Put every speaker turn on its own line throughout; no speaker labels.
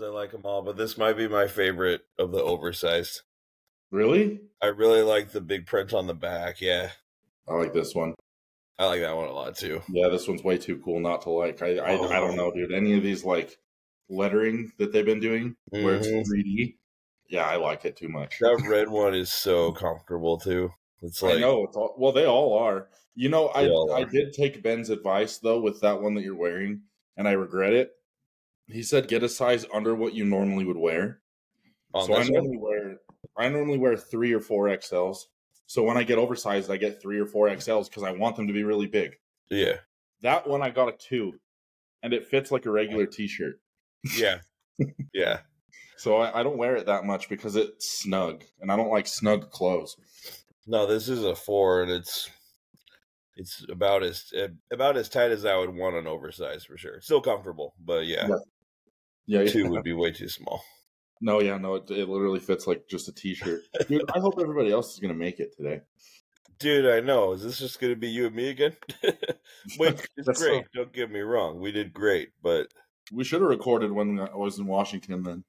I like them all, but this might be my favorite of the oversized.
Really?
I really like the big print on the back. Yeah,
I like this one.
I like that one a lot too.
Yeah, this one's way too cool not to like. I I, I
Oh.
don't know, dude. Any of these like lettering that they've been doing where it's
Mhm.
3D. Yeah, I like it too much.
That red one is so comfortable too. It's like
I know it's all well. They all are. You know, I
They all
I
are.
did take Ben's advice though with that one that you're wearing, and I regret it. He said get a size under what you normally would wear.
on
so I
this one.
normally wear I normally wear three or four XLs. So when I get oversized, I get three or four XLs because I want them to be really big.
Yeah,
That one I got a two, and it fits like a regular T-shirt.
yeah, yeah.
So I, I don't wear it that much because it's snug, and I don't like snug clothes.
No, this is a four, and it's it's about as eh, about as tight as I would want an oversized for sure. Still comfortable, but yeah,
Yeah, yeah.
two would be way too small.
No, yeah, no, it, it literally fits like just a T-shirt. Dude, I hope everybody else is gonna make it today.
Dude, I know. Is this just gonna be you and me again? Which is
That's
great. Don't get me wrong. We did great, but
We should have recorded when I was in Washington. Then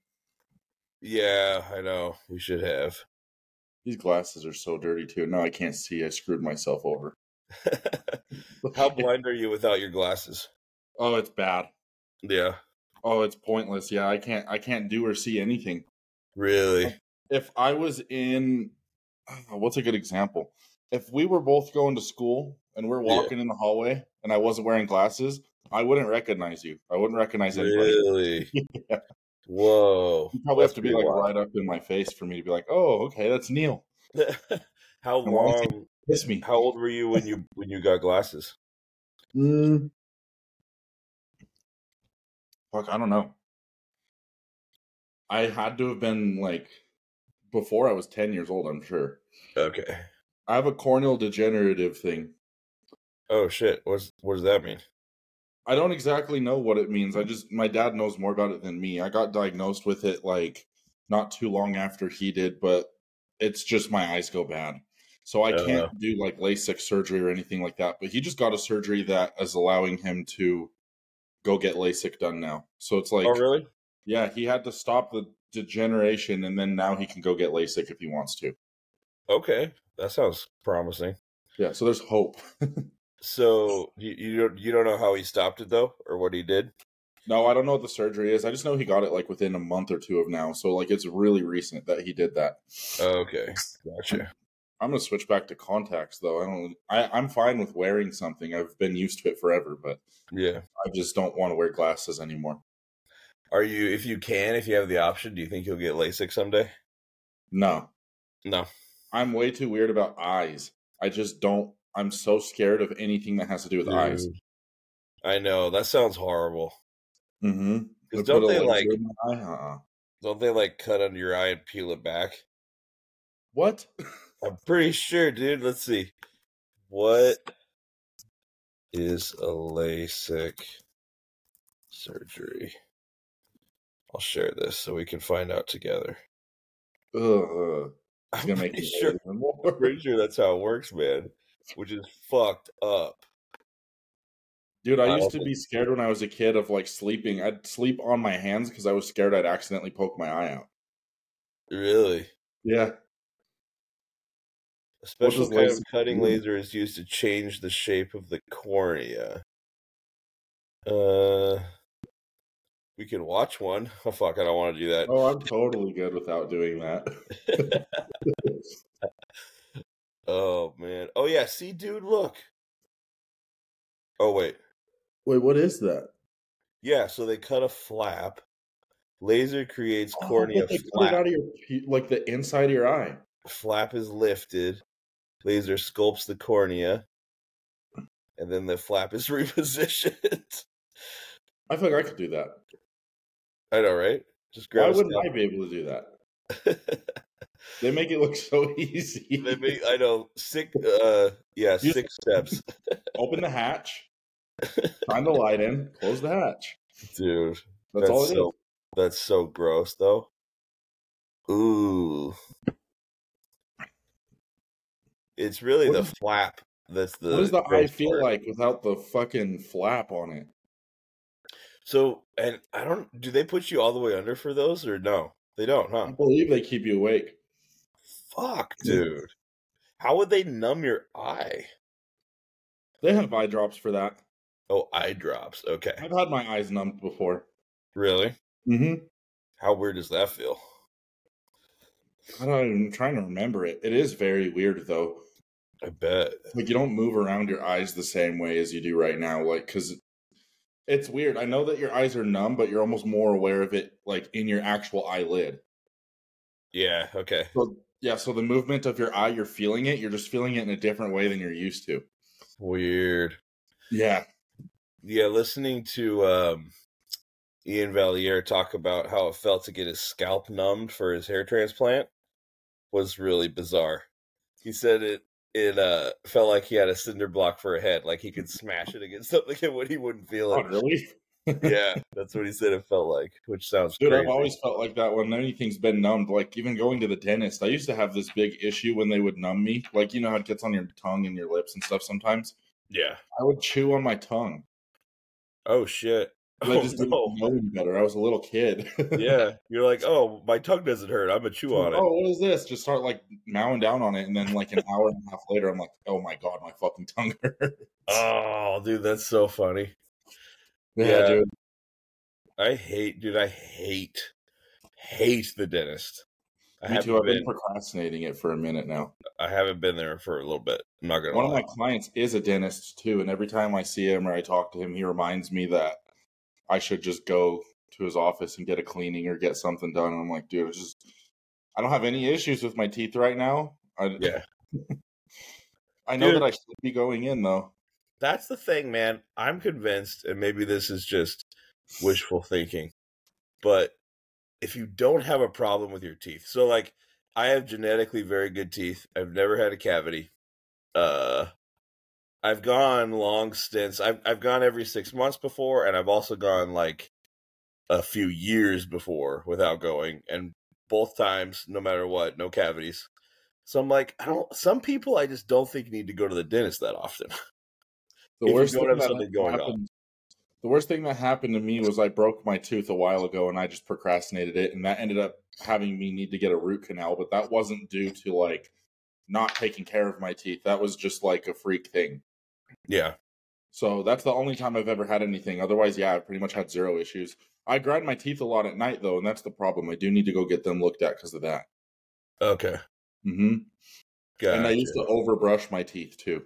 yeah, I know. We should have.
these glasses are so dirty too. Now I can't see. I screwed myself over.
How blind are you without your glasses?
Oh, it's bad.
Yeah.
Oh, it's pointless. Yeah, I can't. I can't do or see anything.
Really?
If I was in, oh, what's a good example? If we were both going to school and we're
Yeah.
walking in the hallway and I wasn't wearing glasses, I wouldn't recognize you. I wouldn't recognize anybody.
Really? Whoa.
You probably
That's
have to be
pretty
like
wild.
right up in my face for me to be like, "Oh, okay, that's Neil."
how
I wanna see-
long
Kiss me.
how old were you when you when you got glasses?
Mm. Fuck, I don't know. I had to have been like before I was 10 years old, I'm sure.
Okay.
I have a corneal degenerative thing.
Oh shit. What's what does that mean?
I don't exactly know what it means. I just, my dad knows more about it than me. I got diagnosed with it like not too long after he did, but it's just my eyes go bad. So I
Uh.
can't do like LASIK surgery or anything like that. But he just got a surgery that is allowing him to go get LASIK done now. So it's like,
oh really?
Yeah, he had to stop the degeneration, and then now he can go get LASIK if he wants to.
Okay. That sounds promising.
Yeah, so there's hope.
So you, you don't you don't know how he stopped it though, or what he did?
No, I don't know what the surgery is. I just know he got it like within a month or two of now. So like it's really recent that he did that.
Oh, Okay, gotcha.
I'm gonna switch back to contacts though. I don't. I, I'm fine with wearing something. I've been used to it forever, but
Yeah.
I just don't want to wear glasses anymore.
Are you if you can if you have the option? Do you think you'll get LASIK someday?
No,
No.
I'm way too weird about eyes. I just don't. I'm so scared of anything that has to do with eyes.
I know that sounds horrible.
Mm-hmm.
'Cause don't they like
uh
don't they like cut under your eye and peel it back?
What?
I'm pretty sure, dude. Let's see. What is a LASIK surgery? I'll share this so we can find out together.
Ugh.
I'm
It's gonna make
pretty
you
sure.
sure. even
I'm
more.
pretty sure that's how it works, man. Which is fucked up.
Dude, I
I
used
love
to
it.
be scared when I was a kid of like sleeping. I'd sleep on my hands because I was scared I'd accidentally poke my eye out.
Really.
Yeah.
A
does
special kind
laser
of cutting
do?
laser is used to change the shape of the cornea. Uh, we can watch one. Oh fuck, I don't want to do that.
Oh, I'm totally good without doing that.
Oh man. Oh yeah. See, dude, look. Oh wait.
Wait, what is that?
Yeah. So they cut a flap. Laser creates
Oh,
cornea
but they cut it
flap.
out of your pe- like the inside of your eye.
flap is lifted. Laser sculpts the cornea, and then the flap is repositioned.
I feel like I could do that.
I know, right? Just
Why
grab. a
wouldn't
snap-
I be able to do that? They make it look so easy.
They make- I know six. Uh, yeah,
You-
six steps,
Open the hatch, shine the light in, close the hatch.
dude.
That's, all it is.
so, That's so gross, though. Ooh, it's really
What
the
is-
flap. That's the.
What does the eye
gross
feel
part.
like without the fucking flap on it?
So, and I don't. Do they put you all the way under for those or no? They don't,
I
huh?
believe they keep you awake.
Fuck, dude. How would they numb your eye?
They have eye drops for that.
Oh, eye drops. Okay,
I've had my eyes numbed before.
really?
Mm-hmm.
How weird does that feel?
I don't, I'm trying to remember it. It is very weird though.
I bet.
Like you don't move around your eyes the same way as you do right now. Like because it's weird. I know that your eyes are numb, but you're almost more aware of it, like in your actual eyelid.
Yeah. Okay.
Yeah. So the movement of your eye, you're feeling it. You're just feeling it in a different way than you're used to.
Weird.
Yeah.
Yeah. Listening to um, Ian Valier talk about how it felt to get his scalp numbed for his hair transplant was really bizarre. He said it it uh felt like he had a cinder block for a head, like he could smash it against something and when he wouldn't feel
Oh,
it.
really?
yeah, that's what he said it felt like, which sounds
Dude,
crazy.
I've always felt like that when anything's been numbed. Like even going to the dentist, I used to have this big issue when they would numb me. Like you know how it gets on your tongue and your lips and stuff sometimes.
yeah.
I would chew on my tongue.
Oh shit.
And I
Oh,
just didn't
no.
know any better. I was a little kid.
yeah. You're like, oh, my tongue doesn't hurt. I'm a chew on it.
Oh, what is this? Just start like mowing down on it, and then like an hour and a half later, I'm like, oh my god, my fucking tongue hurts.
Oh, dude, that's so funny.
Yeah,
Yeah.
dude.
I hate, dude. I hate, hate the dentist. I
Me
haven't
too. I've
been.
been procrastinating it for a minute now.
I haven't been there for a little bit. I'm not gonna.
One of
lie.
my clients is a dentist too, and every time I see him or I talk to him, he reminds me that I should just go to his office and get a cleaning or get something done. And I'm like, dude, it's just I don't have any issues with my teeth right now. I,
Yeah,
I know
Dude.
that I should be going in though.
that's the thing, man. I'm convinced, and maybe this is just wishful thinking, but if you don't have a problem with your teeth, so like I have genetically very good teeth. I've never had a cavity. Uh, I've gone long stints. I've I've gone every six months before, and I've also gone like a few years before without going, and both times, no matter what, no cavities. So I'm like, I don't. Some people I just don't think need to go to the dentist that often.
The
If you
worst
don't
thing
have
that
something going on.
happened, The worst thing that happened to me was I broke my tooth a while ago and I just procrastinated it, and that ended up having me need to get a root canal. But that wasn't due to like not taking care of my teeth. That was just like a freak thing.
Yeah,
So that's the only time I've ever had anything. Otherwise, yeah, I pretty much had zero issues. I grind my teeth a lot at night though, and that's the problem. I do need to go get them looked at because of that.
Okay.
hmm
Gotcha.
And I used to overbrush my teeth too.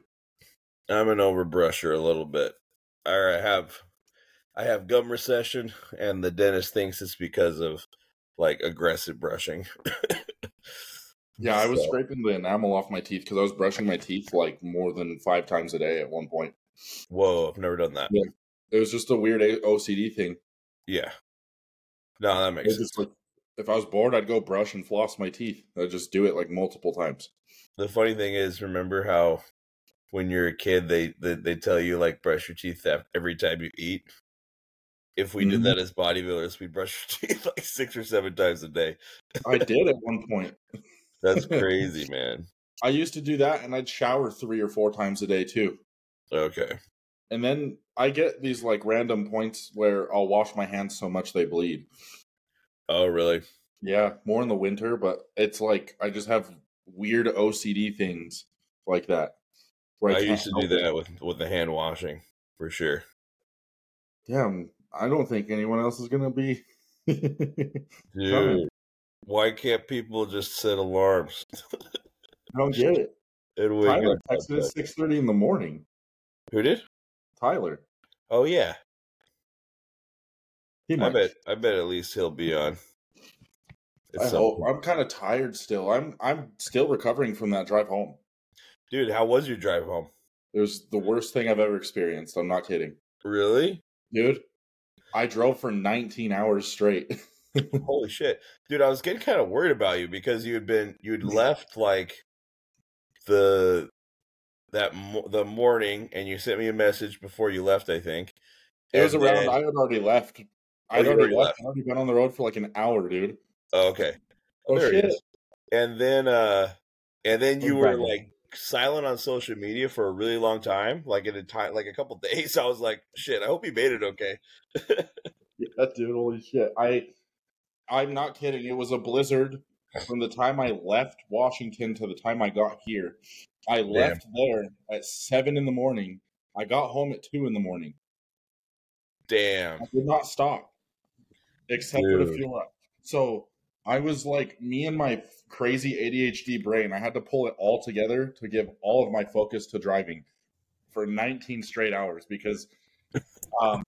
I'm an overbrusher a little bit. Or I have I have gum recession and the dentist thinks it's because of like aggressive brushing.
Yeah, I was
So,
scraping the enamel off my teeth because I was brushing my teeth like more than five times a day at one point.
whoa, I've never done that.
Yeah. It was just a weird A- OCD thing.
Yeah. No, that
It
makes
was
sense.
just like if I was bored, I'd go brush and floss my teeth. I'd just do it like multiple times.
The funny thing is, remember how when you're a kid they they, they tell you like brush your teeth af- every time you eat? If we did
Mhm.
that as bodybuilders, we'd brush our teeth like six or seven times a day.
I did at one point.
That's crazy, man.
I used to do that, and I'd shower three or four times a day too.
Okay.
And then I get these like random points where I'll wash my hands so much they bleed.
Oh, really?
Yeah, more in the winter, but it's like I just have weird OCD things like that. Where
I,
can't
used to do
help it.
that with with the hand washing for sure.
Damn, I don't think anyone else is gonna be. I
Dude,
Huh.
why can't people just set alarms
don't get it.
and wake
Tyler
up?
texted at six thirty in the morning.
Who did?
Tyler,
Oh yeah,
he
I
might.
bet. I bet at least he'll be on. at
I
some
hope.
point.
I'm kind of tired still. I'm I'm still recovering from that drive home.
Dude, how was your drive home?
It was the worst thing I've ever experienced. I'm not kidding,
Really?
dude. I drove for 19 hours straight.
Holy shit, dude! I was getting kind of worried about you because you had been you'd left like the that mo- the morning, and you sent me a message before you left. I think
It was
And
around.
then-
I had already left. I'd
Oh, you
already
already
left. I'd already been on the road for like an hour, dude.
oh, okay.
Oh
There he
shit!
is. and then uh and then
Put
you
it
were
back in.
like silent on social media for a really long time, like at a time, like a couple days. I was like, shit, I hope he made it okay.
Yeah, dude, holy shit. I I'm not kidding. It was a blizzard from the time I left Washington to the time I got here. I left there at seven in the morning. I got home at two in the morning.
Damn.
I did not stop, except for to
Dude.
fuel up. So I was like, me and my crazy ADHD brain, I had to pull it all together to give all of my focus to driving for 19 straight hours because, um,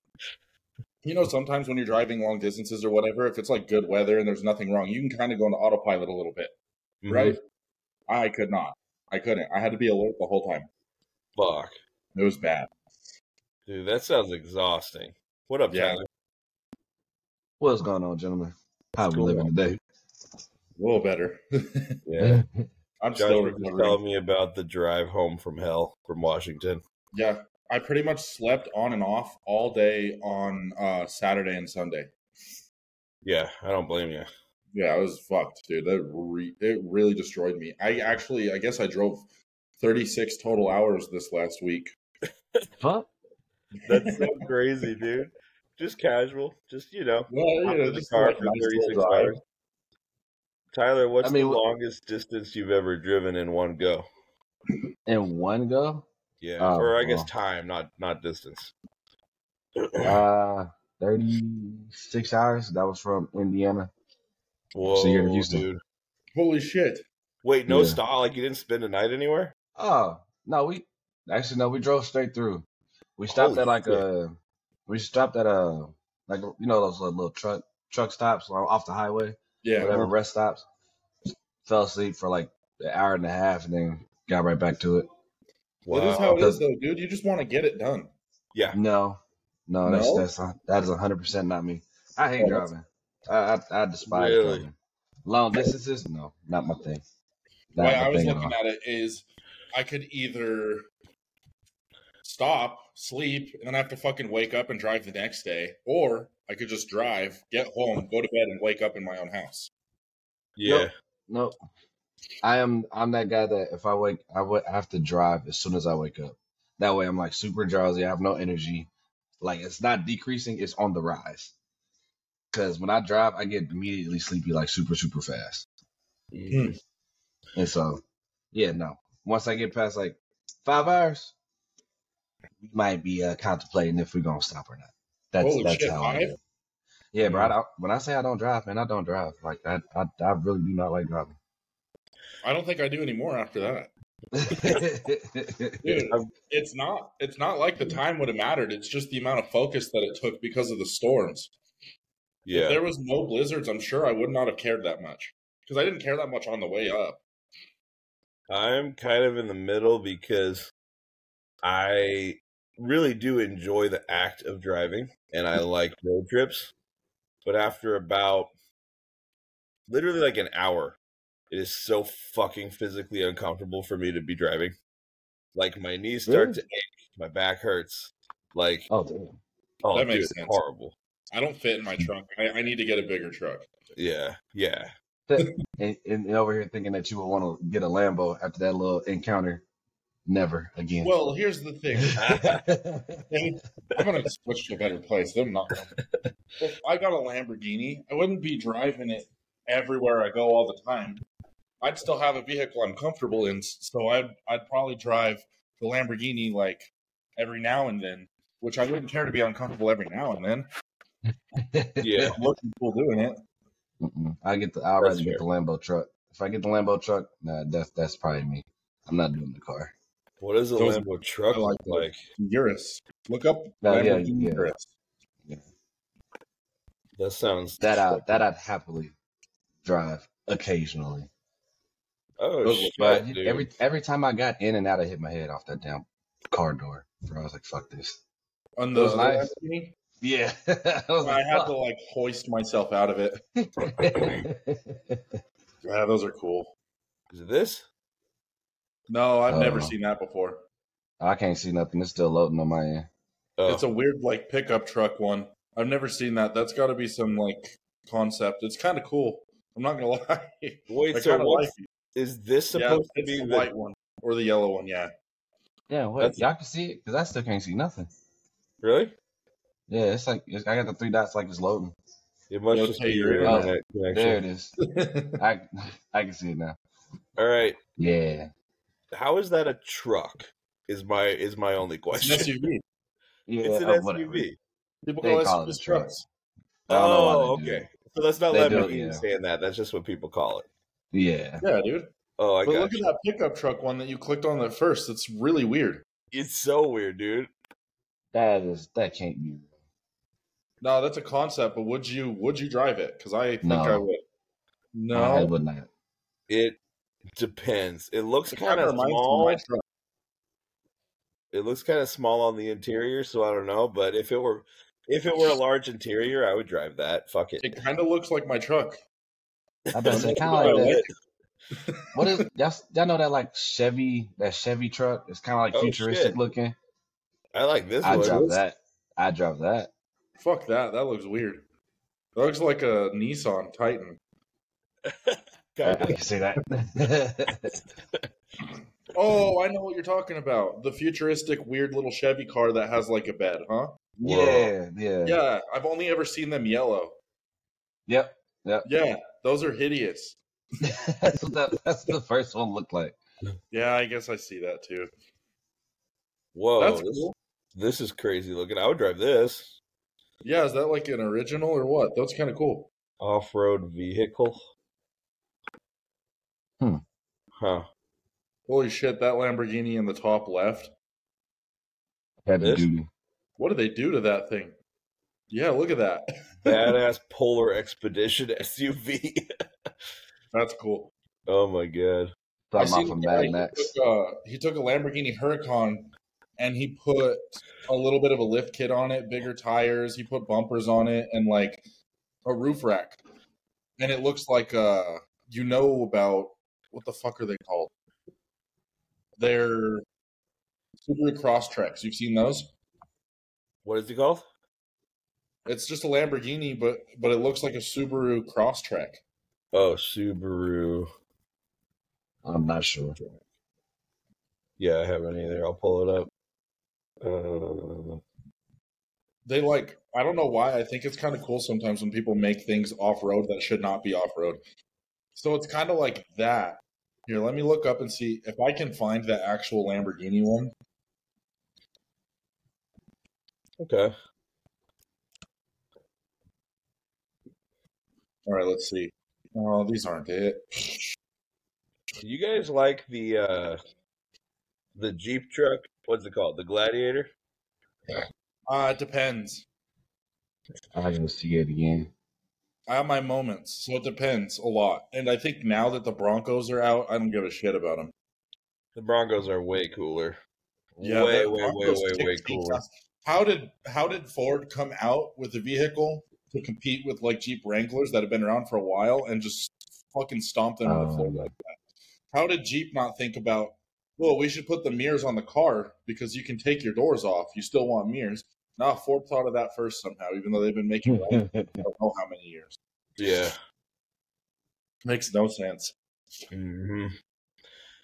you know, sometimes when you're driving long distances or whatever, if it's like good weather and there's nothing wrong, you can kind of go into autopilot a little bit,
Mm-hmm.
right? I could not. I couldn't. I had to be alert the whole time.
Mm-hmm. Fuck.
It was bad.
Dude, that sounds exhausting. What up,
Yeah.
Tyler?
What's going on, gentlemen? How we
going
living today?
A little better.
Yeah.
I'm
Josh
still
was just
recovering.
telling me about the drive home from hell from Washington.
Yeah, I pretty much slept on and off all day on uh, Saturday and Sunday.
Yeah, I don't blame you.
Yeah, I was fucked, dude. That re- it really destroyed me. I actually, I guess I drove 36 total hours this last week.
Fuck.
That's so crazy, dude. Just casual. Just, you know,
well, you
hopped
know,
in the
just
car
like
for
nice little
36
drive.
hours. Tyler, what's
I mean,
the
wh-
longest distance you've ever driven in one go?
In one go,
Yeah,
Oh,
or I guess
well.
time, not not distance.
uh, thirty-six hours. That was from Indiana.
Whoa,
you're in Houston.
dude.
Holy shit.
Wait, no
Yeah.
stop. Like you didn't spend a night anywhere?
Oh no, we actually no, we drove straight through. We stopped
Holy
at like
shit.
a, we stopped at a like you know those little, little truck truck stops on- off the highway,
Yeah.
whatever rest stops. Fell asleep for like an hour and a half, and then got right back to it.
That is
Wow.
how it is, though, dude. You just want to get it done.
yeah.
No, no,
No?
that's that's that is hundred percent not me. I hate
Oh, that's-
driving. I I, I despise
Really?
driving. Long distances, no, not my thing. Not
way
my
I was
thing at
looking
all.
at it is I could either stop, sleep, and then I have to fucking wake up and drive the next day, or I could just drive, get home, go to bed, and wake up in my own house.
Yeah.
Nope. Nope. I am I'm that guy that if I wake I would have to drive as soon as I wake up. That way I'm like super drowsy. I have no energy. Like it's not decreasing, it's on the rise. Cause when I drive, I get immediately sleepy like super, super fast.
Hmm.
And so yeah, no. Once I get past like five hours, we might be uh, contemplating if we're gonna stop or not. That's
Holy
that's
shit,
how I
five?
am. Yeah, bro. I, don't- when I say I don't drive, man, I don't drive. Like I, I, I really do not like driving.
I don't think I do anymore after that. Dude, it's not it's not like the time would have mattered. It's just the amount of focus that it took because of the storms. If
Yeah.
there was no blizzards, I'm sure I would not have cared that much. Because I didn't care that much on the way up.
I'm kind of in the middle because I really do enjoy the act of driving and
Mm-hmm.
I like road trips. But after about literally like an hour, it is so fucking physically uncomfortable for me to be driving. Like my knees start
Really?
to ache, my back hurts. Like
oh damn.
oh,
That makes
dude, it's
sense.
horrible.
I don't fit in my
Hmm.
truck. I, I need to get a bigger truck.
Yeah, yeah.
And, and, and over here thinking that you would want to get a Lambo after that little encounter. Never again.
Well, here's the thing.
Well,
I'm gonna switch to a better place. I'm not. If I got a Lamborghini, I wouldn't be driving it everywhere I go all the time. I'd still have a vehicle I'm comfortable in, so I'd I'd probably drive the Lamborghini like every now and then, which I wouldn't care to be uncomfortable every now and then.
Yeah.
I'm looking cool doing it.
Mm-mm. I get the. I'd rather
That's
get the Lambo truck. If I get the Lambo truck, nah, that's that's probably me. I'm not doing the car.
What does a
Those-
Lambo truck
I
look
like those.
like?
Urus, look up
No, Oh, yeah,
Lamborghini
yeah.
Urus.
That sounds
That
uh,
I that I'd happily drive occasionally.
Oh
Those
shit,
look
But
dude.
every every time I got in and out, I hit my head off that damn car door. Bro, I was like, "Fuck this."
On
Those
the
nice.
Lamborghini,
Yeah, I was
I
like,
had
"Fuck."
to like hoist myself out of it. Yeah, those are cool.
Is it this?
No, I've never
Oh.
seen that before.
I can't see nothing. It's still loading on my end.
Oh,
It's a weird like pickup truck one. I've never seen that. That's got to be some like concept. It's kind of cool. I'm not gonna lie. I
wait. So
kinda
what
like
is this
it. Yeah,
supposed to
it's
be?
the
The,
white one. or the yellow one. Yeah.
Yeah, what?
That's-
Y'all can see it because I still can't see nothing.
Really?
Yeah, it's like it's, I got the three dots like it's loading.
It must
It'll
just
tell
be
you
your
your
internet
There
connection.
it is. I I can see it now.
All right.
Yeah.
How is that a truck? Is my is my only
It's
question.
an SUV.
Yeah.
It's an
oh, whatever.
SUV.
People
They
call
call it
SUVs
a truck.
trucks.
I don't know why
Oh,
they do
okay. So that's not
They
let
do
me
it, yeah.
understand that. That's just what people call it.
Yeah.
Yeah, dude.
Oh, I
But
got
look
you.
at that pickup truck one that you clicked on at first. It's really weird.
It's so weird, dude.
That is that can't be.
No, that's a concept. But would you would you drive it? Because I think
No.
I would.
I
No,
would not.
It depends. It looks
It
kind of
reminds me
small.
my truck.
It looks kind of small on the interior, so I don't know. But if it were, if it were a large interior, I would drive that. Fuck it.
It kind of looks like my truck.
I bet say kind
I
of like
would.
that. What is y'all, y'all know that like Chevy that Chevy truck? It's kind of like
Oh,
futuristic
shit.
looking.
I like this
I
one.
drive that. I drive that.
Fuck that. That looks weird. That looks like a Nissan Titan.
I
Kinda.
can see that.
Oh, I know what you're talking about. The futuristic, weird little Chevy car that has like a bed, huh?
yeah, yeah.
Yeah, I've only ever seen them yellow.
Yep.
Yeah, those are hideous.
that's what that, that's what the first one looked like.
Yeah, I guess I see that too.
Whoa,
That's
Oh, this,
cool.
this is crazy looking. I would drive this
Yeah, is that like an original or what? That's kind of cool.
off-road vehicle.
Hmm.
Huh.
Holy shit, that Lamborghini in the top left.
Heavy
This?
duty.
What did they do to that thing? Yeah, look at that.
Badass Polar Expedition SUV.
That's cool.
oh my god.
Thought
I
about
seen
from
a guy,
Mad Max.
He took, a, he took a Lamborghini Huracan and he put a little bit of a lift kit on it, bigger tires. He put bumpers on it and like a roof rack, and it looks like uh, you know about what the fuck are they called? They're Subaru Crosstreks. You've seen those?
What is it called?
It's just a Lamborghini, but but it looks like a Subaru Crosstrek.
Oh, Subaru.
I'm not sure.
Yeah, I haven't either. I'll pull it up. Uh,
They like I don't know why I think it's kind of cool sometimes when people make things off road that should not be off road. So it's kind of like that. Here, let me look up and see if I can find that actual Lamborghini one.
okay.
All right, let's see. Oh, these aren't it.
Do you guys like the uh the Jeep truck? What's it called? The Gladiator?
Uh, it depends.
I gotta see it again.
I have my moments, so it depends a lot. And I think now that the Broncos are out, I don't give a shit about them.
The Broncos are way cooler.
Yeah,
way,
the
way, way,
Broncos
way,
kicked
way
the
cooler.
ass. How did how did Ford come out with a vehicle to compete with like Jeep Wranglers that have been around for a while and just fucking stomp them on the
Oh,
Um,
floor like that? How did Jeep not think about? Well, we should put the mirrors on the car because you can take your doors off. You still want mirrors. Nah, Ford thought of that first somehow, even though they've been making wrangler I don't know how many years.
Yeah.
Makes no sense. Mm-hmm.
hmm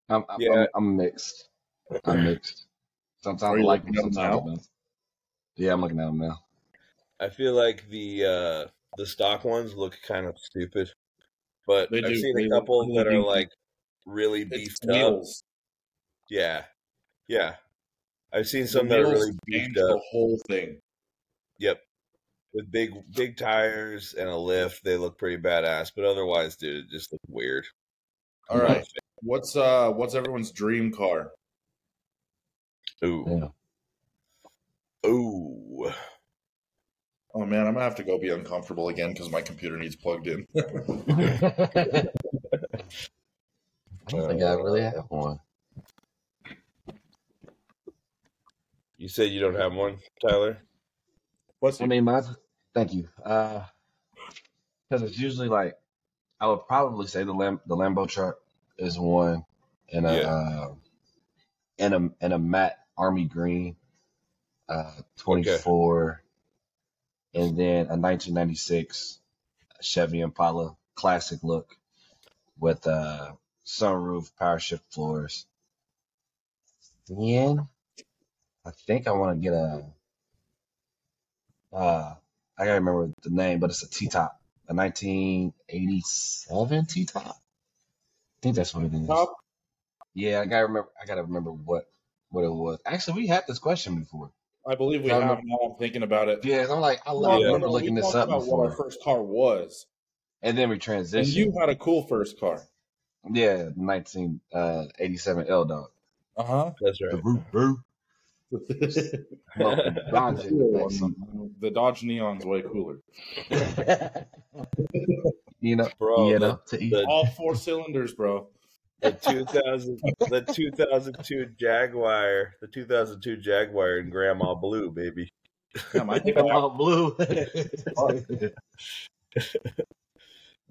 I'm, I'm,
Yeah.
I'm mixed. I'm mixed.
Are
Sometimes I
you
like them,
looking at them
sometimes I don't. Yeah, I'm looking at them now.
I feel like the uh the stock ones look kind of stupid. But
They
I've
do.
seen
They
a
look
couple that are
really-
like really
It's
beefed up.
wheels.
Yeah. Yeah. I've seen some that are
Wheels
really beefed
changed
up
the whole thing.
Yep. With big big tires and a lift, they look pretty badass. But otherwise, dude, it just look weird.
All right. What's uh what's everyone's dream car?
Ooh.
Yeah.
Ooh.
Oh man, I'm gonna have to go be uncomfortable again because my computer needs plugged in.
I don't think I
Uh,
really have one.
You said you don't have one, Tyler?
What's
I mean, my thank you. Uh, because it's usually like I would probably say the Lam- the Lambo truck is one, and a
Yeah.
uh, and a and a matte army green, uh, twenty four, and then a nineteen ninety six Chevy Impala classic look with uh sunroof, power shift floors, then I think I want to get a. Uh, I gotta remember the name, but it's a T top, a 1987 T top. I think that's what it is.
Top?
Yeah, I gotta remember. I gotta remember what what it was. Actually, we had this question before.
I believe we
I
have.
remember-
Now I'm thinking about it.
Yeah, 'cause I'm like, I,
No,
I
no,
remember
no,
looking
we
this
talked
up
about what our
before,
first car was,
and then we
and
transitioned.
you had a cool first car.
Yeah, 1987 L dog.
Uh huh.
That's
The
right.
root root.
the
Smoking Dodge in the back seat.
one. The Dodge Neon's way cooler.
you know,
Bro,
you
the-
know, to eat.
the-
All four cylinders, bro.
the 2000 the 2002 Jaguar, the 2002 Jaguar and Grandma Blue, baby.
Damn, I think I
All blue.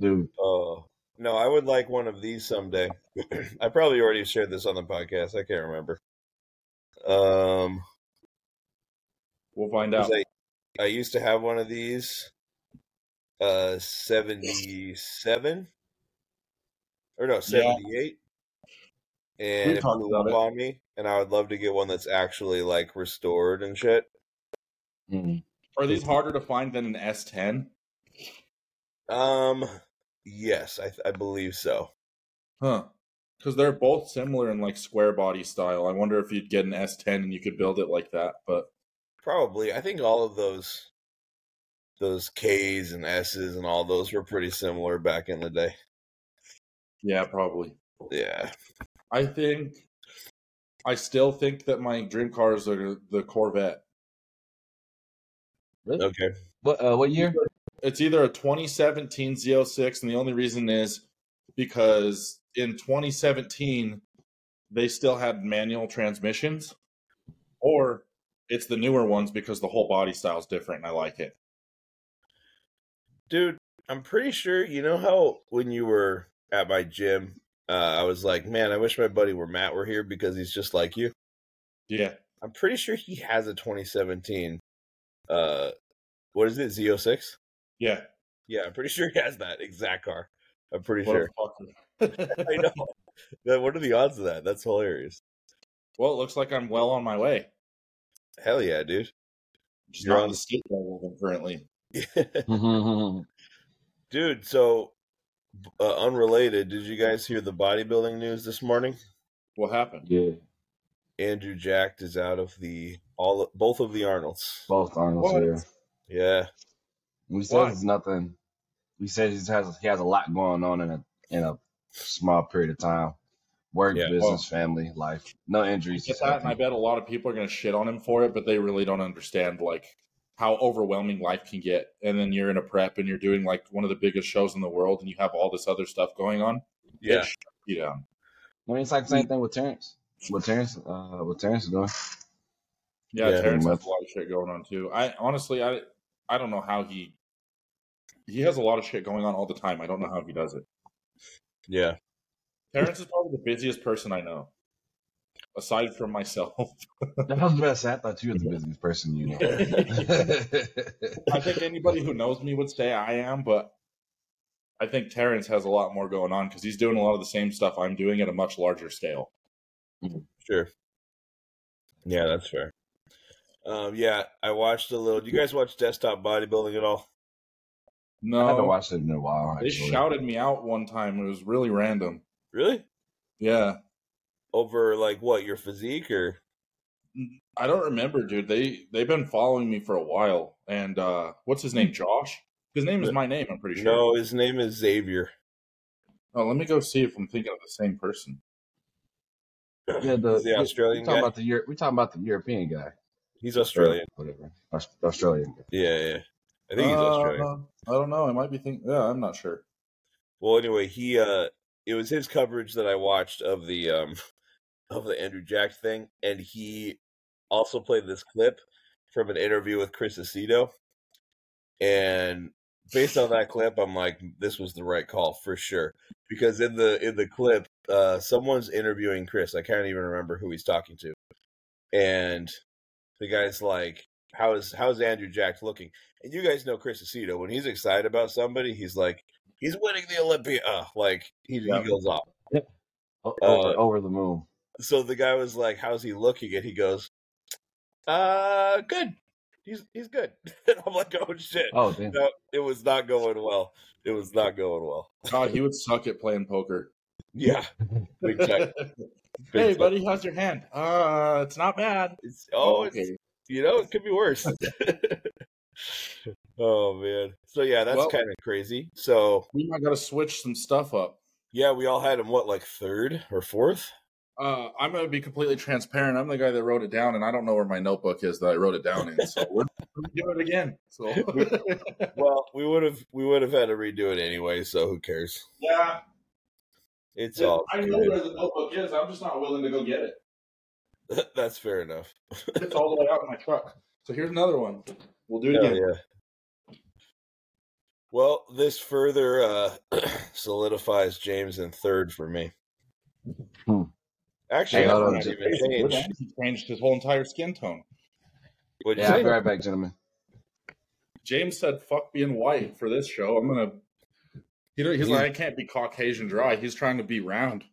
Dude,
Oh. No, I would like one of these someday. I probably already shared this on the podcast. I can't remember. Um,
we'll find
'cause
out.
I, I used to have one of these uh 77 or no, 78. And
We
it
talked
blew
about
up
it.
on me, and I would love to get one that's actually like restored and shit.
Mm.
Are these harder to find than an S10?
Um, yes, I, I believe so.
Huh. Because they're both similar in like square body style. I wonder if you'd get an S10 and you could build it like that. But
Probably. I think all of those those K's and S's and all those were pretty similar back in the day.
yeah, probably.
Yeah.
I think I still think that my dream car is the, the Corvette.
Okay.
what uh, what year?
It's either a 2017 Z06, and the only reason is because in 2017 they still had manual transmissions, or it's the newer ones because the whole body style is different, and I like it.
Dude, I'm pretty sure you know how when you were at my gym, uh, I was like, man, I wish my buddy were Matt were here because he's just like you.
Yeah,
I'm pretty sure he has a 2017. Uh, what is it? Z06?
yeah.
Yeah, I'm pretty sure he has that exact car. I'm pretty
What a
sure.
fucker.
I know. Yeah, What are the odds of that? That's hilarious.
well, it looks like I'm well on my way.
Hell yeah, dude.
Just
You're
not
on-
the state level of it currently.
Mm-hmm.
Dude, so uh, unrelated, did you guys hear the bodybuilding news this morning?
What happened?
yeah,
Andrew Jacked is out of the all both of the Arnolds.
both Arnold's
What?
here.
Yeah,
We
Why?
said it's nothing. We said he has he has a lot going on in a in a small period of time. Work,
Yeah.
business, family, life. No injuries.
Get
he's
that, and I
healthy.
bet a lot of people are going to shit on him for it, but they really don't understand like how overwhelming life can get. And then you're in a prep, and you're doing like one of the biggest shows in the world, and you have all this other stuff going on.
yeah.
It shuts you down.
I mean, it's like the same thing with Terrence. What Terrence, uh, what Terrence is doing.
Yeah,
Yeah.
Terrence
Pretty
has a lot of shit going on too. I honestly, I I don't know how he he has a lot of shit going on all the time. I don't know how he does it.
yeah.
Terrence is probably the busiest person I know, aside from myself.
That was the best. I thought you were the busiest person you know.
I think anybody who knows me would say I am, but I think Terrence has a lot more going on because he's doing a lot of the same stuff I'm doing at a much larger scale.
Sure. Yeah, that's fair. Um, yeah, I watched a little. Do you guys watch Desktop Bodybuilding at all?
I haven't
No,
watched it in a while.
Um, they
actually.
shouted me out one time. It was really random.
Really?
Yeah,
Over like what your physique or?
I don't remember, dude. They they've been following me for a while. And uh what's his name? Josh. His name is my name. I'm pretty sure.
No, his name is Xavier.
Oh, let me go see if I'm thinking of the same person.
Yeah, the,
He's the Australian
we talking
guy.
about the Euro- we talking about the European guy.
He's Australian.
Whatever. Aus- Australian.
Yeah, yeah. I think he's
Uh,
Australian.
I don't know. I might be thinking. Yeah, I'm not sure.
Well, anyway, he uh, it was his coverage that I watched of the um, of the Andrew Jack thing, and he also played this clip from an interview with Chris Aceto, and based on that clip, I'm like, this was the right call for sure, because in the in the clip, uh, someone's interviewing Chris. I can't even remember who he's talking to, and the guy's like, "How is how's Andrew Jack looking?" And you guys know Chris Aceto when he's excited about somebody, he's like he's winning the Olympia. uh, Like he,
Yeah.
he goes off.
O-
Uh,
over, over the moon.
So the guy was like, "How's he looking?" And he goes, "Uh, good. He's he's good." And I'm like, "Oh shit!
Oh, damn.
No, it was not going well. It was not going well."
God, he would suck at playing poker.
Yeah, big time. Big
hey,
time.
buddy, how's your hand? Uh, it's not bad.
It's, oh, it's, you know, it could be worse. oh man. So yeah, that's
Well-
kind of crazy. So
we might got to switch some stuff up.
yeah, we all had him what like third or fourth.
Uh, I'm going to be completely transparent. I'm the guy that wrote it down, and I don't know where my notebook is that I wrote it down in. So we're we're doing it again. So
well, we would have we would have had to redo it anyway. So who cares?
yeah,
It's all. good.
the notebook is. I'm just not willing to go get it.
that's fair enough.
It's all the way out in my truck. So here's another one. We'll do it
Hell
again.
yeah. Well, this further uh, solidifies James in third for me.
Hmm.
Actually,
Hey,
I
hold
don't
on,
even
He
change.
changed his whole entire skin tone.
What'd you
Yeah, I'll
say?
be right back, gentlemen.
James said, "Fuck being white for this show." I'm gonna. He don't- he's like, I can't be Caucasian dry. He's trying to be round.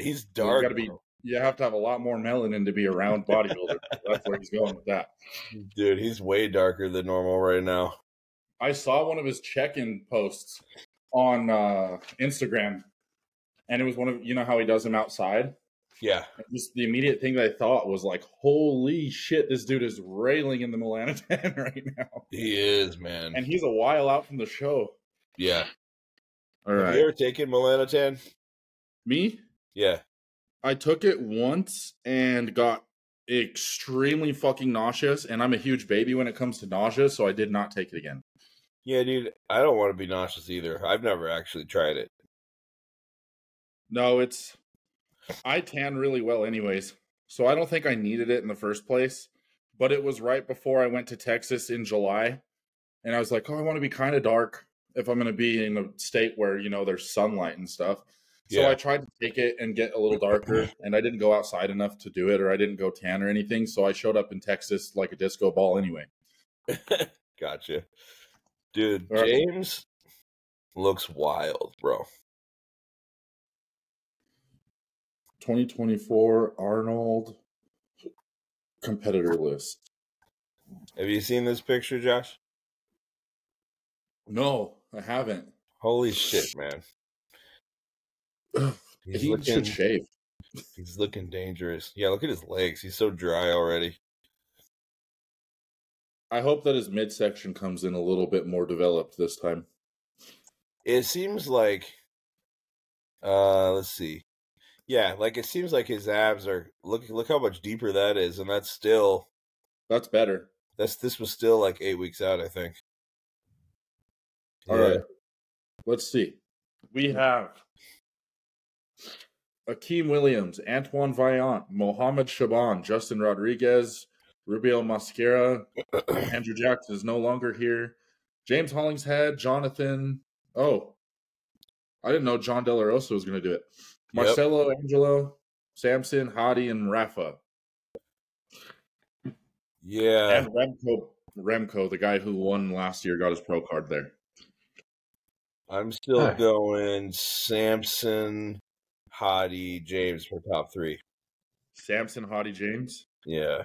He's
You
dark.
gotta be-
bro.
You have to have a lot more melanin to be a round bodybuilder. That's where he's going with that.
Dude, he's way darker than normal right now.
I saw one of his check-in posts on uh, Instagram, and it was one of you know how he does them outside.
Yeah.
And Just the immediate thing that I thought was like, "Holy shit, this dude is railing in the melanotan right now,"
He is, man.
and he's a while out from the show.
yeah.
All
Have you ever taken melanotan?
me.
Yeah.
I took it once and got extremely fucking nauseous, and I'm a huge baby when it comes to nausea, so I did not take it again.
Yeah, dude. I don't want to be nauseous either. I've never actually tried it.
No, it's I tan really well anyways. So I don't think I needed it in the first place, but it was right before I went to Texas in July and I was like, "Oh, I want to be kind of dark if I'm going to be in a state where, you know, there's sunlight and stuff." So
Yeah.
I tried to take it and get a little darker, and I didn't go outside enough to do it or I didn't go tan or anything, so I showed up in Texas like a disco ball anyway.
Gotcha. Dude,
Or-
James looks wild, bro.
2024 Arnold competitor list.
Have you seen this picture, Josh?
No, I haven't.
Holy shit, man. He's
he
looking,
should shave.
he's looking dangerous. Yeah, look at his legs. He's so dry already.
I hope that his midsection comes in a little bit more developed this time.
It seems like uh let's see. Yeah, like it seems like his abs are look look how much deeper that is, and that's still
That's better.
that's this was still like eight weeks out, I think.
All
Yeah.
right. Let's see. We have Akeem Williams, Antoine Viant, Mohamed Shaban, Justin Rodriguez, Rubio Mascara, Andrew Jackson is no longer here. James Hollingshead, Jonathan. Oh, I didn't know John De La Rosa was going to do it.
Yep.
Marcelo, Angelo, Samson, Hadi, and Rafa.
Yeah.
and Remco, Remco, the guy who won last year, got his pro card there.
I'm still
Alright.
going Samson, Hottie, James for top three.
Samson Hottie James.
Yeah.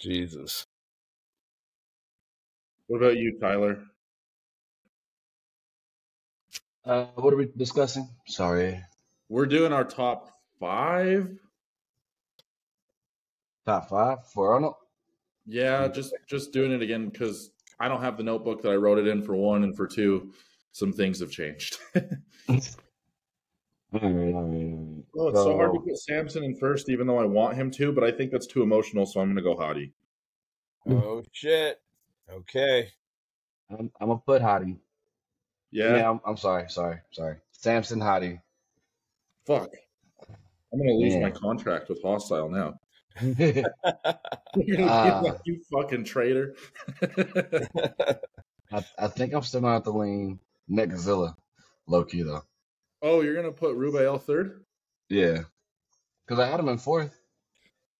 Jesus.
What about you, Tyler?
Uh, what are we discussing? Sorry,
We're doing our top five.
top five for Arnold.
Yeah, just just doing it again because I don't have the notebook that I wrote it in for one and for two. Some things have changed. oh,
Mm,
it's so hard to
so-
put Samson in first, even though I want him to, but I think that's too emotional, so I'm going to go Hottie.
Oh shit. Okay.
I'm, I'm gonna put Hottie. Yeah,
Yeah,
I'm, I'm sorry, sorry, sorry. Samson Hottie.
fuck. I'm going to lose
Man.
my contract with Hostile now. You're gonna
Ah.
be like, you fucking traitor.
I, I think I'm still gonna have to lean Netzilla, low key though.
oh, you're going to put Rubael third?
Yeah, because I had him in fourth,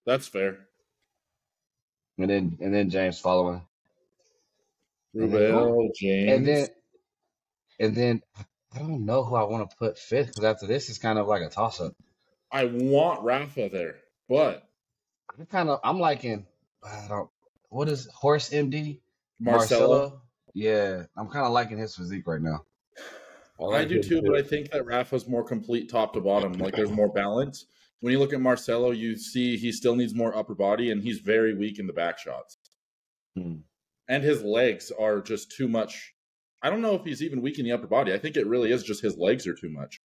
That's fair.
and then and then James following,
Rubel, James.
and then and then I I don't know who I want to put fifth because after this, it's kind of like a toss up.
I want Rafa there, but
I'm kind of I'm liking. I don't. What is Horse MD?
Marcelo.
Yeah, I'm kind of liking his physique right now.
I do too, but I think that Rafa's more complete top to bottom. Like there's more balance. When you look at Marcelo, you see he still needs more upper body, and he's very weak in the back shots.
Hmm.
And his legs are just too much. I don't know if he's even weak in the upper body. I think it really is just his legs are too much.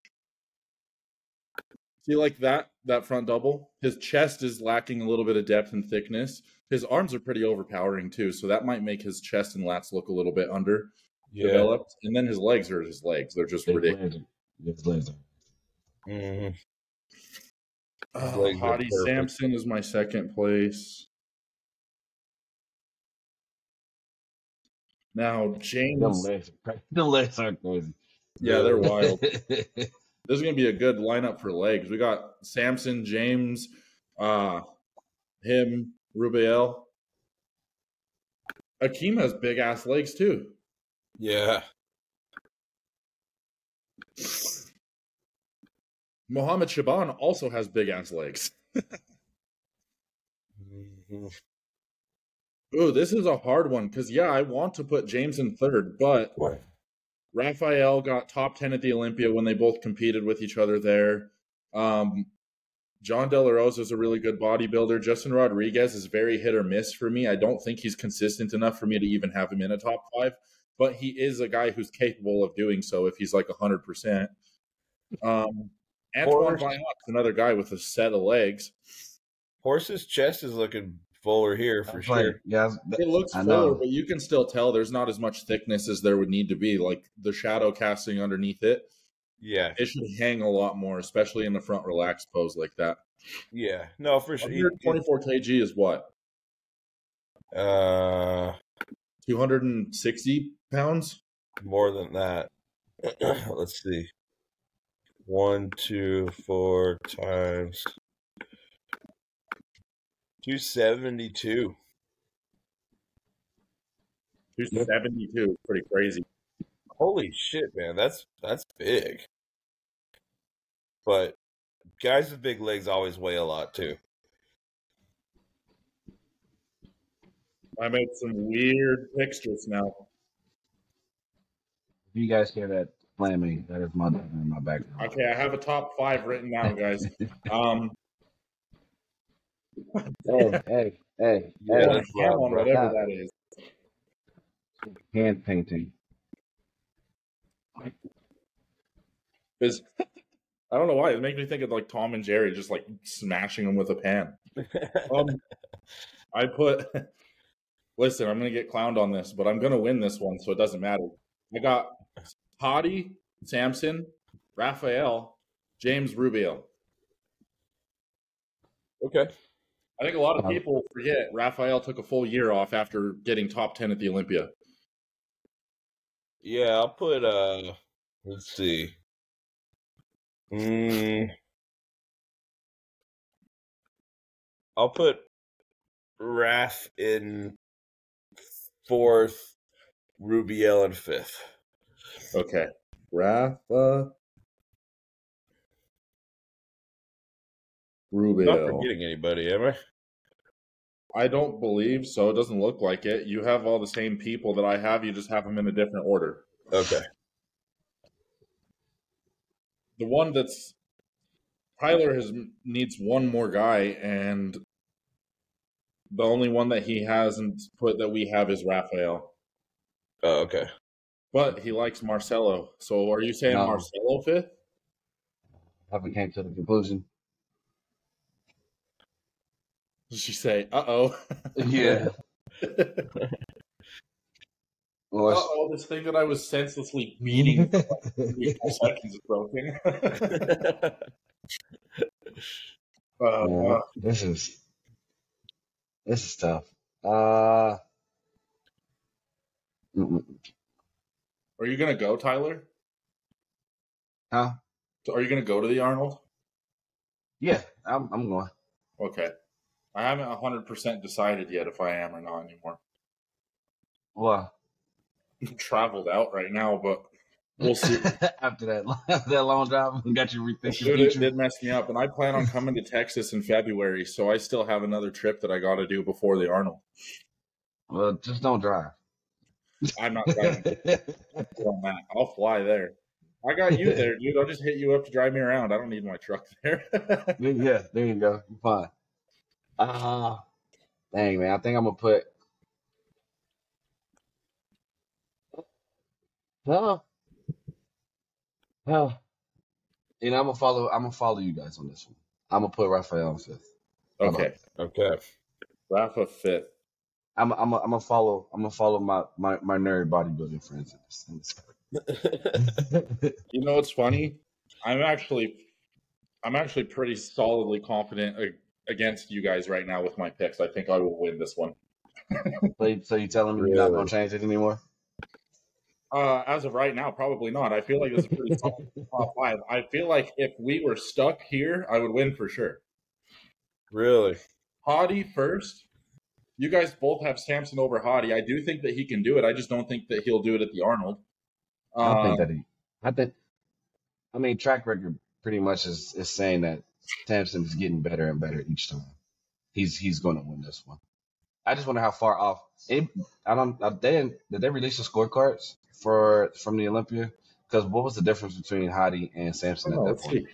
See, like that that front double, his chest is lacking a little bit of depth and thickness. His arms are pretty overpowering too, so that might make his chest and lats look a little bit under
yeah.
developed. And then his legs are his legs; they're just ridiculous.
His legs are-
Mhm.
Oh,
legs are
Hottie
perfect.
Sampson is my second place. Now
Them
James,
legs are crazy. Them legs are crazy.
yeah, they're wild.
That's
This is gonna be a good lineup for legs. We got Sampson, James, uh, him, Rubiel. Akeem has big ass legs too.
Yeah.
Mohammed Shaban also has big ass legs.
Mhm.
Ooh, this is a hard one because yeah, I want to put James in third, but Raphael got top ten at the Olympia when they both competed with each other there. Um, John De La Rosa is a really good bodybuilder. Justin Rodriguez is very hit or miss for me. I don't think he's consistent enough for me to even have him in a top five, but he is a guy who's capable of doing so if he's like 100%. Um, Antoine
Or-
Viot's another guy with a set of legs.
Horse's chest is looking fuller here for sure.
like- yeah, that's- that-
It looks
I
fuller,
know.
but you can still tell there's not as much thickness as there would need to be. Like the shadow casting underneath it,
yeah.
it should hang a lot more, especially in the front relaxed pose like that.
Yeah. No, for sure. He-
124 kg is what?
uh,
260 pounds?
more than that. Let's see. One, two, four times. 272.
272. Pretty crazy.
Holy shit, man. That's that's big. But guys with big legs always weigh a lot too.
I made some weird pictures now.
if you guys hear that slamming, that is my in my background.
Okay, I have a top five written down, guys. Um,
hey, hey, hey,
yeah,
Yeah,
hey.
that's loud,
on
bro.
whatever that is.
Hand painting.
Is I don't know why it makes me think of like Tom and Jerry just like smashing them with a pan. Um, I put. Listen, I'm gonna get clowned on this, but I'm gonna win this one, so it doesn't matter. I got Hottie, Samson, Raphael, James Rubio.
Okay.
I think a lot of
Wow.
people forget Raphael took a full year off after getting top ten at the Olympia.
Yeah, I'll put uh let's see. Mm, I'll put Raf in fourth, Rubiel in fifth.
Okay, Rafa,
Not
Rubio.
forgetting anybody, am I?
I don't believe so. It doesn't look like it. You have all the same people that I have. You just have them in a different order.
Okay.
The one that's Tyler has needs one more guy, and the only one that he hasn't put that we have is Raphael.
Oh, okay.
But he likes Marcelo. So are you saying
No.
Marcelo fifth?
Haven't came to the conclusion.
Did she say, "Uh oh"?
Yeah. Or
oh, this thing that I was senselessly beating for like three seconds is broken. Uh,
Yeah, this is this is tough. Uh, mm,
Are you gonna go, Tyler?
huh?
So Are you gonna go to the Arnold?
Yeah, I'm I'm going.
Okay. I haven't hundred percent decided yet if I am or not anymore.
Well,
I'm traveled out right now, but We'll see.
after that that long drive got you
Dude,
rethinking. your
it
future.
did mess me up, and I plan on coming to Texas in February, so I still have another trip that I got to do before the Arnold.
Well, just don't drive.
I'm not driving on that. I'll fly there. I got you there, dude. I'll just hit you up to drive me around. I don't need my truck there.
yeah, there you go. You're fine. Uh, dang, man. I think I'm going to put. Oh. Oh. You know, I'm gonna follow. I'm gonna follow you guys on this one. I'm gonna put Raphael in fifth.
okay,
Okay.
Rafa fifth.
I'm. I'm. I'm gonna follow. I'm gonna follow my my my nerd bodybuilding friends. In this, in this.
You know what's funny? I'm actually, I'm actually pretty solidly confident a- against you guys right now with my picks. I think I will win this one.
so, you- so you telling me you're not
Really?
gonna change it anymore?
Uh, as of right now, probably not. I feel like this is a pretty solid top five. I feel like if we were stuck here, I would win for sure.
Really?
Hottie first. You guys both have Samson over Hottie. I do think that he can do it. I just don't think that he'll do it at the Arnold.
I don't think
Uh,
that he. I think. I mean, track record pretty much is, is saying that Samson's getting better and better each time. He's he's going to win this one. I just wonder how far off. It, I don't. uh, They didn't, did they release the scorecards for from the Olympia? Because what was the difference between Hottie and Samson
oh,
at that
let's
point?
see.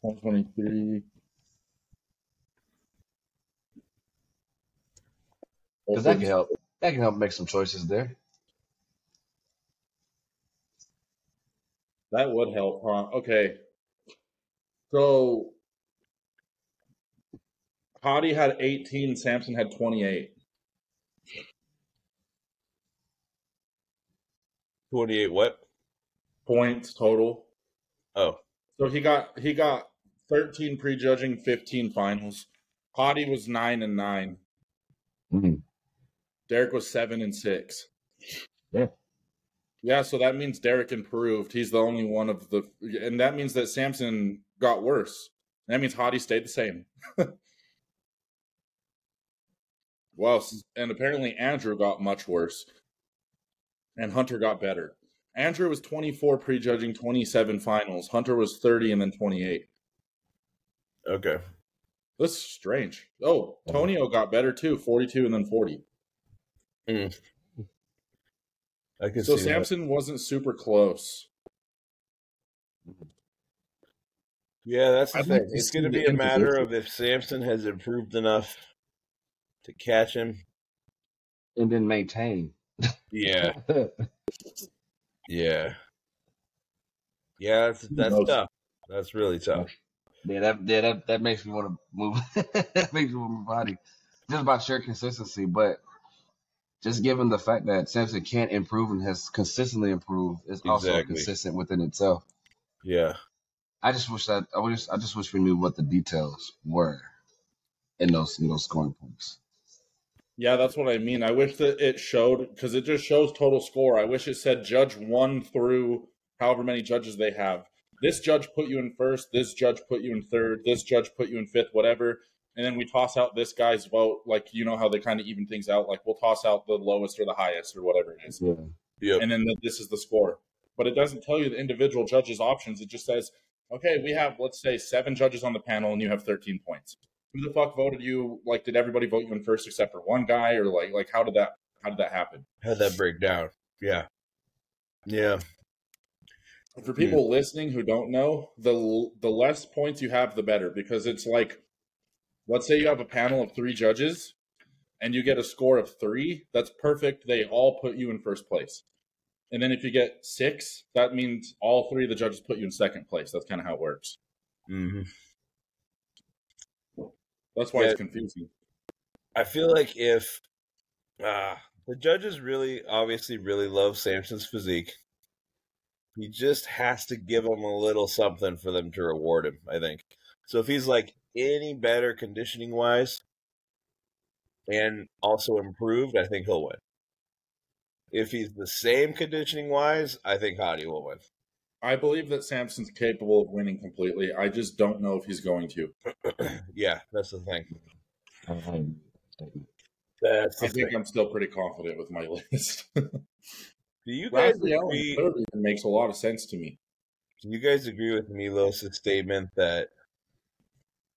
123.
Because that can help. That can help make some choices there.
That would help, huh? Okay. So Hottie had 18, Samson had 28.
28 what?
points total.
Oh.
So he got he got thirteen prejudging, fifteen finals. Hottie was nine and nine.
Mhm.
Derek was seven and six.
Yeah.
Yeah, so that means Derek improved. He's the only one of the and that means that Samson got worse. That means Hottie stayed the same. wow, s- and apparently Andrew got much worse. And Hunter got better. Andrew was 24 prejudging, 27 finals. Hunter was 30 and then 28.
Okay.
That's strange. Oh, Tonio got better too, 42 and then 40.
I can
So
see that.
Samson wasn't super close.
Yeah, that's the
I'd like
thing.
to
It's
see
going to
the
be a matter of if Samson has improved enough to catch him.
And then maintain.
Yeah, yeah, yeah. That's that's
knows?
tough. That's really tough.
Yeah, that yeah, that, that makes me want to move. that makes me want my body just by sheer consistency. But just given the fact that Samson can't improve and has consistently improved, is also
Exactly.
consistent within itself.
Yeah,
I just wish that I would just I just wish we knew what the details were in those in those scoring points.
Yeah, that's what I mean. I wish that it showed because it just shows total score. I wish it said judge one through however many judges they have. This judge put you in first. This judge put you in third. This judge put you in fifth, whatever. And then we toss out this guy's vote. Like, you know how they kind of even things out. Like, we'll toss out the lowest or the highest or whatever it is.
Yeah.
yep,
and then that this is the score. But it doesn't tell you the individual judges' options. It just says, okay, we have, let's say, seven judges on the panel and you have 13 points. Who the fuck voted you? Like, did everybody vote you in first except for one guy? Or like, like how did that, how did that happen?
had that breakdown. Yeah, yeah,
And For people listening who don't know, the l- the less points you have, the better, because it's like, let's say you have a panel of three judges, and you get a score of three. That's perfect. They all put you in first place. And then if you get six, that means all three of the judges put you in second place. That's kind of how it works.
hmm
That's why
Yeah.
it's confusing.
I feel like if uh, the judges really, obviously, really love Samson's physique, he just has to give them a little something for them to reward him. I think. So if he's like any better conditioning wise, and also improved, I think he'll win. If he's the same conditioning wise, I think Hottie will win.
I believe that Samson's capable of winning completely. I just don't know if he's going to.
yeah, that's the thing.
I don't know.
That's
I
the
think
thing.
I'm still pretty confident with my list.
Do you guys
Rafael and
agree?
Thurman makes a lot of sense to me.
Do you guys agree with Milos' statement that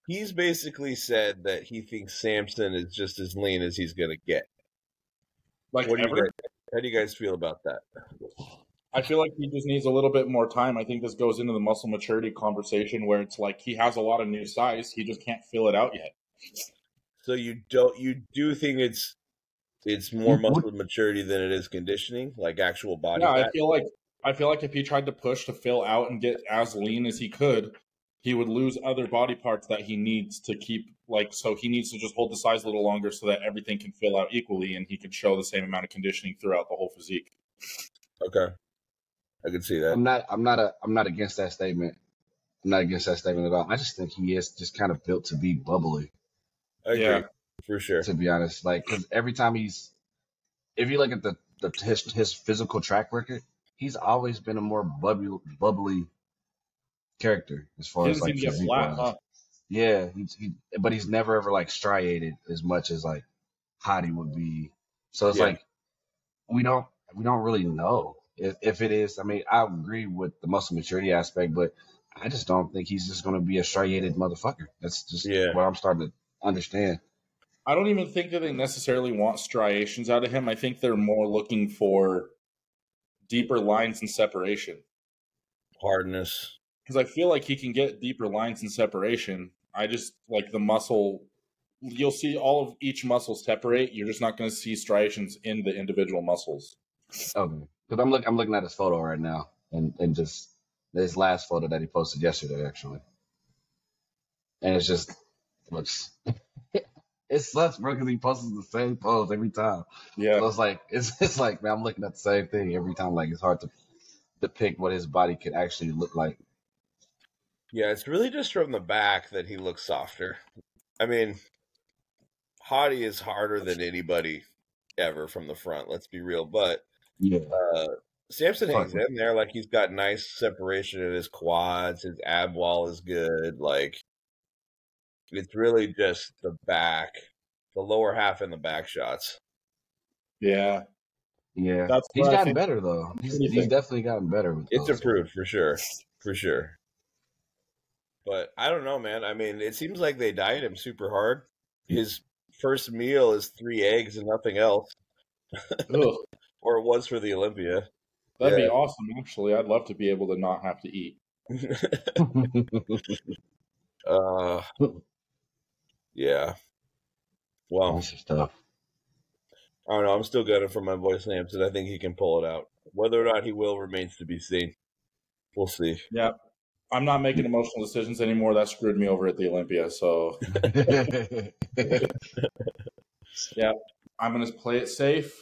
he's basically said that he thinks Samson is just as lean as he's going to get?
Like
What do you
ever,
guys, how do you guys feel about that?
I feel like he just needs a little bit more time. I think this goes into the muscle maturity conversation where it's like he has a lot of new size, he just can't fill it out yet.
So you don't you do think it's it's more
What-
muscle maturity than it is conditioning, like actual body
Yeah, I
fat?
feel like I feel like if he tried to push to fill out and get as lean as he could, he would lose other body parts that he needs to keep like so he needs to just hold the size a little longer so that everything can fill out equally and he can show the same amount of conditioning throughout the whole physique.
Okay, I can see that.
I'm not. I'm not. A, I'm not against that statement. I'm not against that statement at all. I just think he is just kind of built to be bubbly.
I agree
Yeah.
for sure.
To be honest, like because every time he's, if you look at the, the his, his physical track record, he's always been a more bubbly bubbly character as
He
far as
doesn't
like
seem to get
physique.
flat, huh?
Yeah, he's he, but he's never ever like striated as much as like Hottie would be. So it's
Yeah.
like we don't we don't really know if if it is. I mean, I agree with the muscle maturity aspect, but I just don't think he's just going to be a striated motherfucker. That's just
Yeah.
what I'm starting to understand.
I don't even think that they necessarily want striations out of him. I think they're more looking for deeper lines and separation.
Hardness.
because I feel like he can get deeper lines in separation. I just like the muscle. You'll see all of each muscle separate. You're just not going to see striations in the individual muscles.
Okay, because Um, I'm look I'm looking at his photo right now, and and just his last photo that he posted yesterday actually, and it's just looks. It sucks, bro, because he posts the same pose every time. So
Yeah,
it's like it's it's like man, I'm looking at the same thing every time. Like it's hard to depict what his body could actually look like.
Yeah, it's really just from the back that he looks softer. I mean, Hottie is harder than anybody ever from the front. Let's be real, but
Yeah.
uh, Samson hangs
Fuck.
in there. Like he's got nice separation in his quads. His ab wall is good. Like it's really just the back, the lower half, and the back shots.
yeah.
Yeah.
That's
He's
what I
gotten
think-
better though. He's,
do you
he's
think?
definitely gotten better with
It's
those.
improved for sure, for sure. But I don't know, man. I mean, it seems like they diet him super hard. His first meal is three eggs and nothing else,
Ugh,
or it was for the Olympia.
that'd
Yeah.
be awesome. Actually, I'd love to be able to not have to eat.
uh, yeah. Well,
That's just tough.
I don't know. I'm still gutted for my boy Sampson. I think he can pull it out. Whether or not he will remains to be seen. We'll see.
I'm not making emotional decisions anymore. That screwed me over at the Olympia. So I'm going to play it safe.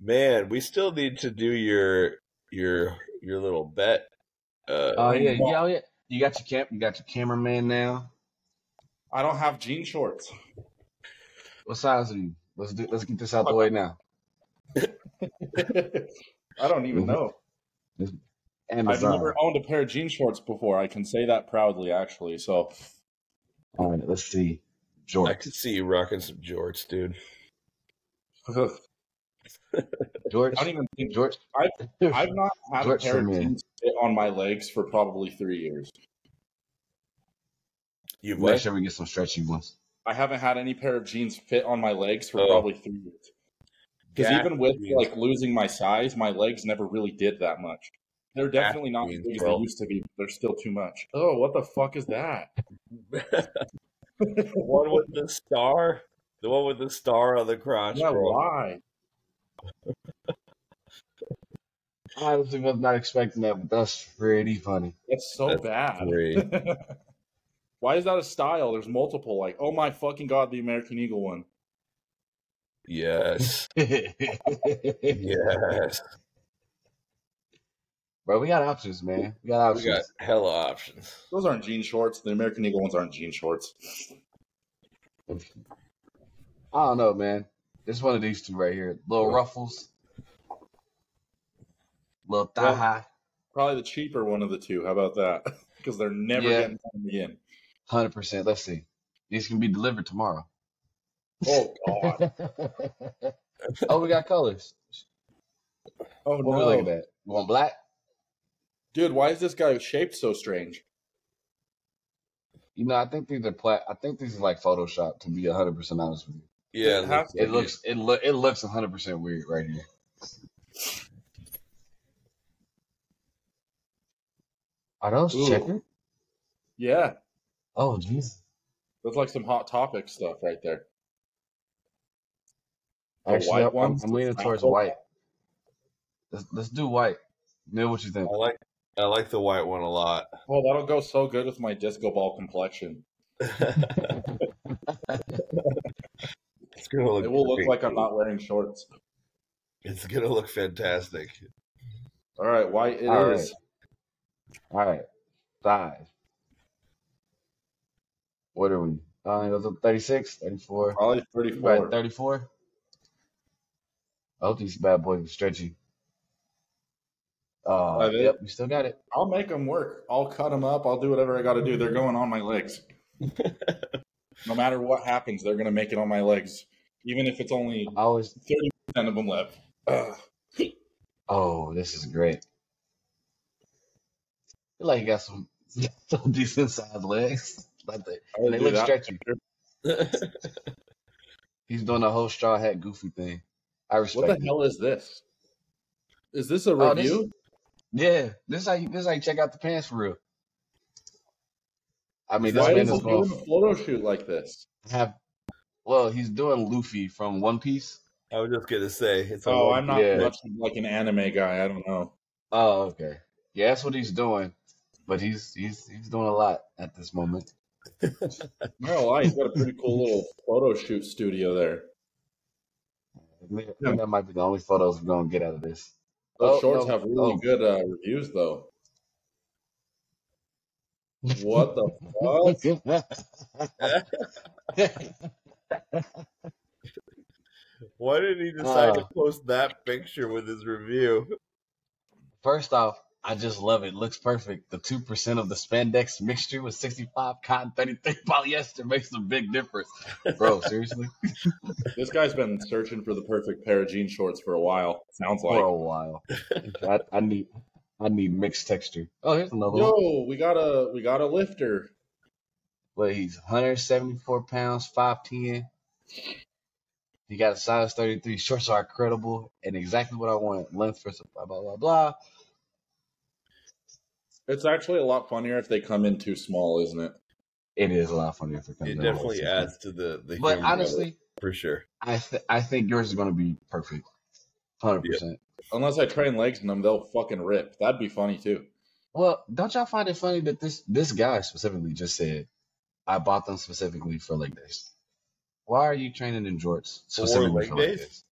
Man, we still need to do your your your little bet. Uh,
Oh yeah, yeah, oh, yeah. You got your camp. You got your cameraman now.
I don't have jean shorts.
What size are you? Let's do. Let's get this out the way now.
I don't even know. I've
Amazon.
never owned a pair of jean shorts before. I can say that proudly, actually. So
All right. Let's see.
I
Jorts.
could see you rocking some jorts, dude.
I don't
Jorts.
even think
Jorts.
I've not had a
Jorts
pair
for
of
me.
jeans fit on my legs for probably three years.
You
Make
what?
sure we get some stretchy ones.
I haven't had any pair of jeans fit on my legs for
Oh.
probably three years. Because
Gas
even with
jeans.
like losing my size, my legs never really did that much. They're
Gas
definitely not as
jeans,
big as
bro.
they used to be. But they're still too much. Oh, what the fuck is that?
one with the star, the one with the star on the crotch,
Yeah,
bro.
why?
I honestly was not expecting that, but that's pretty funny.
That's so
That's
bad.
Three.
Why is that a style? There's multiple. Like, oh my fucking god, the American Eagle one.
Yes,
yeah.
yes.
Bro, we got options, man. We got
We got
options.
hella options.
Those aren't jean shorts. The American Eagle ones aren't jean shorts.
I don't know, man. It's one of these two right here. Little ruffles. Little thigh
Well-
high.
Probably the cheaper one of the two. How about that? Because they're never
Yeah.
getting done again.
Hundred percent. Let's see. These can be delivered tomorrow.
Oh god.
oh, we got colors.
Oh
What we looking at? You want black?
dude! Why is this guy shaped so strange?
You know, I think these are pla- I think these are like Photoshop. To be hundred percent honest with you,
Yeah,
It
it
has
looks
to
like
it looks it look it looks hundred percent weird right here. Are those
Ooh.
checkered?
Yeah,
Oh, jeez.
that's like some hot topic stuff right there. The
Actually,
white
I'm- I'm,
ones?
I'm leaning towards
Apple?
white. Let's, let's do white. Neil, what you think?
I like I like the white one a lot.
Well, Oh, that'll go so good with my disco ball complexion.
it's gonna look.
It will look
great.
like I'm not wearing shorts.
It's gonna look fantastic.
All right, white it is.
All right. All right, five. What are we? Uh, it was a 36, 34.
Probably
You
34.
got 34? I hope these bad boys are stretchy. Uh,
Five, eight.
yep, we still got it.
I'll make them work. I'll cut them up. I'll do whatever I got to do. They're going on my legs. no matter what happens, they're going to make it on my legs, even if it's only
I always,
10 of them left. Ugh.
oh, this is great. feel like you got some, some decent sized legs. Like they,
I would
and they
do
look
that.
stretchy. He's doing a whole straw hat goofy thing. I
What
respect
the
it.
hell is this? Is this a
Oh, this-
review?
Yeah, this is how you this is how you check out the pants for real. I mean, this
Why
man
is
is
he doing
going
a photo shoot like this?
to have. Well, he's doing Luffy from One Piece.
I was just gonna say it's. a
Oh,
little-
I'm not
Yeah.
much like an anime guy. I don't know.
Oh, okay. Yeah, that's what he's doing. But he's he's he's doing a lot at this moment.
No, I he's got a pretty cool little photo shoot studio there.
I think that might be the only photos we're gonna get out of this.
Those
Oh,
shorts
no,
have really
oh.
good uh, reviews, though. What the fuck?
Why did he decide
Uh.
to post that picture with his review?
First off, I just love it. Looks perfect. The two percent of the spandex mixture with sixty-five cotton, thirty-three polyester makes a big difference. Bro, seriously,
This guy's been searching for the perfect pair of jean shorts for a while. Sounds like.
for a while, I, I need I need mixed texture. Oh, here's another one.
Yo, we got a we got a lifter.
But he's one hundred seventy-four pounds, five ten. He got a size thirty-three. Shorts are incredible and exactly what I want. Length for sup- blah blah blah blah.
It's actually a lot funnier if they come in too small, isn't it?
It is a lot of fun if it comes.
It
out.
definitely adds to the the. humor of
But
it,
honestly,
for sure.
I th- I think yours is gonna be perfect, hundred percent.
Unless I train legs in them, they'll fucking rip. That'd be funny too.
Well, don't y'all find it funny that this this guy specifically just said, "I bought them specifically for leg days." Why are you training in jorts specifically
leg
for leg
days?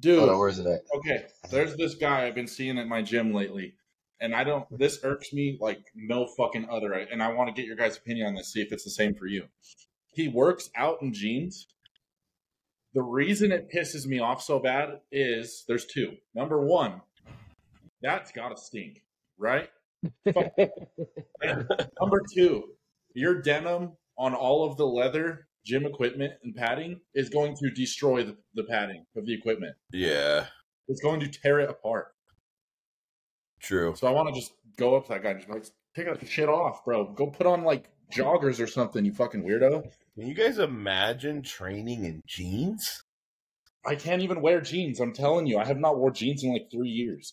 days? Hold on,
Dude,
where's it at?
okay. There's this guy I've been seeing at my gym lately, and I don't. This irks me like no fucking other. And I want to get your guys' opinion on this. See if it's the same for you. He works out in jeans. The reason it pisses me off so bad is there's two. Number one, that's gotta stink, right? Fuck. Number two, your denim on all of the leather gym equipment and padding is going to destroy the, the padding of the equipment.
Yeah,
It's going to tear it apart.
true.
So I want to just go up to that guy and just be like, take that shit off, bro. Go put on like joggers or something, you fucking weirdo.
Can you guys imagine training in jeans?
I can't even wear jeans. I'm telling you, I have not wore jeans in like three years.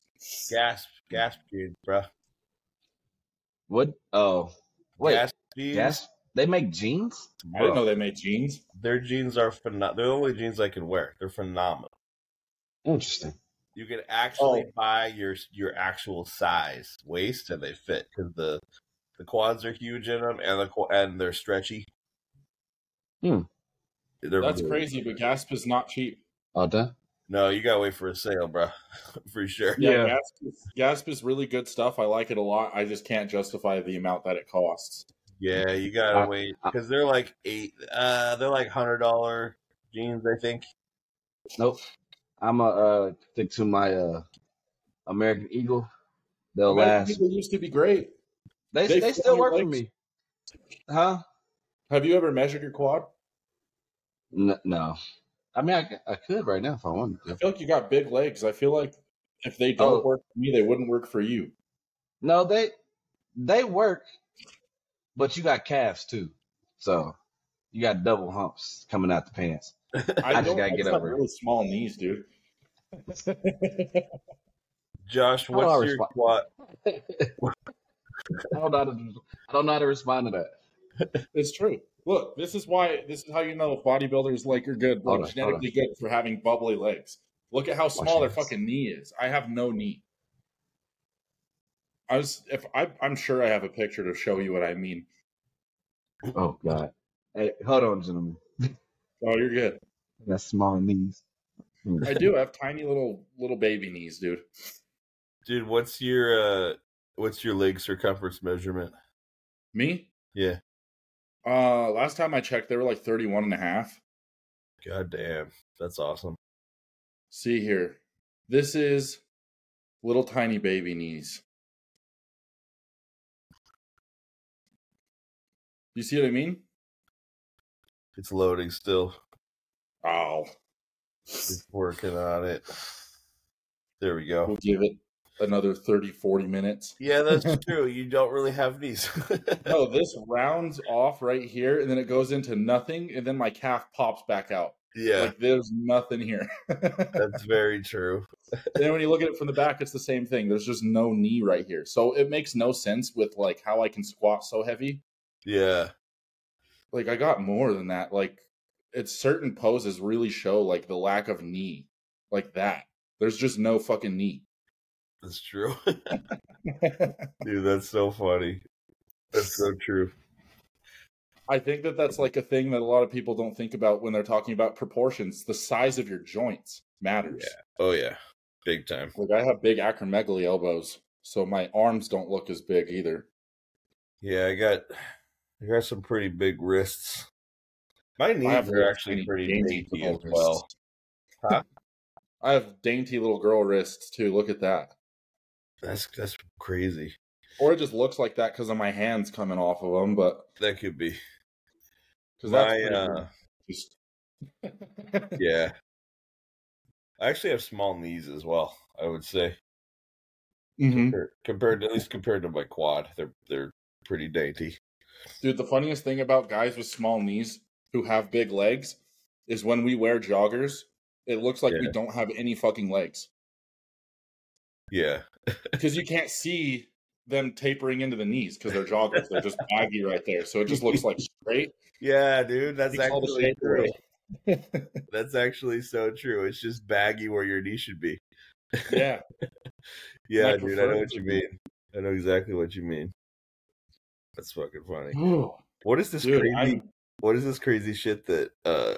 Gasp, gasp, jeans, bro.
What? Oh, wait. Gas,
gasp jeans.
They make jeans.
I didn't
bruh.
know they made jeans.
Their jeans are phenomenal. They're the only jeans I can wear. They're phenomenal.
Interesting.
You can actually
Oh.
buy your your actual size waist, and they fit because the the quads are huge in them, and the qu- and they're stretchy.
Hmm.
They're
That's
really-
crazy, but Gasp is not cheap.
All done.
No, you gotta wait for a sale, bro, for sure.
Yeah,
Yeah.
Gasp, is, Gasp is really good stuff. I like it a lot. I just can't justify the amount that it costs.
Yeah, you gotta
I-
wait because they're like eight. Uh, they're like hundred dollar jeans, I think.
Nope. I'm a uh, stick to my uh, American Eagle. They'll
American
last.
Eagle used to be great.
They
they
they,
fit
still
your
work for
legs?
me. Huh?
Have you ever measured your quad?
N- no. I mean, I, c- I could right now if I wanted
I
to.
feel like you got big legs. I feel like if they don't
Oh.
work for me, they wouldn't work for you.
No, they they work, but you got calves too, so you got double humps coming out the pants.
I,
just
don't-
gotta get
have
over it.
really small knees, dude.
Josh,
How do I
what's your
respond?
squat?
I don't know how to, I don't know how to respond to that.
It's true. Look, this is why this is how you know bodybuilders like are good,
Hold
like
on,
genetically good for having bubbly legs. Look at how small
your
their
hands.
fucking knee is. I have no knee. I was if I I'm sure I have a picture to show you what I mean.
Oh God! Hey, hold on, gentlemen.
Oh, you're good.
I got small knees.
I do have tiny little little baby knees, dude.
Dude, what's your uh what's your leg circumference measurement?
Me?
Yeah.
Uh last time I checked they were like 31 and a half.
God damn. That's awesome.
See here. This is little tiny baby knees. You see what I mean?
It's loading still.
Oh,
It's working on it. There we go.
we'll give it another 30, 40 minutes.
Yeah, that's true. You don't really have knees.
No, this rounds off right here and then it goes into nothing and then my calf pops back out.
yeah,
Like there's nothing here. and
that's very true.
then when you look at it from the back, it's the same thing. There's just no knee right here. So it makes no sense with like how I can squat so heavy.
Yeah.
like I got more than that. Like it's certain poses really show like the lack of knee. Like that. There's just no fucking knee.
That's true. Dude, that's so funny. That's so true.
I think that that's like a thing that a lot of people don't think about when they're talking about proportions. The size of your joints matters.
Oh yeah. Big time.
Like I have big acromegaly elbows, so my arms don't look as big either.
Yeah, I got I got some pretty big wrists. My knees
I have
are
little
actually
tiny
pretty
dainty
dainty as
little
well.
wrists.
Huh?
I have dainty little girl wrists too. Look at that.
That's that's crazy.
Or it just looks like that because of my hands coming off of them, but
That could be.
because that's
My,
pretty
uh,
just
Yeah. I actually have small knees as well, I would say.
Mhm.
Or Compared to at least compared to my quad. They're they're pretty dainty.
Dude, the funniest thing about guys with small knees who have big legs is when we wear joggers, it looks like we
Yeah.
don't have any fucking legs
Yeah.
because you can't see them tapering into the knees because they're joggers. they're just baggy right there. So it just looks like straight.
Yeah, dude. That's
Takes all the
actually
shape
true.
away.
That's actually so true. It's just baggy where your knee should be.
yeah.
Yeah,
I
dude, I
prefer
know
it
what
to
you
be-
mean. I know exactly what you mean. That's fucking funny.
Mm-hmm. Dude,
What is this crazy
I'm,
what is this crazy shit that uh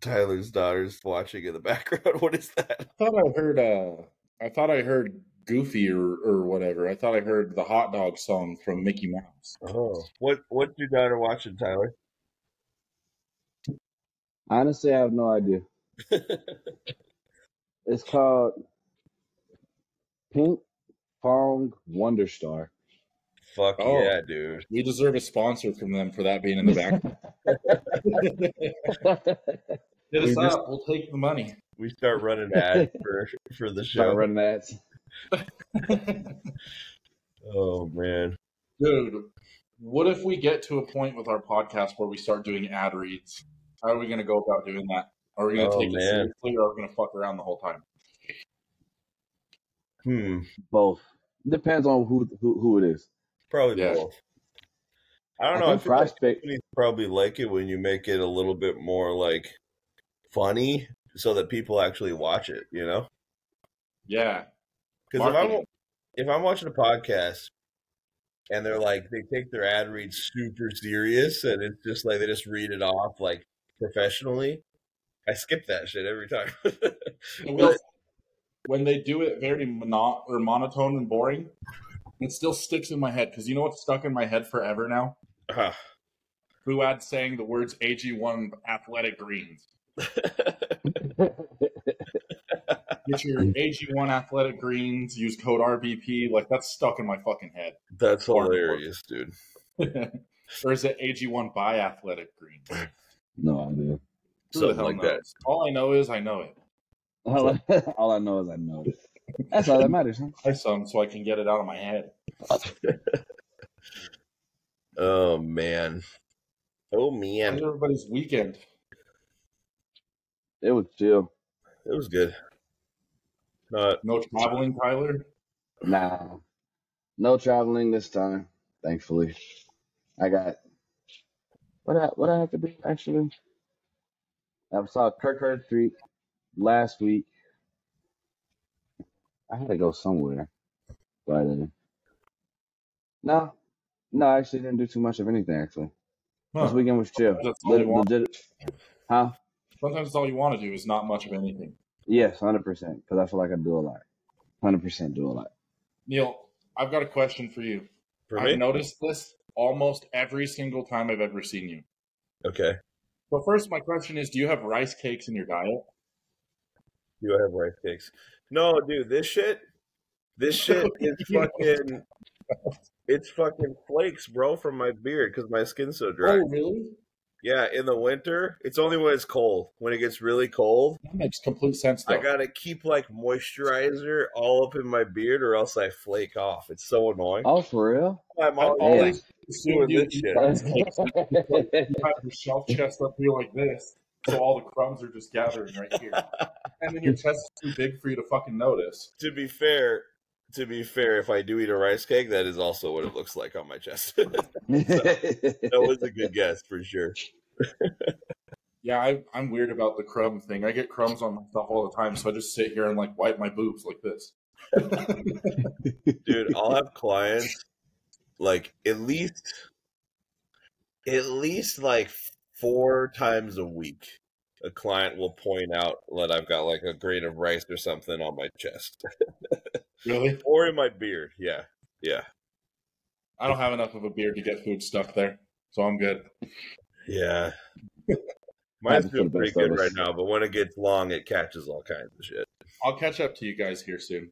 Tyler's daughter's watching in the background? What is that?
I thought I heard uh I thought I heard Goofy or, or whatever. I thought I heard the hot dog song from Mickey Mouse.
Oh. What what's your daughter watching, Tyler?
Honestly, I have no idea. It's called Pink Pong Wonderstar.
Fuck
Oh.
yeah, dude.
We deserve a sponsor from them for that being in the back. Hit
We
us
just-
up. We'll take the money.
We start running ads for for the show.
Start running ads.
Oh man.
Dude, what if we get to a point with our podcast where we start doing ad reads? How are we going to go about doing that? Are we going to
Oh,
take it
man.
seriously or are we going to fuck around the whole time?
Hmm.
Both depends on who who, who it is.
Probably
Yeah.
both. I
I,
don't know. I
think
feel like
prospect.
companies probably like it when you make it a little bit more like funny so that people actually watch it, you know?
Yeah.
Because if I'm
Marketing.
if I'm watching a podcast and they're like they take their ad read super serious and it's just like they just read it off like professionally, I skip that shit every time.
It will- when they do it very mono- or monotone and boring, it still sticks in my head because you know what's stuck in my head forever now?
Ah,
Fuad saying the words AG1 athletic greens. Get your AG1 athletic greens, use code RBP. Like, that's stuck in my fucking head.
that's
Or-
hilarious, dude.
or is it AG1 by Athletic Green? Who
No idea.
the
Something
hell
like that.
knows? All I know is I know it.
All I, all I know is I know it. That's all that matters. Huh?
I some so I can get it out of my head.
Oh man. Oh
How's
man.
everybody's weekend?
It was chill.
It was good. Not
No traveling, Tyler.
Nah, no traveling this time. Thankfully, I got what I what I have to do actually. I saw Kirk Herbstreit last week. I had to go somewhere, but uh, no, no, I actually didn't do too much of anything. Actually, this
Huh.
weekend was chill.
Sometimes that's all you
Le-
want.
legit, huh?
Sometimes that's all you want to do is not much of anything.
Yes, hundred percent. Because I feel like I do a lot. Hundred percent do a lot.
Neil, I've got a question for you.
for
I've
me?
noticed this almost every single time I've ever seen you.
Okay.
But first, my question is: Do you have rice cakes in your diet?
Do I have rice cakes? No, dude, this shit this shit is
You know.
fucking it's fucking flakes, bro, from my beard because my skin's so dry.
Oh, really?
Yeah, in the winter, it's only when it's cold. When it gets really cold,
That makes complete sense,
I
though.
gotta keep like moisturizer all up in my beard or else I flake off. It's so annoying.
Oh, for real?
I've
I'm always
Damn.
always assumed
doing
you
this
would eat
shit.
rice cakes because you put you have your shelf chest up here like this, so all the crumbs are just gathering right here, and then your chest is too big for you to fucking notice.
To be fair, to be fair, if I do eat a rice cake, that is also what it looks like on my chest. so that was a good guess for sure.
Yeah, I, I'm weird about the crumb thing. I get crumbs on myself all the time, so I just sit here and like wipe my boobs like this.
Dude, I'll have clients like at least at least like four times a week. A client will point out that I've got like a grain of rice or something on my chest.
Really?
Or in my beard. Yeah. Yeah.
I don't have enough of a beard to get food stuck there, so I'm good.
Yeah. Mine's
Happens for
doing
the
pretty
best
good
of
right
us.
now, but when it gets long, it catches all kinds of shit.
I'll catch up to you guys here soon.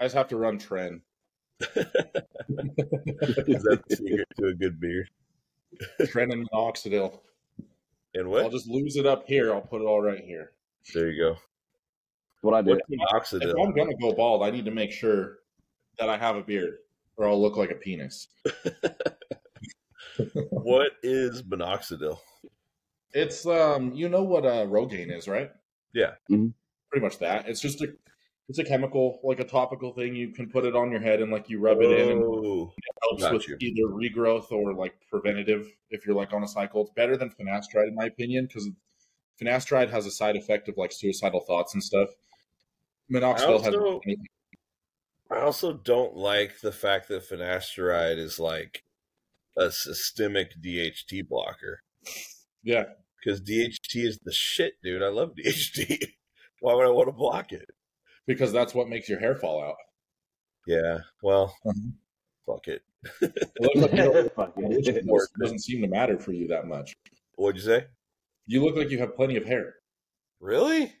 I just have to run trend.
Is that the secret to a good beard?
Trend and minoxidil.
And
I'll
what?
just lose it up here. I'll put it all right here.
There you go.
what I do.
What's
If
minoxidil?
I'm gonna go bald, I need to make sure that I have a beard, or I'll look like a penis.
What is minoxidil?
It's um, you know what uh, Rogaine is, right?
Yeah.
Pretty much that. It's just a, it's a chemical, like a topical thing. You can put it on your head and like you rub it in, and it
Oh,
helps with
got you.
either regrowth or like preventative if you're like on a cycle. It's better than finasteride in my opinion because finasteride has a side effect of like suicidal thoughts and stuff.
I
Minoxidil has
also I also don't like the fact that finasteride is like a systemic DHT blocker
yeah.
because DHT is the shit, dude. I love DHT. Why would I want to block it?
because that's what makes your hair fall out.
Yeah. Well,
Mhm.
fuck it.
It looks like you don't
Fuck
it looks like
it.
those- it doesn't seem to matter for you that much.
What'd you say?
You look like you have plenty of hair.
Really?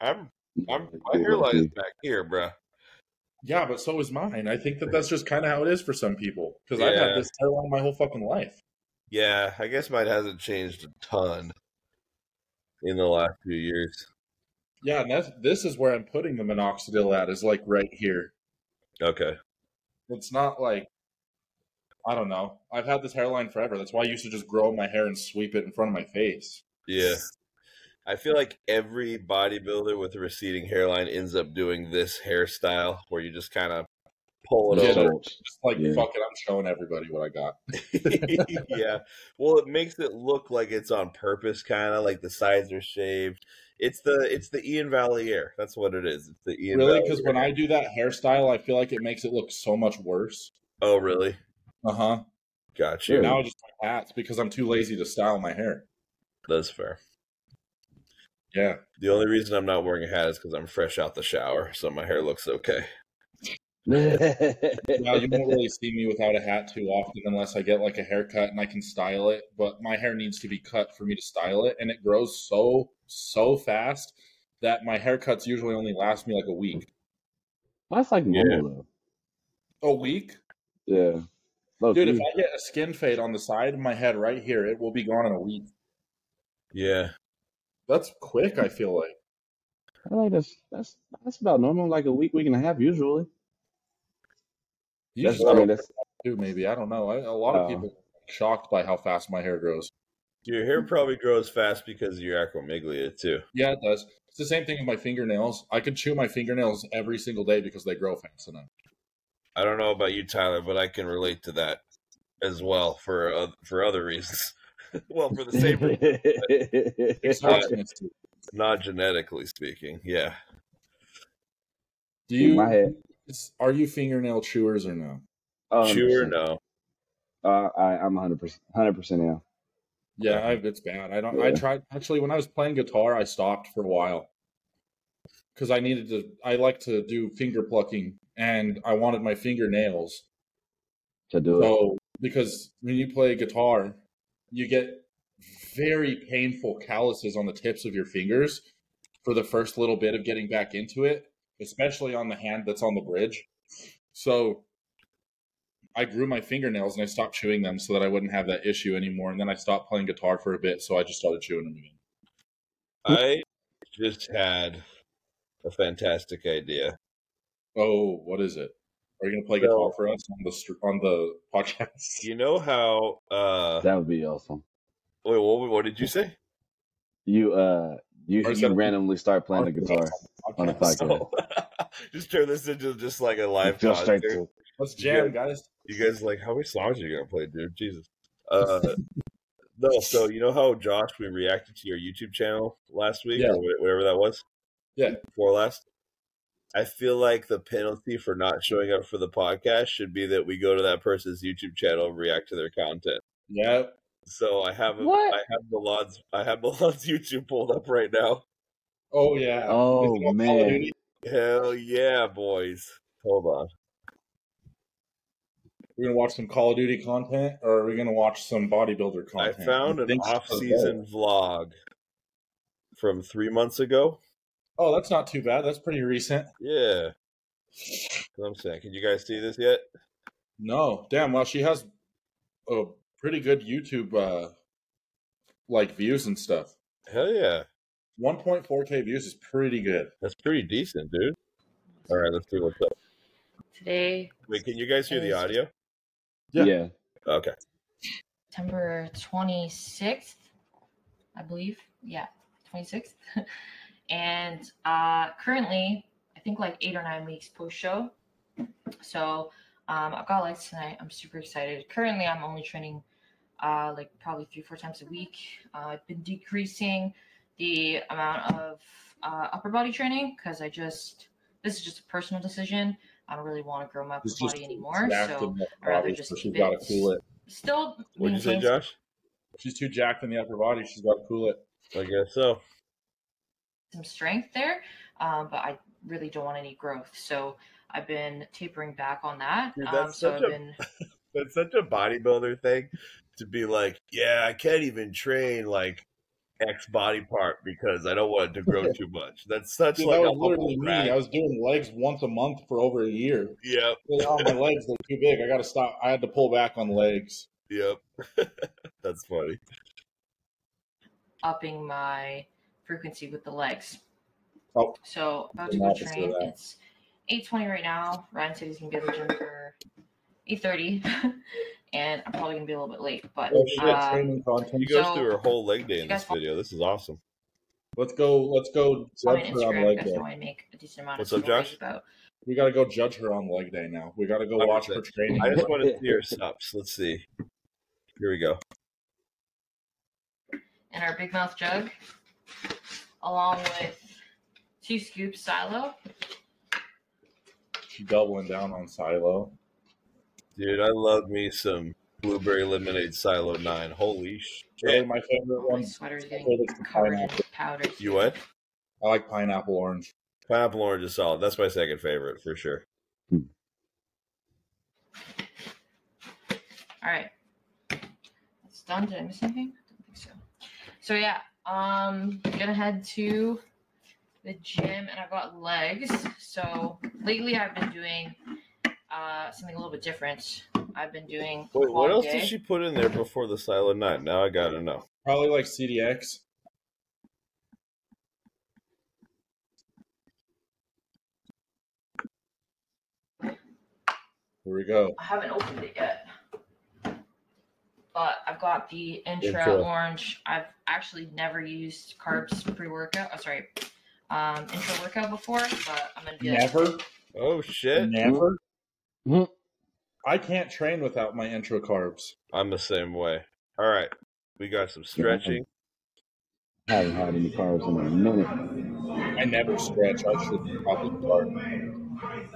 I'm I'm my
Good
hairline is
lucky.
back here, bruh.
Yeah, but so is mine. I think that that's just kind of how it is for some people. Because I've had
Yeah.
this hairline my whole fucking life.
Yeah, I guess mine hasn't changed a ton in the last few years.
Yeah, and that's, this is where I'm putting the minoxidil at, is like right here.
Okay.
It's not like, I don't know. I've had this hairline forever. That's why I used to just grow my hair and sweep it in front of my face.
Yeah. I feel like every bodybuilder with a receding hairline ends up doing this hairstyle where you just kind of pull it
Yeah,
over.
Results.
Just like,
Yeah.
fuck it, I'm showing everybody what I got.
yeah. Well, it makes it look like it's on purpose kind of like the sides are shaved. It's the it's the Ian Valier. That's what it is. It's the Ian
Really? Because
Valier.
when I do that hairstyle, I feel like it makes it look so much worse.
Oh, really?
Uh huh.
Got you.
Really?
Now I just wear hats because I'm too lazy to style my hair.
That's fair.
Yeah.
The only reason I'm not wearing a hat is because I'm fresh out the shower, so my hair looks okay.
Now you won't really see me without a hat too often unless I get like a haircut and I can style it. But my hair needs to be cut for me to style it, and it grows so so fast that my haircuts usually only last me like a week.
That's like
Yeah.
normal
A week,
though. Yeah. Low
dude. If
key.
I get a skin fade on the side of my head right here, it will be gone in a week.
Yeah.
That's quick. I feel like.
I like that's that's that's about normal, like a week, week and a half usually. That's,
Usually,
I mean, that's
too, maybe I don't know. I, a lot of
Oh.
people are shocked by how fast my hair grows.
Your
Mm.
hair probably grows fast because of your acromaglia too.
Yeah, it does. It's the same thing with my fingernails. I could chew my fingernails every single day because they grow fast enough.
I don't know about you, Tyler, but I can relate to that as well for uh, for other reasons. well, for the same, reason,
Exhaustionist.
not genetically speaking. Yeah,
Do
In
you?
my head.
it's- Are you fingernail chewers or no?
Um,
sure, no.
Uh, I, I'm 100 percent, 100 percent now.
Yeah, I, it's bad. I don't. I
Yeah.
tried actually when I was playing guitar. I stopped for a while because I needed to. I like to do finger plucking, and I wanted my fingernails.
to do it.
So because when you play guitar, you get very painful calluses on the tips of your fingers for the first little bit of getting back into it, especially on the hand that's on the bridge. So I grew my fingernails and I stopped chewing them so that I wouldn't have that issue anymore. And then I stopped playing guitar for a bit, so I just started chewing them again.
I just had a fantastic idea.
Oh, what is it? Are you gonna play
So-
guitar for us on the str- on the podcast?
You know how? uh
That would be awesome.
Wait, what, what did you say?
You uh, you,
Or is
you
that-
randomly start playing the guitar on the
Podcast.
podcast.
just turn this into just like a
I
live
feel straight
concert.
to.
Let's jam, guys.
You guys like how many songs are you gonna play, dude? Jesus. Uh no, so you know how Josh we reacted to your YouTube channel last week
Yeah.
or wha- whatever that was?
Yeah.
Before last. I feel like the penalty for not showing up for the podcast should be that we go to that person's YouTube channel and react to their content.
Yeah,
So I have a,
What?
I have Milan's I have Milan's YouTube pulled up right now.
Oh yeah.
Oh,
Is it on
man.
Call of Duty?
Hell yeah, boys. Hold on.
We're gonna watch some Call of Duty content, or are we gonna watch some bodybuilder
I
content?
found an
Thanks for
off season vlog from three months ago.
that. Oh, that's not too bad. That's pretty recent.
Yeah. That's what I'm saying, can you guys see this yet?
No, damn. Well, she has a pretty good YouTube uh like views and stuff.
Hell yeah.
1.4k views is pretty good.
That's pretty decent, dude. All right, let's see what's up.
Today,
Wait, can you guys hear the audio?
Yeah.
Yeah.
Okay.
September 26th, I believe. Yeah, 26th. and uh, currently, I think like eight or nine weeks post show. So um, I've got lights tonight. I'm super excited. Currently, I'm only training uh, like probably three, four times a week. Uh, I've been decreasing the amount of uh, upper body training because I just, this is just a personal decision. I don't really want to grow my upper
It's just
body anymore.
jacked
So.
in the
I'd rather
body,
just
so she's
keep
got to
it.
cool it.
still
What'd you say,
maintains-
Josh?
She's too jacked in the upper body. She's got to cool it.
I guess so.
some strength there, um, but I really don't want any growth. So I've been tapering back on that.
Dude,
um,
that's
so
such
I've
a-
been
That's such a bodybuilder thing to be like, yeah, I can't even train like X body part because I don't want it to grow too much. That's such
Dude,
like
that
a
was literally
humble
me.
brag.
I was doing legs once a month for over a year.
Yep,
Oh, my legs are too big. I got to stop. I had to pull back on legs.
yep. That's funny.
upping my frequency with the legs.
Oh.
So about to
Didn't
go
have to say
train.
that.
It's eight twenty right now. Ryan said he's gonna be at the gym for eight thirty, and I'm probably gonna be a little bit late. But
Oh, shit,
um,
training content.
She goes
So-
through her whole leg day in
You
this
guys want-
video. This is awesome.
Let's go. Let's go
on
judge her on
Instagram, you
leg
guys
day.
know I make a decent amount
What's
of
up, Josh?
stories about
We gotta go judge her on leg day now. We gotta go
Hundred
watch her
percent.
training.
I just want to see her sups. Let's see. Here we go.
in our big mouth jug, along with two scoops silo.
She's doubling down on Silo.
Dude, I love me some blueberry lemonade silo nine. Holy
Really,
shit.
my favorite
My
one.
sweater is
my
getting
favorite's the
covered in
pineapple.
powder.
You what?
I like pineapple orange.
Pineapple orange is solid. That's my second favorite for sure.
All right, that's done. Did I miss anything? I don't think so. So yeah, um, gonna head to the gym, and I've got legs. So lately, I've been doing uh something a little bit different. I've been doing
Wait, what
quad
else did
day.
she put in there before the silo nine? Now I gotta know.
Probably like CDX. Here we go.
I haven't opened it yet. But I've got the Intra
Intra.
Orange. I've actually never used carbs pre workout. Oh, sorry, um, Intra workout before, but I'm gonna do that.
Never,
Oh shit!
never. Mm-hmm.
Mhm.
I can't train without my intro carbs.
I'm the same way. All right, we got some stretching.
I haven't had any carbs in a minute.
I never stretch. I should probably start.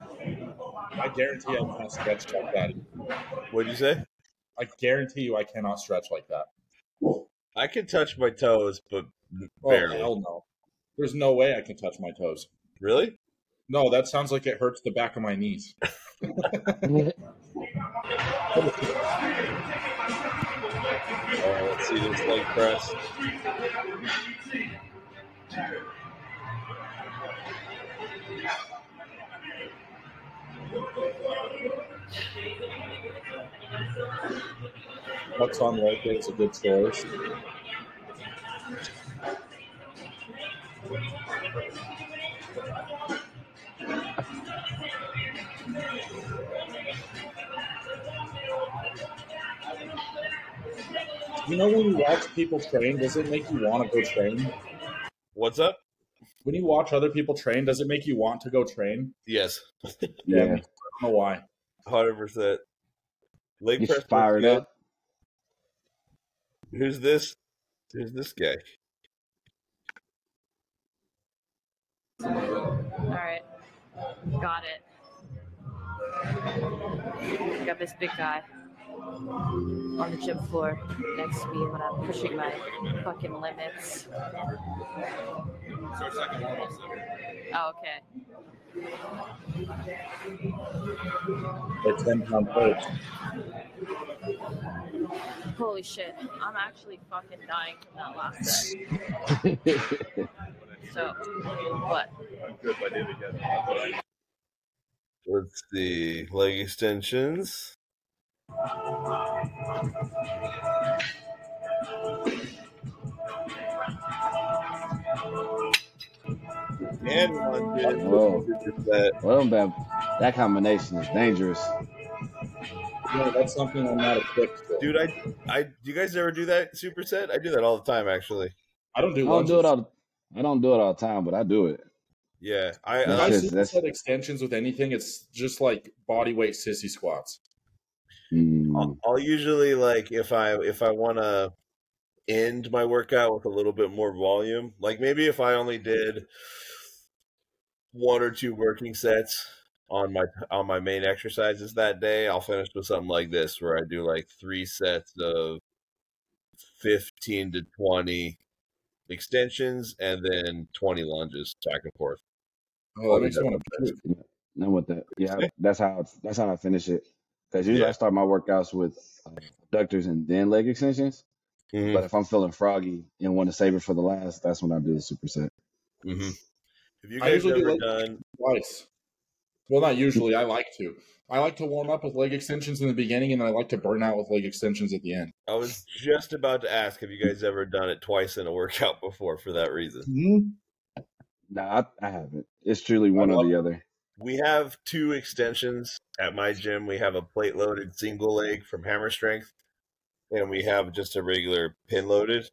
I guarantee I cannot stretch like that.
What'd you say?
I guarantee you I cannot stretch like that.
I can touch my toes, but
Oh,
Barely.
hell no. There's no way I can touch my toes.
really,
No, that sounds like it hurts the back of my knees.
all right. Let's see this leg press.
Pucks on leg day is a good choice. You know when you watch people train, does it make you want to go train?
What's up?
When you watch other people train, does it make you want to go train?
Yes,
Yeah.
Yeah,
I don't know why.
hundred percent. Leg
you
press
fired
looks
up.
good. Who's this? Who's this guy?
All right, got it. Got this big guy on the gym floor next to me when I'm pushing my fucking limits. Oh, okay.
They're 10 pound plates.
Holy shit, I'm actually fucking dying from that last set. So, what?
Let's see. Leg extensions. And one did.
Whoa.
Did that.
well, them bad. That combination is dangerous.
You know, that's something I'm not equipped for.
Dude, I, I, do you guys ever do that superset? I do that all the time, actually.
I don't
I
do
don't
lunges.
do it all. the- I don't do it all the time, but I do it.
Yeah, I, uh,
If
I
I
Uh, That's
see
just- that's-
said extensions with anything, it's just like body weight sissy squats.
I'll,
Mm.
I'll usually like if I if I want to end my workout with a little bit more volume. Like maybe if I only did one or two working sets on my on my main exercises that day, I'll finish with something like this where I do like three sets of 15 to 20 extensions and then 20 lunges back and forth.
Oh, that makes me want to puke.
None with that. Yeah, I- that's how that's how I finish it. Because usually
Yeah.
I start my workouts with uh, abductors and then leg extensions.
Mm-hmm.
Mhm.
But if I'm feeling froggy and want to save it for the last, that's when I do the superset.
Mhm. Have you
Mm-hmm. I
guys
usually do
ever
like-
done
twice. Well, not usually. I like to. I like to warm up with leg extensions in the beginning, and I like to burn out with leg extensions at the end.
I was just about to ask, have you guys ever done it twice in a workout before for that reason?
Mm-hmm. Nah, I, I haven't. It's truly one
I
or
love
the other.
We have two extensions at my gym. We have a plate loaded single leg from Hammer Strength, and we have just a regular pin loaded.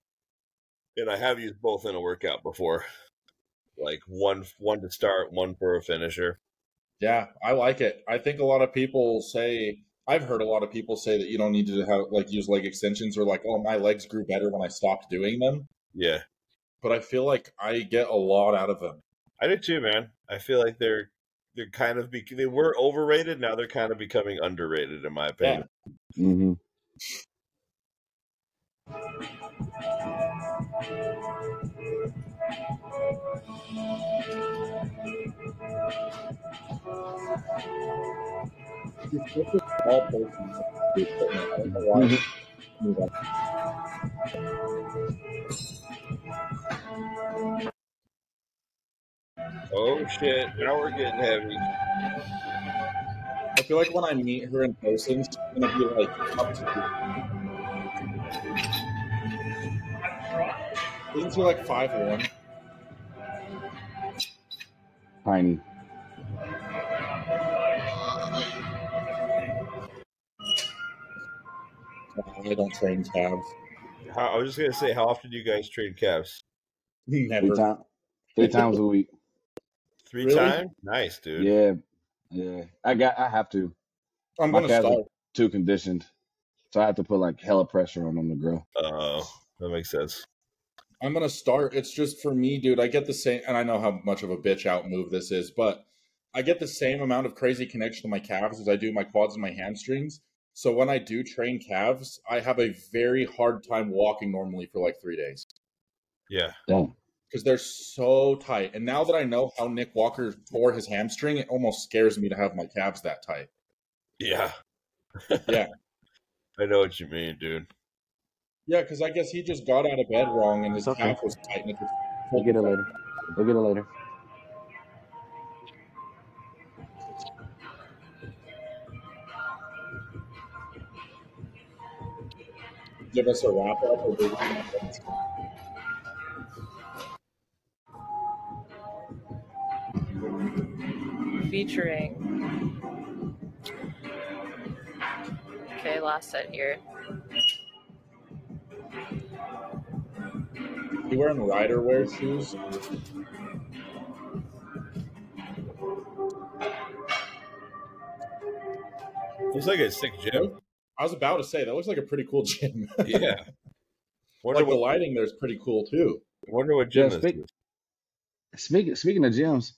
And I have used both in a workout before, like one one to start, one for a finisher.
Yeah, I like it. I think a lot of people say I've heard a lot of people say that you don't need to have like use leg extensions or like, oh, my legs grew better when I stopped doing them.
Yeah,
But I feel like I get a lot out of them.
I do too, man. I feel like they're they're kind of bec they were overrated. Now they're kind of becoming underrated, in my opinion.
hmm
All persons. I
Mm-hmm.
don't know why.
Oh shit! Now we're getting heavy.
I feel like when I meet her in person, she's gonna be like up to Isn't she like five one? tiny. I don't train calves.
How, I was just gonna say, how often do you guys trade calves?
Never.
Three, time, three times a week.
Three
Really?
times? Nice, dude.
Yeah, yeah. I got. I have to.
I'm
My
gonna
calves are
start.
Too conditioned, so I have to put like hella pressure on them to grow.
Oh, that makes sense.
I'm gonna start. It's just for me, dude. I get the same, and I know how much of a bitch out move this is, but I get the same amount of crazy connection to my calves as I do my quads and my hamstrings. So when I do train calves, I have a very hard time walking normally for like three days
Yeah.
Damn.
because they're so tight. And now that I know how Nick Walker tore his hamstring, it almost scares me to have my calves that tight.
Yeah.
Yeah.
I know what you mean, dude.
Yeah, because I guess he just got out of bed wrong and his
It's okay.
calf was tight. And it was-
We'll get it later. We'll get it later.
give us a wrap up. Or do we-
featuring. Okay, last set here.
You wearing rider wear shoes?
Looks like a sick gym.
I was about to say that looks like a pretty cool gym.
Yeah. Wonder
like the
what
lighting there's pretty cool too.
wonder what gym
Yeah,
this
speak-
is.
Speaking speaking of gyms,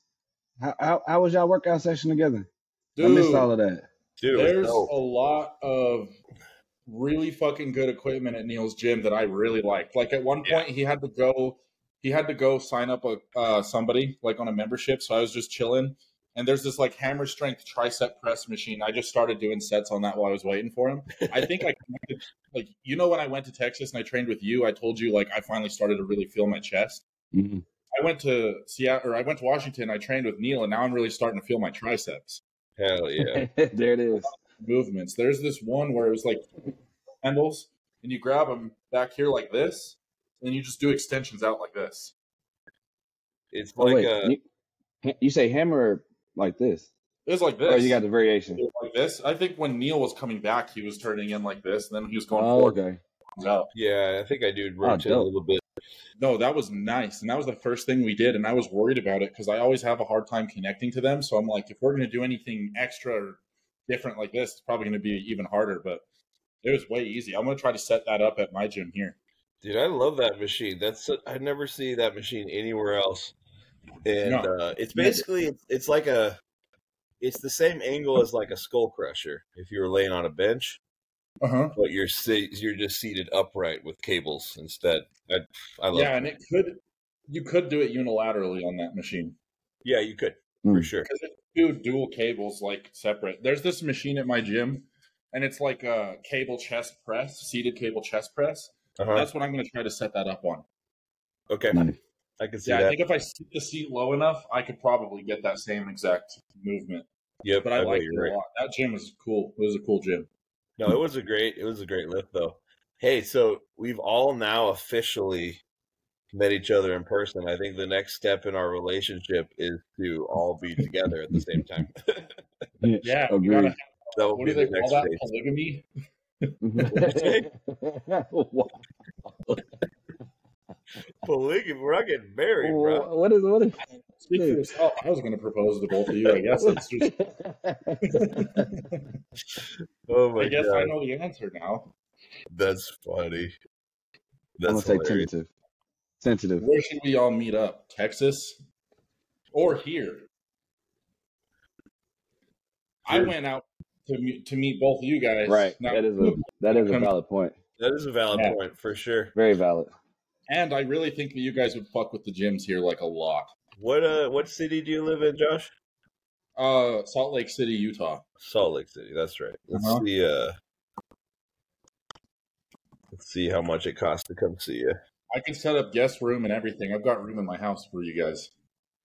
how, how how was y'all workout session together? I missed
Dude,
all of that.
Dude, it was
there's
dope.
a lot of really fucking good equipment at Neil's gym that I really liked. Like at one point
Yeah.
he had to go he had to go sign up a uh, somebody like on a membership, so I was just chilling. And there's this like hammer strength tricep press machine. I just started doing sets on that while I was waiting for him. I think I connected, like you know when I went to Texas and I trained with you, I told you like I finally started to really feel my chest.
hmm
I went to Seattle or I went to Washington. I trained with Neil, and now I'm really starting to feel my triceps
Hell yeah.
there it is.
movements. There's this one where it was like handles, and you grab them back here like this, and you just do extensions out like this.
It's
Oh,
like uh,
wait,
a
you, ha- you say hammer like this,
It was like
or
this.
you got the variation?
It was like this. I think when Neil was coming back, he was turning in like this, and then he was going
Oh,
forward.
okay.
No,
yeah, I think I do rotate
Ah,
a
dope.
little bit.
no, that was nice, and that was the first thing we did, and I was worried about it because I always have a hard time connecting to them. So I'm like, if we're going to do anything extra or different like this, it's probably going to be even harder. But It was way easy. I'm gonna try to set that up at my gym here.
Dude, I love that machine. That's I never see that machine anywhere else. And
No,
uh, it's
never.
basically it's, it's like a it's the same angle as like a skull crusher if you were laying on a bench,
Uh
Uh-huh.
huh.
but you're se- you're just seated upright with cables instead. I, I love.
Yeah, and it could you could do it unilaterally on that machine
yeah, you could for
Mm.
sure.
because it's two dual cables like separate. There's this machine at my gym, and it's like a cable chest press, seated cable chest press.
Uh-huh.
That's what I'm gonna try to set that up on.
Okay,
Nice.
I can see
Yeah, I
that.
think if I sit the seat low enough, I could probably get that same exact movement.
yep,
But I,
know
like it
you're right.
a lot. That gym is cool. It was a cool gym.
No, it was a great it was a great lift though. Hey, so we've all now officially met each other in person. I think the next step in our relationship is to all be together at the same time.
Yeah, we gotta
Agreed.
have,
That will
what
be
do they
the
call
next
that?
stage.
Polygamy.
Wow.
Polygamy, we're not getting married, bro.
what is what is?
Speak for
Dude.
yourself. I was gonna propose to both of you. I guess it's just
Oh my
I guess I
god,
know the answer now.
that's funny.
I'm gonna
That's
say
hilarious.
tentative. Tentative.
Where should we all meet up? Texas or here? I
Here.
went out to me- to meet both of you guys.
Right.
Now-
that is a that is a valid point.
That is a valid
Yeah.
point for sure.
Very valid.
and I really think that you guys would fuck with the gyms here like a lot.
What uh, what city do you live in, Josh?
Uh, Salt Lake City, Utah.
Salt Lake City. That's right. Let's
Uh-huh.
see. Uh, let's see how much it costs to come see you.
I can set up guest room and everything. I've got room in my house for you guys.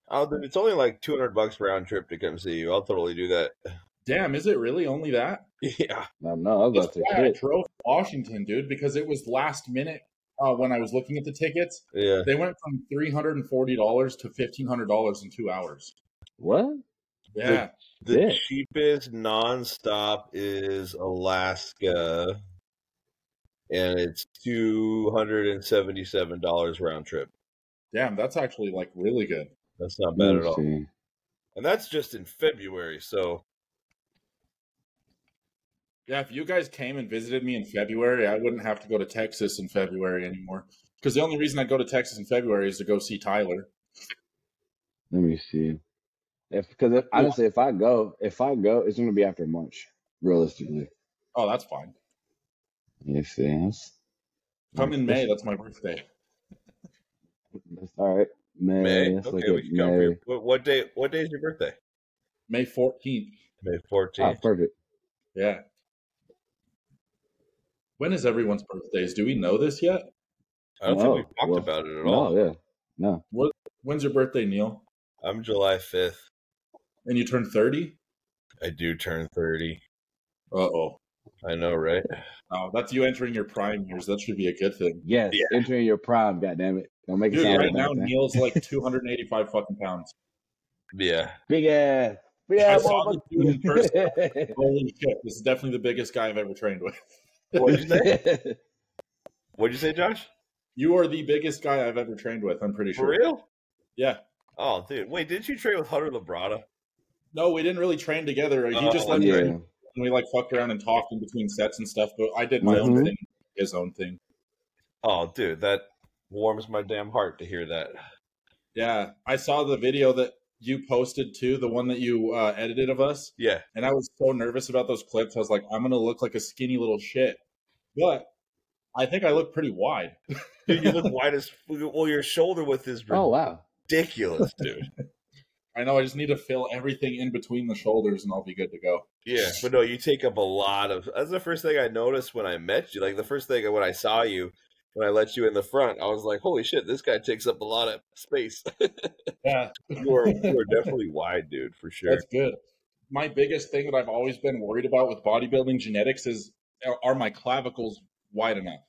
I'll do, it's only like two hundred bucks round trip to come see you. I'll totally do that.
Damn, is it really only that?
Yeah,
No, no, I was about
That's
to
why I
quit.
drove to Washington, dude, because it was last minute uh, when I was looking at the tickets.
yeah.
They went from three hundred and forty dollars to fifteen hundred dollars in two hours.
What?
Yeah.
The
Yeah.
cheapest nonstop is Alaska, and it's two hundred and seventy-seven dollars round trip.
Damn, that's actually like really good.
That's not
Let
bad
me
at all,
see.
and that's just in February. So
Yeah, if you guys came and visited me in February, I wouldn't have to go to Texas in February anymore. Because the only reason I go to Texas in February is to go see Tyler.
Let me see. If because if, honestly, if I go, if I go, it's gonna be after March, realistically.
Oh, that's fine.
Yes, yes.
Come in May. That's my birthday.
That's all right. May.
May,
Let's
okay,
look at
we can come for
May. Ah,
you. What, what day? What day is your birthday?
May 14th.
May
Ah,
fourteenth.
perfect.
Yeah. When is everyone's birthdays? Do we know this yet?
I don't
No,
think we've talked
well,
about it at all.
No, yeah, no.
When's your birthday, Neil?
I'm July fifth.
And you turn 30?
I do turn thirty.
Uh oh.
I know, right?
Oh, that's you entering your prime years. That should be a good thing.
Yes,
Yeah.
entering your prime. Goddamn it! Don't make it
Dude,
sound
right
like
now
that. man.
Neil's like 285 fucking pounds.
Yeah.
Big ass. Big
I
ass.
saw this dude in person.
motherfucker.
Holy shit, this is definitely the biggest guy I've ever trained with.
What'd you say? What'd you say, Josh?
You are the biggest guy I've ever trained with, I'm pretty
For
sure.
real?
Yeah.
Oh, dude. Wait, didn't you train with Hunter Labrada?
No, we didn't really train together. He
Oh,
just let me train
yeah.
and we like fucked around and talked in between sets and stuff, but I did my own
Mhm.
thing, his own thing.
Oh, dude, that warms my damn heart to hear that.
Yeah. I saw the video that you posted too, the one that you uh, edited of us.
Yeah.
And I was so nervous about those clips. I was like, I'm going to look like a skinny little shit. But I think I look pretty wide.
Dude, you look wide as well. Your shoulder width is
Oh wow.
ridiculous, dude.
I know I just need to fill everything in between the shoulders and I'll be good to go.
Yeah, but no, you take up a lot of. That's the first thing I noticed when I met you. Like the first thing when I saw you, when I let you in the front, I was like, "Holy shit, this guy takes up a lot of space."
Yeah.
you are you are definitely wide, dude, for sure.
That's good. My biggest thing that I've always been worried about with bodybuilding genetics is are- are my clavicles wide enough?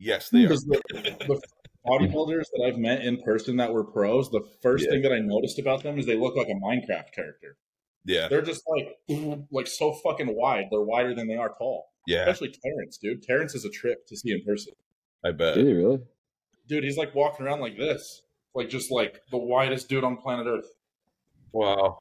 Yes, they are.
Because the, the bodybuilders that I've met in person that were pros, the first
Yeah.
thing that I noticed about them is they look like a Minecraft character.
Yeah,
They're just like like so fucking wide. They're wider than they are tall.
yeah,
Especially Terrence, dude. Terrence is a trip to see in person.
I bet.
Did he really?
Dude, he's like walking around like this. Like just like the widest dude on planet Earth.
Wow.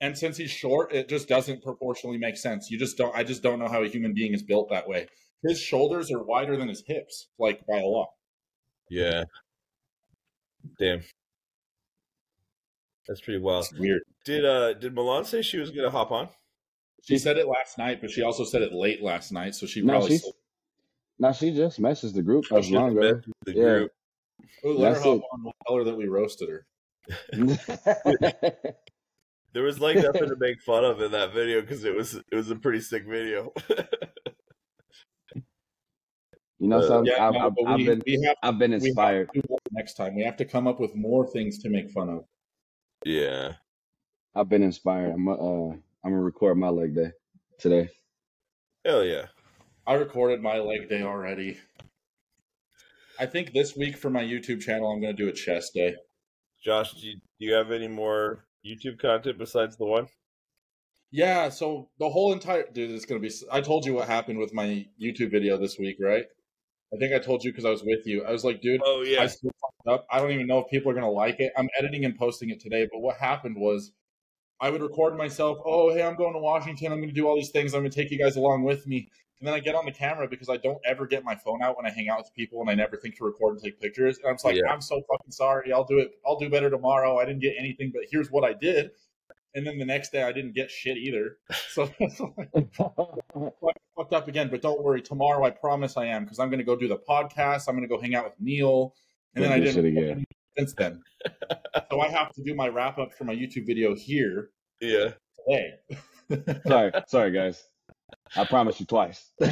and since he's short it just doesn't proportionally make sense you just don't i just don't know how a human being is built that way his shoulders are wider than his hips like by a lot
Yeah. Damn. That's pretty wild.
it's weird
Did uh did Milan say she was gonna hop on?
she said it last night but she also said it late last night so she
No,
probably
she's.
slept.
No, she just messaged the group as
she just
long ago.
messaged The
Yeah.
group.
Ooh, let her
that's
hop
it.
on we'll tell her that we roasted her
There was like nothing to make fun of in that video because it was it was a pretty sick video.
you know, something?
yeah
I've,
no,
I've,
but
I've
we,
been,
we have
I've been
we have-
inspired.
to do more next time we have to come up with more things to make fun of
yeah.
I've been inspired. I'm, uh, I'm gonna record my leg day today.
Hell yeah.
i recorded my leg day already i think this week for my youtube channel i'm going to do a chest day
Josh, do you, do you have any more YouTube content besides the one?
Yeah, so the whole entire dude, it's gonna be. I told you what happened with my YouTube video this week, right? I think I told you because I was with you. I was like, dude,
Oh
I
yeah.
still fucked up. I don't even know if people are gonna like it. I'm editing and posting it today, but what happened was I would record myself. Oh, hey, I'm going to Washington. I'm gonna do all these things. I'm gonna take you guys along with me. And then I get on the camera because I don't ever get my phone out when I hang out with people, and I never think to record and take pictures. And I'm just like,
Yeah.
I'm so fucking sorry. I'll do it. I'll do better tomorrow. I didn't get anything, but here's what I did. And then the next day, I didn't get shit either. So it's like, fucked up again, but don't worry. Tomorrow, I promise I am because I'm going to go do the podcast. I'm going to go hang out with Neil, and then
Don't
I
do
didn't
shit again.
fucking- since then. so I have to do my wrap up for my YouTube video here
Yeah.
today.
sorry, sorry, guys. I promised you twice.
My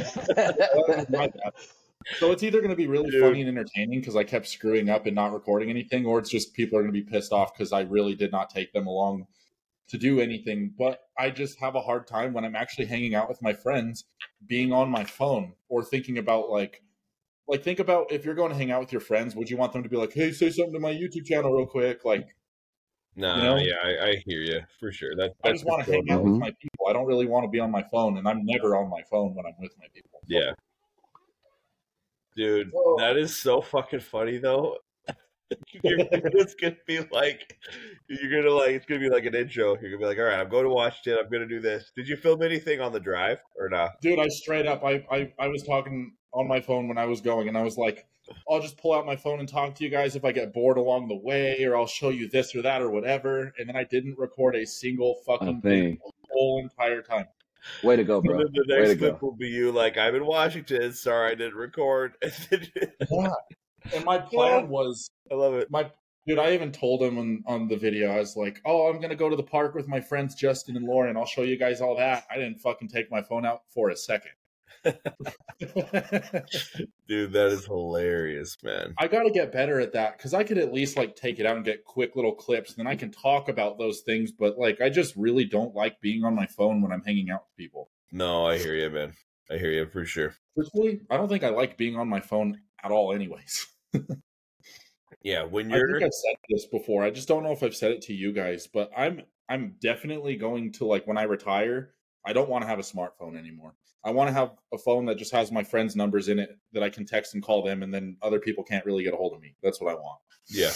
bad. so it's either going to be really
Dude.
funny and entertaining because I kept screwing up and not recording anything, or it's just people are going to be pissed off because I really did not take them along to do anything. But I just have a hard time when I'm actually hanging out with my friends, being on my phone or thinking about like. Like think about if you're going to hang out with your friends, would you want them to be like, "Hey, say something to my YouTube channel real quick"? Like,
No,
You know?
yeah, I, I hear you for sure. That,
I
that's
just want
for
to hang
sure.
out with
Mhm.
my people. I don't really want to be on my phone, and I'm never on my phone when I'm with my people.
Yeah, dude,
Whoa.
that is so fucking funny though. You're- it's gonna be like you're gonna like it's gonna be like an intro. You're gonna be like, all right, I'm going to watch it. I'm gonna do this. Did you film anything on the drive or not?
Dude, I straight up, I, I, I was talking on my phone when I was going, and I was like, I'll just pull out my phone and talk to you guys if I get bored along the way, or I'll show you this or that or whatever. And then I didn't record a single fucking
I think.
the whole entire time.
Way to go,
So
bro.
then the
Way to
next clip
go.
will be you like, I'm in Washington. Sorry, I didn't record.
And my plan was
I love it.
my dude. I even told him on, on the video. I was like, "Oh, I'm gonna go to the park with my friends Justin and Lauren. I'll show you guys all that." I didn't fucking take my phone out for a second.
Dude, that is hilarious, man.
I got to get better at that because I could at least like take it out and get quick little clips, and then I can talk about those things. But like, I just really don't like being on my phone when I'm hanging out with people.
No, I hear you, man. I hear you for sure.
Truthfully, I don't think I like being on my phone at all. Anyways,
Yeah, when
I
you're
think I've said this before. I just don't know if I've said it to you guys, but I'm I'm definitely going to like when I retire, I don't want to have a smartphone anymore. I want to have a phone that just has my friends' numbers in it that I can text and call them, and then other people can't really get a hold of me. That's what I want.
yeah.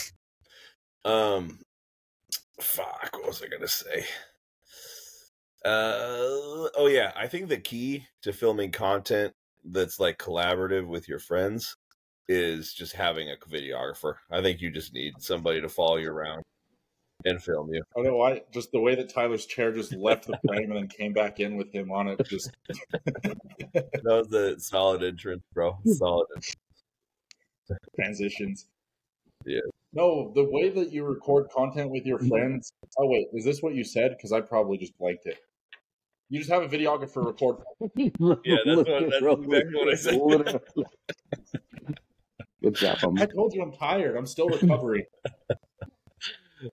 Um, fuck. What was I gonna say? Uh, oh yeah. I think the key to filming content that's like collaborative with your friends is just having a videographer. I think you just need somebody to follow you around and film you.
I don't know why. Just the way that Tyler's chair just left the frame and then came back in with him on it. Just
That was a solid entrance, bro. Solid.
transitions.
Yeah.
No, the way that you record content with your friends. Oh wait, is this what you said? Because I probably just blanked it. You just have a videographer record.
Yeah, that's what- that's exactly what I said.
Literally. Good job.
I
homie.
told you I'm tired. I'm still recovering.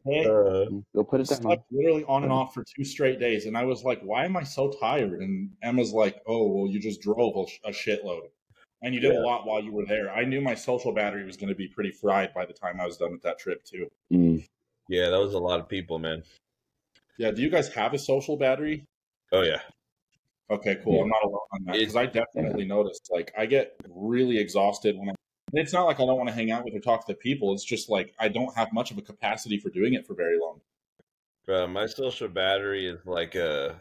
Hey,
Uh,
Go put
I
it down.
slept literally on and off for two straight days, and I was like, "Why am I so tired?" And Emma's like, "Oh, well, you just drove a, sh- a shitload, and you did a lot while you were there." I knew my social battery was going to be pretty fried by the time I was done with that trip, too.
Mm.
yeah, that was a lot of people, man.
Yeah. Do you guys have a social battery?
Oh yeah.
Okay, cool. I'm not alone on that because I definitely noticed. Like, I get really exhausted when I. and It's not like I don't want to hang out with or talk to the people. It's just like I don't have much of a capacity for doing it for very long.
Uh, my social battery is like a,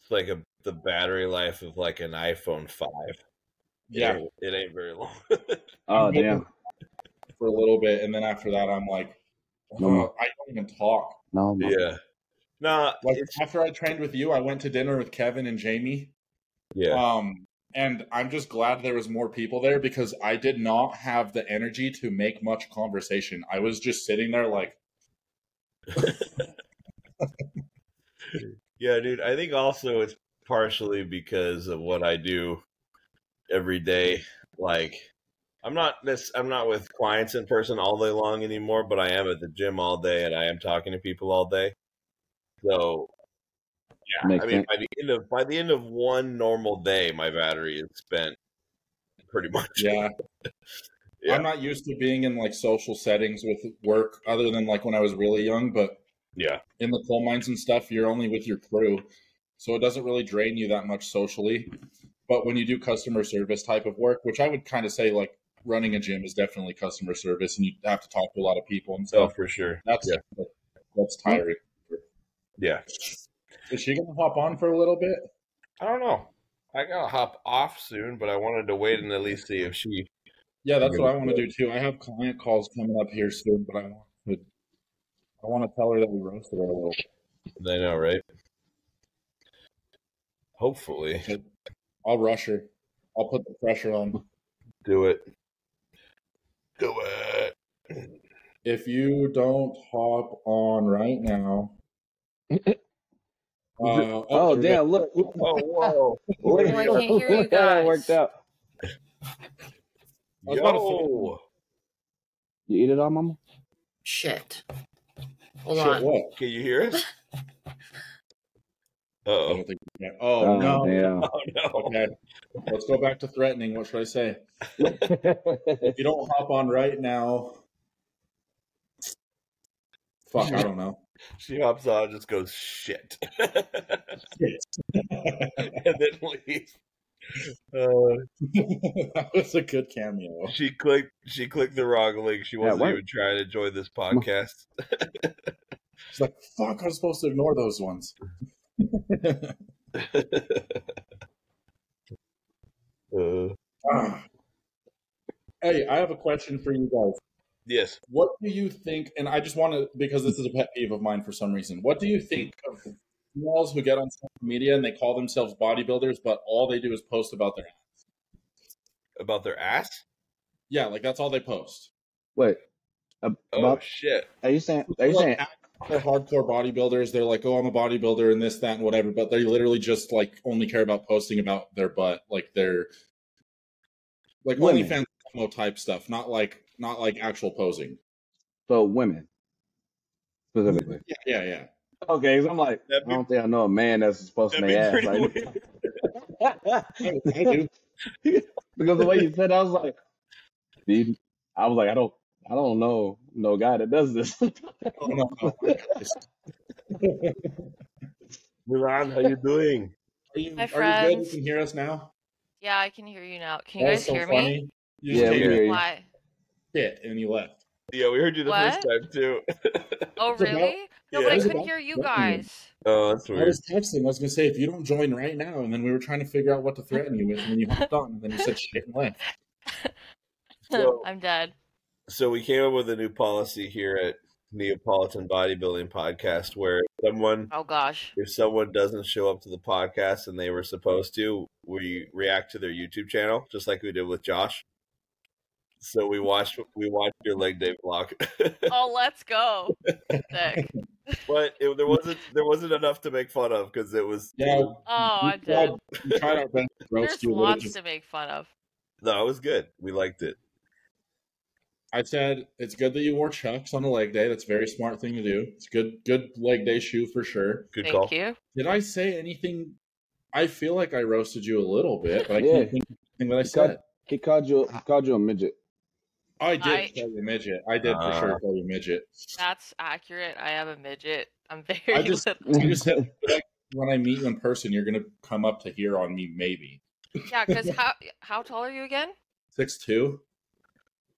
it's like a the battery life of like an iPhone five. It
Yeah,
ain't- it ain't very long.
Oh, damn.
for a little bit, and then after that, I'm like,
No
"Ugh,
more.
I don't even talk.
No, no.
yeah, nah,
Like
it's,
after I trained with you, I went to dinner with Kevin and Jamie.
yeah,
Um, and I'm just glad there was more people there because I did not have the energy to make much conversation. I was just sitting there like,
yeah, dude. I think also it's partially because of what I do every day. Like, I'm not this. I'm not with clients in person all day long anymore, but I am at the gym all day, and I am talking to people all day. So Yeah,
Makes
I mean,
sense.
by the end of by the end of one normal day, my battery is spent pretty much.
yeah.
Yeah.
I'm not used to being in like social settings with work other than like when I was really young, but
yeah,
in the coal mines and stuff, you're only with your crew. So it doesn't really drain you that much socially. But when you do customer service type of work, which I would kind of say like running a gym is definitely customer service and you have to talk to a lot of people and
oh
stuff.
for sure.
That's
yeah,
that's tiring.
yeah.
Is she gonna hop on for a little bit?
I don't know. I gotta hop off soon, but I wanted to wait and at least see if she.
Yeah, that's
Yeah.
what I want to do too. I have client calls coming up here soon, but I want to I want to tell her that we roasted her a little.
I know, right? Hopefully,
bit. I'll rush her. I'll put the pressure on.
do it. Do it.
If you don't hop on right now, uh, oh,
Oh,
you're
damn. Look. Look
Oh whoa!
look-
I can't hear you
look how that
guys.
worked out.
was about to say-
Yo,
You eat it all, mama?
Shit.
good.
Hold
Shit,
on.
what?
can you hear us?
I
Oh
don't think. Yeah. Oh, no.
damn.
no!
Okay. Let's go back to threatening. What should I say?
Oh,
If you don't hop on right now, fuck. I don't know.
She hops on, just goes shit, and then leaves. Uh,
that was a good cameo.
she clicked. She clicked the wrong link. She wasn't
worked.
even trying to join this podcast.
She's like, fuck, I was supposed to ignore those ones.
Uh,
Ah. hey, I have a question for you guys.
yes,
What do you think? And I just want to, because this is a pet peeve of mine for some reason. What do you think of the females who get on social media and they call themselves bodybuilders, but all they do is post about their
about their ass.
yeah, like that's all they post.
Wait, ab-
Oh
about
shit!
are you saying? Are you
Like,
saying?
They're hardcore bodybuilders. They're like, oh, I'm a bodybuilder and this, that, and whatever. But they literally just like only care about posting about their butt, like their like
Women.
OnlyFans demo type stuff, not like not like actual posing.
So women specifically.
Yeah, yeah, yeah.
Okay, 'cause I'm like,
That'd be-
I don't think I know a man that's supposed to
That'd
make
be
ass
pretty
like
weird.
that. because the way you said, it, I was like, dude, I was like, I don't, I don't know no guy that does this.
Oh, no, no.
Milan, how you doing?
Are you,
Hi,
are you good? You
friends.
can hear us now.
Yeah, I can hear you now. Can you
That was
guys
so
hear me?
funny. You just
Yeah, we
came
hear you.
Why?
shit and you left.
Yeah, we heard you the first
What?
time too.
Oh,
It's about-
really? No, but
Yeah.
I
It's
couldn't
about
hear you
threatening you.
guys.
oh, that's
I
weird.
was texting. I was gonna say if you don't join right now, and then we were trying to figure out what to threaten you with, and then you hopped on, and then you said shit and left.
So-
I'm dead.
so we came up with a new policy here at Neapolitan Bodybuilding Podcast where if someone
Oh gosh.
if someone doesn't show up to the podcast and they were supposed to, we react to their YouTube channel, just like we did with Josh. So we watched we watched your leg day vlog,
Oh, let's go. Sick.
but it, there wasn't there wasn't enough to make fun of because it was
Yeah,
Oh,
we
I'm dead.
tried- we tried our best to roast
There's
you. but it
lots
just-
to make fun of.
no, it was good. We liked it.
I said it's good that you wore chucks on a leg day. That's a very smart thing to do. It's a good, good leg day shoe for sure.
Good call.
Thank you.
Did I say anything? I feel like I roasted you a little bit, but I
Yeah.
can't think of anything that I
He called-
said.
he called you, he called you a midget.
I did
I-
call you midget. I did for
Uh,
sure call you midget.
That's accurate. I am a midget. I'm very
I just-
little.
You just said like, when I meet you in person, you're gonna come up to here on me, maybe
Yeah, because how how tall are you again?
six two.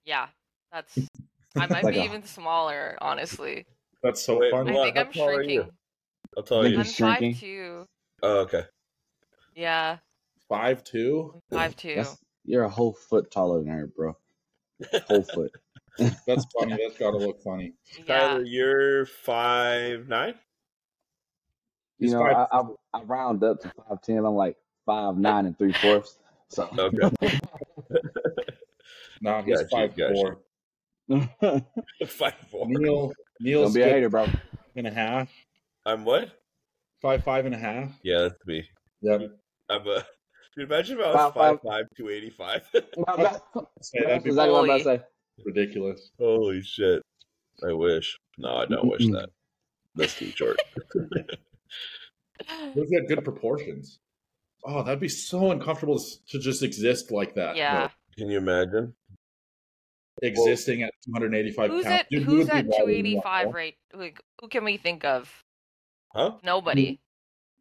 Yeah, that's. I might
Like
be
a-
even smaller, honestly.
That's so
Wait,
funny.
I
Well,
think
how
I'm
tall are you?
shrinking.
I'll tell
Like
I'm
you.
You're shrinking?
five two.
Oh, okay.
Yeah,
Five two.
I'm five two.
That's you're a whole foot taller than her, bro. Whole foot.
That's funny. That's gotta look funny.
Yeah,
Tyler, you're five nine.
You
He's
know,
five-
I, I I round up to five ten. I'm like five nine and three fourths. So
Okay,
Nah, he's
Gotcha,
five
gotcha.
four.
don't
five four.
Neil Neil's
be a
good
hater, bro.
and a half.
I'm what?
Five five and a half.
Yeah, that's me.
Yeah.
I'm a. Dude, imagine if I was
Five, five.
five five two eighty five.
That's
Say, that'd be
exactly what I'm about to say.
ridiculous.
Holy shit! I wish. No, I don't wish that. That's too short.
What if you had good proportions? Oh, that'd be so uncomfortable to s- to just exist like that.
yeah.
Can you imagine?
though. Existing at 285
Who's
pounds.
at
Dude, you
Who's
would be
at
wild
two
as
eighty five
well.
right? Like, who can we think of?
Huh?
Nobody.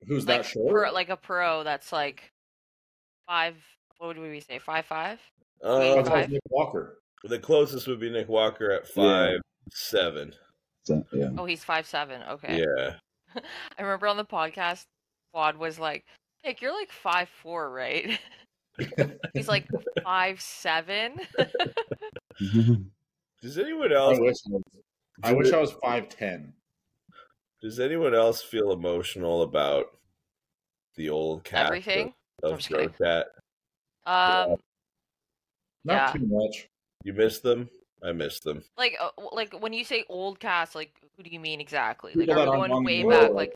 Who's
Like
that short?
pro, like a pro that's like five. What would we say? Five five.
Uh,
That's
Eighty-five.
like Nick Walker.
the closest would be Nick Walker at five
Yeah.
seven.
So, yeah.
Oh, he's five seven. Okay.
Yeah.
I remember on the podcast, Quad was like, "Nick, you're like five four, right?" he's like five seven.
Does anyone
I
else?
wish I was, I, wish I was 5'10.
Does anyone else feel emotional about the old cast
Everything.
of,
I'm
of
just kidding.
Bro Chat?
Um,
Not
Yeah.
too much.
You miss them? I miss them.
like uh, w- like when you say old cast, like who do you mean exactly? Like
People
are
that
we
aren't
going
on
way
the
back?
road,
Like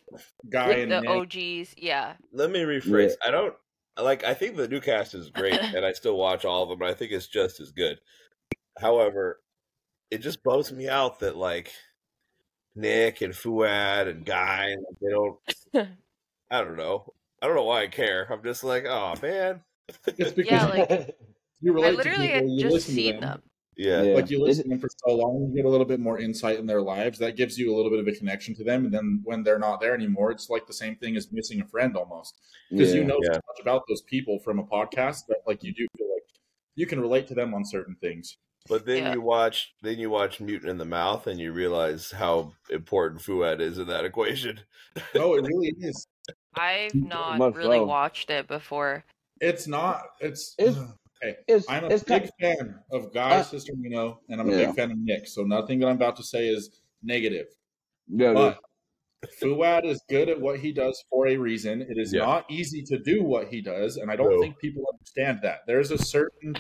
Guy
like
and
the
Nick.
OGs? Yeah.
Let me rephrase. I don't like. I think the new cast is great, and I still watch all of them. And I think it's just as good. However, it just bums me out that like Nick and Fuad and Guy, and they don't. I don't know. I don't know why I care. I'm just like, oh man,
It's because
Yeah, like-
you
I
relate to
literally
people,
had
you
just
listen to
seen
them.
them.
Yeah.
Yeah.
Like you
Is
listen to them for so long, you get a little bit more insight in their lives. That gives you a little bit of a connection to them. And then when they're not there anymore, it's like the same thing as missing a friend almost. Because you
Yeah.
know
Yeah.
so much about those people from a podcast that like you do feel like you can relate to them on certain things.
But then
Yeah.
you watch then you watch Mutant in the Mouth and you realize how important Fuad is in that equation.
No, it really is.
I've not
much
really
so.
watched it before.
It's not. It's.
It's-
okay.
It's,
I'm a
it's
big
not,
fan of Guy
Uh,
Sister Mino, and I'm a
yeah.
big fan of Nick. So nothing that I'm about to say is negative.
yeah,
But Fuad is good at what he does for a reason. It is
Yeah.
not easy to do what he does, and I don't
No.
think people understand that. There's a certain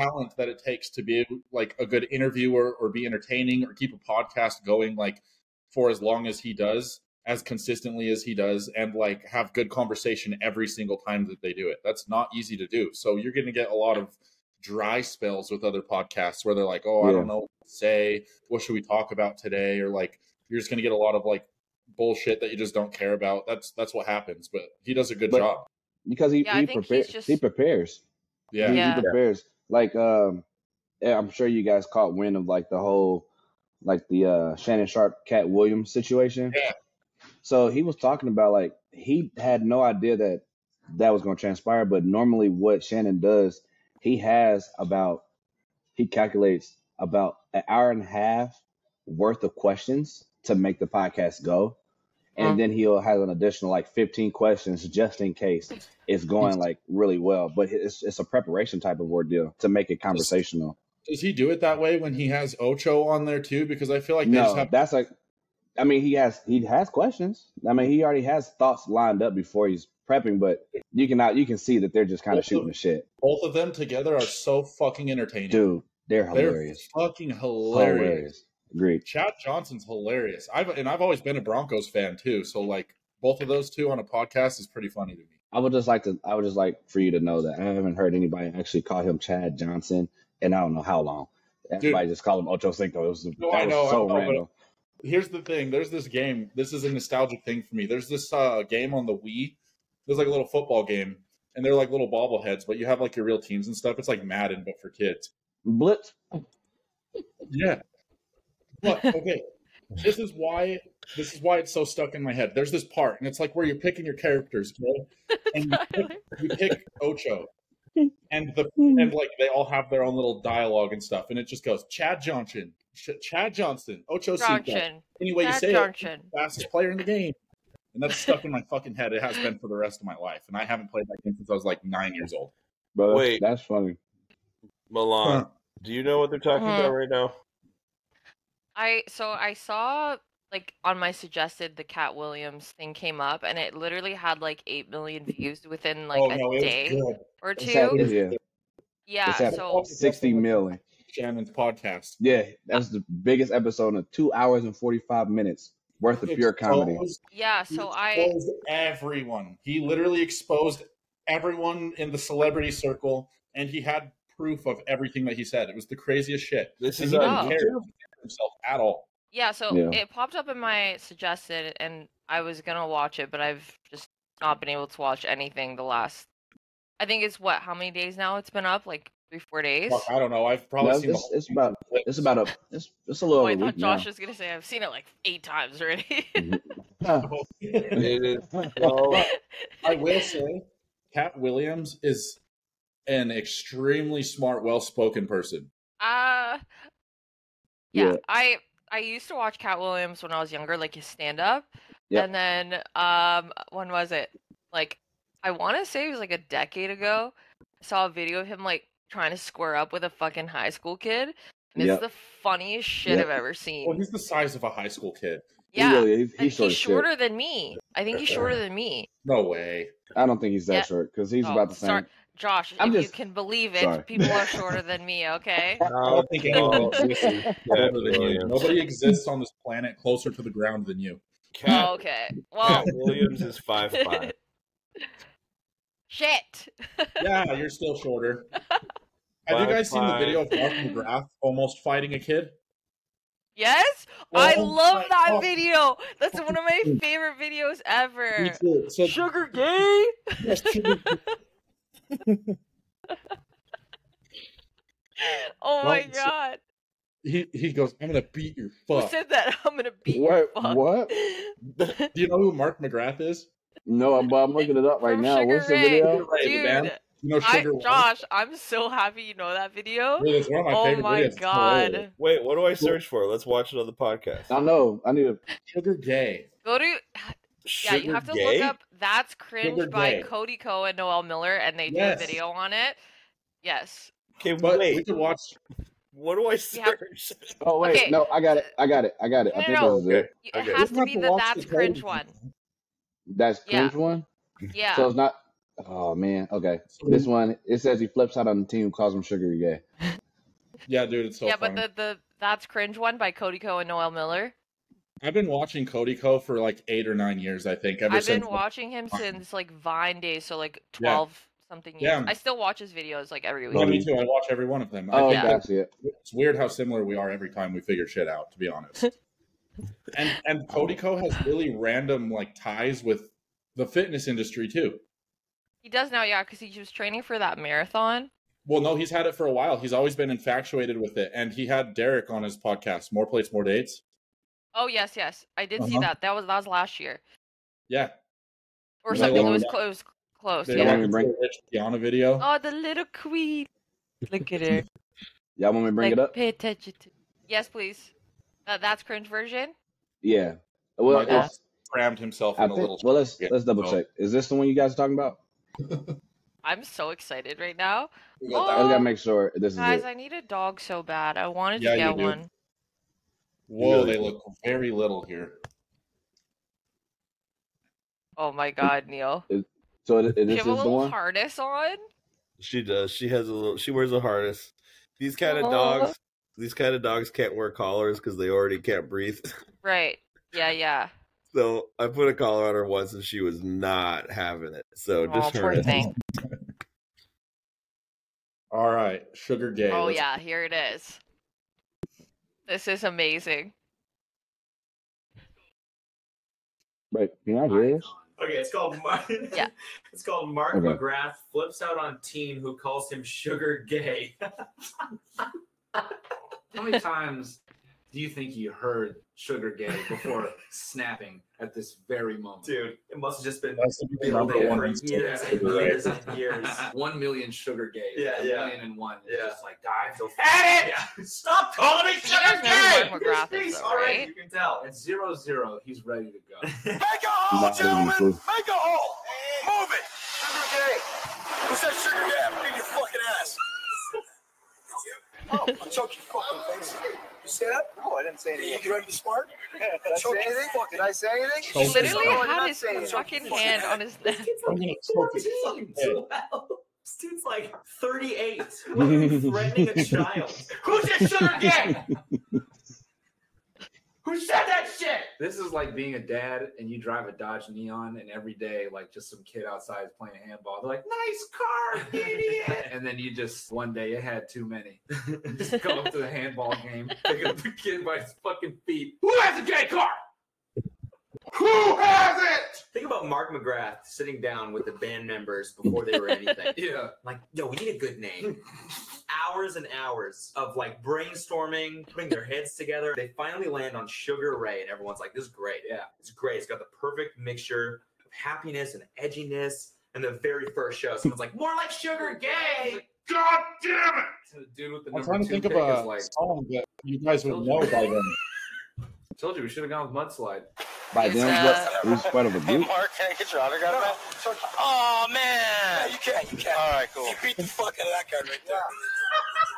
talent that it takes to be like a good interviewer or be entertaining or keep a podcast going like for as long as he does, as consistently as he does, and like have good conversation every single time that they do it. That's not easy to do. So you're going to get a lot of dry spells with other podcasts where they're like, "Oh, I
Yeah.
don't know what to say. What should we talk about today?" Or like you're just going to get a lot of like bullshit that you just don't care about. That's that's what happens. But he does a good
But-
job.
because he,
Yeah, I
he
think he's
prepares.
just-
He prepares.
Yeah.
He, he
Yeah.
prepares. Like um, yeah, I'm sure you guys caught wind of like the whole, like the uh Shannon Sharp, Cat Williams situation.
Yeah.
So he was talking about like he had no idea that that was going to transpire, but normally what Shannon does, he has about he calculates about an hour and a half worth of questions to make the podcast go. And
Mm.
then he'll have an additional like 15 questions just in case it's going like really well. But it's it's a preparation type of ordeal to make it conversational.
Does he do it that way when he has Ocho on there too? Because I feel like they just
no,
have
that's like, I mean, he has he has questions. I mean, he already has thoughts lined up before he's prepping. But you can out you can see that they're just kind of
Also-
shooting the shit,
both of them together are so fucking entertaining.
dude. They're
They're
hilarious,
fucking
hilarious.
hilarious.
Agreed.
Chad Johnson's hilarious. I've and I've always been a Broncos fan too. So like both of those two on a podcast is pretty funny to me.
I would just like to. I would just like for you to know that I haven't heard anybody actually call him Chad Johnson, and I don't know how long. Everybody just called him Ocho Cinco. It was,
No,
that
I
was
know, I
so
know, but-
random.
Here's the thing. There's this game. This is a nostalgic thing for me. There's this uh, game on the Wii. There's like a little football game, and they're like little bobbleheads, but you have like your real teams and stuff. It's like Madden, but for kids.
Blitz.
Yeah. Look, okay. this is why this is why it's so stuck in my head. There's this part, and it's like where you're picking your characters, kid, and you pick, you pick Ocho, and the and like they all have their own little dialogue and stuff, and it just goes Chad Johnson, Ch- Chad Johnson, Ocho Cinco.
Junction.
Anyway, you
Chad
say it,
Junction.
fastest player in the game, and that's stuck in my fucking head. It has been for the rest of my life, and I haven't played that game since I was like nine years old.
Bro,
Wait.
that's funny.
Milan,
Huh.
do you know what they're talking
Uh-huh.
about right now?
I so I saw like on my suggested the Cat Williams thing came up and it literally had like eight million views within like
oh
a
no, it
day
was
or
It's at,
two.
it's- yeah,
yeah,
at-
so
sixty million.
good. Shannon's podcast.
Yeah, that's the biggest episode in two hours and forty five minutes worth of
He
pure comedy.
exposed
yeah,
He
so I
exposed everyone. He literally exposed everyone in the celebrity circle, and he had proof of everything that he said. It was the craziest shit.
This
And
is
he
on
Oh.
didn't care
YouTube.
himself at all.
yeah, so
Yeah.
it popped up in my suggested and I was gonna watch it, but I've just not been able to watch anything the last I think it's what, how many days now it's been up? Like three, four days?
Fuck, I don't know. I've probably
No,
seen. the
it's-
whole
it's
thing.
about- It's about a it's it's a little
Oh,
over
I
a
thought
week
Josh
now.
was gonna say I've seen it like eight times already.
It is
Oh,
so
I will say, Cat Williams is an extremely smart, well-spoken person.
Uh yeah,
Yeah.
I I used to watch Cat Williams when I was younger, like his stand up.
Yep.
And then um when was it? Like I wanna say it was like a decade ago. I saw a video of him like trying to square up with a fucking high school kid. And
Yep.
it's the funniest shit
Yep.
I've ever seen.
Well, he's the size of a high school kid.
yeah.
He really, he,
and
he's short
he's
as shit.
shorter than me. I think he's shorter than me.
No way.
I don't think he's that
Yeah.
short because he's
Oh,
about the same.
sorry. Josh,
I'm
if
just-
you can believe it,
sorry.
people are shorter than me, okay?
I don't think anyone
Oh,
exists
Cat
older than you.
Williams.
Nobody exists on this planet closer to the ground than you.
Cat,
okay.
Cat
Oh, Well,
Williams is five five.
shit.
Yeah, you're still shorter. Have you guys seen the
Bye-bye.
video of Mark McGrath almost fighting a kid?
Yes, I
Oh
love
my
that
God.
video. That's one of my favorite videos ever.
too. So
Sugar gay. Oh my
Well, so-
god.
He he goes, I'm gonna beat your
Who
fuck.
said that? I'm gonna beat your
What-
fuck.
what?
Do you know who Mark McGrath is?
No, I'm, but I'm looking it up right
From
now.
Sugar
What's the
Ray.
video?
Hey, man,
Dude,
You know
I,
Sugar Ray?
Josh, I'm so happy you know that video.
Dude, it's one of my
oh
favorite
my
videos. It's hilarious.
god.
Wait, what do I search for? Let's watch it on the podcast.
I know. I need to.
Sugar Gay.
Go to yeah, you have to
Sugar
look
Gay?
up That's Cringe
Sugar
by
Gay.
Cody Co and Noel Miller and they
Yes.
do a video on it. Yes.
Okay,
But we
wait.
could watch
What do I
You have-
search?
Oh wait,
Okay.
no, I got it. I got it. I got it. I
No,
think
no,
this is
no.
it.
You-
Okay.
It has to
We'd
be
have
the
watch
That's
the
Cringe
Cody
one.
That's
Yeah.
cringe one.
Yeah.
So it's not. Oh man. Okay.
Hmm.
This one it says he flips out on the team, calls him sugar gay.
Yeah, dude, it's so
yeah,
fun.
but the, the That's Cringe one by Cody Co and Noel Miller.
I've been watching Cody Co for like eight or nine years, I think. Ever
I've
since
been watching him since like Vine days, so like
Yeah.
twelve something years.
Yeah.
I still watch his videos like every
Yeah,
week.
me too. I watch every one of them. I
Oh,
think
okay, I see it.
it's weird how similar we are every time we figure shit out, to be honest. and and Cody Co has really random like ties with the fitness industry too.
He does now, yeah, because he was training for that marathon.
Well, no, he's had it for a while. He's always been infatuated with it. And he had Derek on his podcast, More Plates, More Dates.
Oh yes, yes, I did see
Uh-huh.
that. That was that was last year
Yeah.
or
Yeah,
something.
they
It was,
were-
clo- it was close.
They
Yeah.
Oh, Yeah.
yeah.
Bring-
Rich Tiana video.
Oh, the little queen. Look at her.
Y'all want me to bring
like,
it up?
Pay attention to. Yes, please. Uh, that's cringe version.
Yeah. Well,
Michael
it's,
crammed himself in
I
a
think.
little
Well, let's
Yeah,
let's double
so-
check. Is this the one you guys are talking about?
I'm so excited right now,
I just
Oh,
gotta make sure this is
guys.
it.
I need a dog so bad. I wanted
Yeah,
to
you
get
do.
one.
Whoa, they look very little here.
Oh my god, Neil.
So it, it,
Do you have
this is
a
the
little
one.
harness on?
She does. She has a little. She wears a harness. These kind of
Aw.
dogs. These kind of dogs can't wear collars because they already can't breathe.
Right. Yeah, yeah.
So I put a collar on her once, and she was not having it. So
Oh,
just
poor
harness.
thing.
All right, Sugar Gay.
Oh
let's-
yeah, here it is. This is amazing.
Wait, can I hear this?
Okay, it's called Mark.
Yeah.
It's called Mark
Okay.
McGrath flips out on teen who calls him sugar gay. How many times do you think you heard sugar gay before snapping at this very moment?
Dude, it must have just been
That's the
been
number
there
one
for
insult.
years and
Sugar Gay.
years and years.
One million sugar gays.
Yeah,
a
yeah.
million and one. It's
Yeah.
Just like dive.
Had it!
Yeah.
Stop calling me
You guys know who Mark McGrath is, though, right?
You can tell.
At zero zero, he's ready to go.
Make a
Not even close.
Make a hole! Move it! Sugar gay! Who said sugar gay? I'm your fucking ass. Oh, I'll choke your fucking face. You say that? Oh, I didn't say anything. You ready to be smart? Did I say anything? Did I say anything?
Oh,
He
Choke
literally
him.
had his fucking hand on his neck.
I'm gonna choke his
Fucking
head.
12. This dude's like 38.
Why are you threatening a child?
Who's that sugar gay? Who said that shit?
This is like being a dad and you drive a Dodge Neon, and every day, like just some kid outside is playing handball. They're like,
Nice car, idiot.
and then you just one day you had too many. just go up to the handball game, pick up the kid by his fucking feet.
Who has a gay car? Who has it?
Think about Mark McGrath sitting down with the band members before they were anything.
Yeah,
like, yo, we need a good name. hours and hours of like brainstorming, putting their heads together. They finally land on Sugar Ray, and everyone's like, this is great.
Yeah.
It's great. It's got the perfect mixture of happiness and edginess. And the very first show, someone's like, more like Sugar Gay.
God damn it!
So the dude with the
I'm
number
trying to
two
think of
pick
a
is like,
song that you guys would know by then.
told you we should have gone with mudslide.
By
It's,
them,
uh,
what? Who's part of a group?
Mark, can I get your autograph? Oh man! you can't. You can't. All right, cool. You beat the fuck out of that guy right there.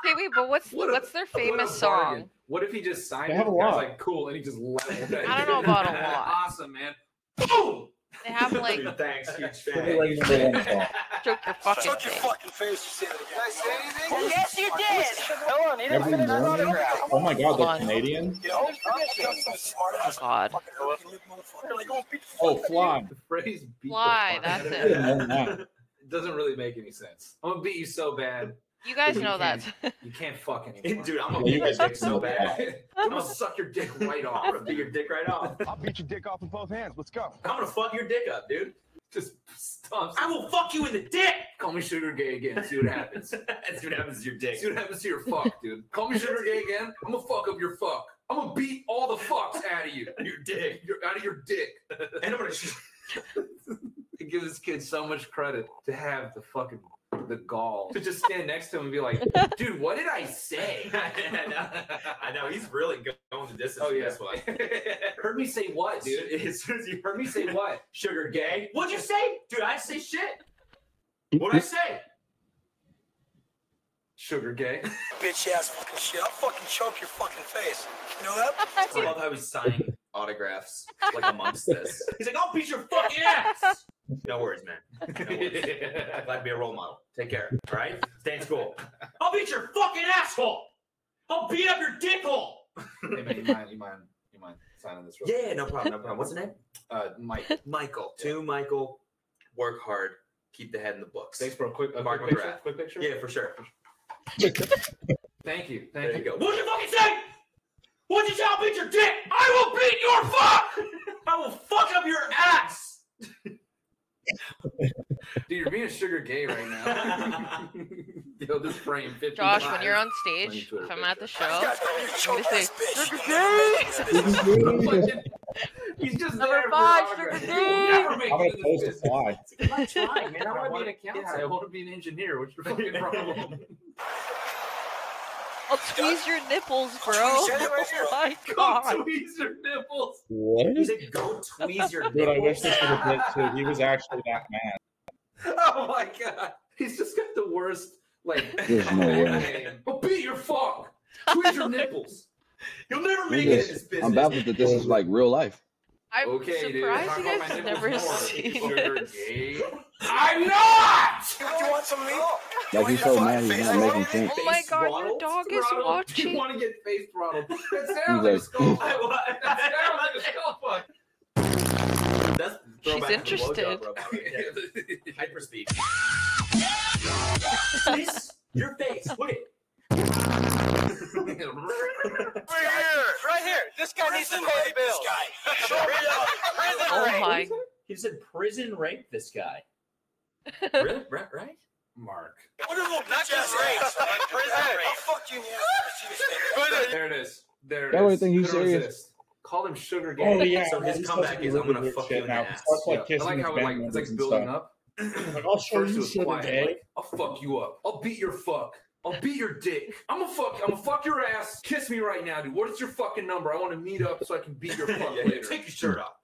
Okay, wait, but what's
What a-
what's their
What a
famous
bargain.
song?
What if he just signed
They
it?
have a
and the guy's
lot.
like, cool, and he just left. it?
I don't know about a lot.
Awesome, man. Boom!
They have like
Dude, thanks, huge
Sugar
fan.
Ray number one song.
choke your fucking face.
fucking face. You say that again. Did I say anything? Yes, you did.
Every morning. Oh my god,
Hold on.
the Canadian.
You know, I'm so smart.
Oh god.
Oh, fly.
The phrase beat the
Fly,
fuck
that's
out of
I
it.
you.
didn't know that.
It doesn't really make any sense. I'm gonna beat you so bad,
You guys know that.
you can't fuck anymore.
Dude, I'm
Yeah,
gonna
you
beat
guys
your dick so
know
bad.
that.
I'm gonna suck your dick right off.
I'm gonna beat your dick right off.
I'll beat your dick off with both hands. Let's go.
I'm gonna fuck your dick up, dude.
Just stomps.
I will fuck you in the dick.
Call me sugar gay again. See what happens.
That's what happens to your dick.
See what happens to your fuck, dude. Call me sugar gay again. I'm gonna fuck up your fuck. I'm gonna beat all the fucks out of you.
Your dick.
You're out of your dick.
And I'm gonna sh-
I give this kid so much credit to have the fucking the gall to just stand next to him and be like, dude, what did I say?
I know. I know. He's really go- going the distance
Oh,
with
yeah.
this one.
heard me say what, dude?
As soon as you
Heard me say what?
sugar gay. What'd you say? Dude, I didn't say shit. What'd I say?
Sugar gay.
Bitch ass fucking shit. I'll fucking choke your fucking face. You know that?
I love how he's signing autographs like amongst this. He's like, I'll beat your fucking ass. No worries, man. No worries. Glad to be a role model. Take care. All right? Stay in school. I'll beat your fucking asshole. I'll beat up your dick hole.
Hey, man, you mind? You mind? You mind signing this? Real
Yeah, no problem. No problem. What's the name?
Uh, Mike.
Michael. To Michael, work hard, keep the head in the books.
Thanks for a quick, a
Mark
quick picture.
McGrath.
Quick picture.
Yeah, for sure.
Thank you. Thank
There you
you.
go. What'd you fucking say? What'd you say? I'll beat your dick. I will beat your fuck. I will fuck up your ass.
Dude, you're being a sugar gay right now. Yo, this frame. 55.
Josh, when you're on
Let me
stage,
put a
if I'm at the
picture.
show,
These guys want you to choke
Let me
this
see.
bitch.
Sugar
Fucking- he's just
Number
there for
five,
autographs.
sugar
You will never
I'm
make
gonna
it to this
post a
business.
fly.
I'm not trying, man. I
I
want
want
to be an
yeah, I
accountant.
want to be an engineer. What's your fucking problem?
I'll tweeze your nipples, bro. Oh my
Go
god.
tweeze your nipples.
What?
He's like, go tweeze your
Dude, I wish
nipples.
this would have been too. He was actually that mad.
Oh my god. He's just got the worst, like,
There's no
way.
Oh, beat your fuck. Tweeze your nipples.
You'll never
This
make it
is-
in this
I'm
business.
baffled that this is like real life.
I'm
Okay, dude.
surprised
Talk
you
about
guys
my
have
nipples
never
more.
seen
Sugar
this.
gay.
I'm not.
Do you want some meat?
Like he's so mad he's not making sense.
Oh my
Face
god, your
throttled,
dog is
Throttle. Do you
watching.
want to get face throttled? That sounds like a
like-
skull.
I
fuck. That sounds like a skull fuck.
want. That's
She's
throwback to the blowjob
interested.
robot right there. Hyperspeed. This, your face. Look at it.
Right here. Right here. This guy needs to pay the bill. This guy.
Oh my.
He said prison rape this guy. really? Right? right?
Mark.
What a little not just race, but prison race. I'll fuck you in the ass.
There it is. There it is.
That way I think he's
Couldn't
serious.
resist. Call him sugar gay.
Oh yeah.
So his
he's
comeback
supposed to be
is, I'm gonna
weird
fuck
shit
you in the
now.
ass.
Starts
Yeah,
like kissing
I like
his
how
band
it, like, it's like
members and
building
stuff.
up.
Like, I'll show
First it
you
was
sugar
quiet.
gay.
Like, I'll fuck you up. I'll beat your fuck. I'll beat your dick. I'm gonna fuck. I'm gonna fuck your ass. Kiss me right now, dude. What is your fucking number? I want to meet up so I can beat your fuck
Yeah,
later.
Take your shirt off.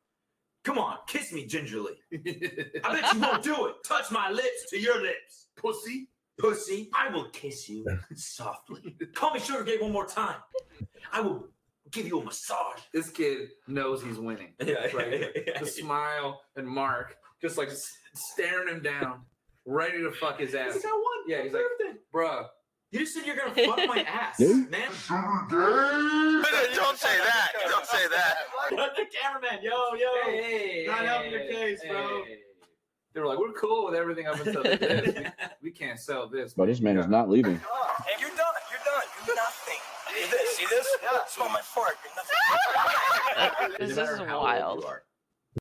Come on, kiss me gingerly. I bet you won't do it. Touch my lips to your lips. Pussy. Pussy. I will kiss you softly. Call me Sugar Gay one more time. I will give you a massage.
this kid knows he's winning.
Yeah,
Right. The
yeah.
smile and Mark just like s- staring him down, ready to fuck his ass.
He's like, I won.
Yeah, he's like-
Everything.
Bruh,
you just said you're gonna fuck my ass,
Dude.
man.
Don't say that. Don't say that.
the cameraman, yo, yo.
hey,
not helping your case, bro.
They were like, we're cool with everything up until this. We, we can't sell this.
But this man is not leaving.
Hey, you're done. You're done. You're nothing. See this? See this? Smell my fart. You're nothing.
This
matter
is
how old you
wild.
are,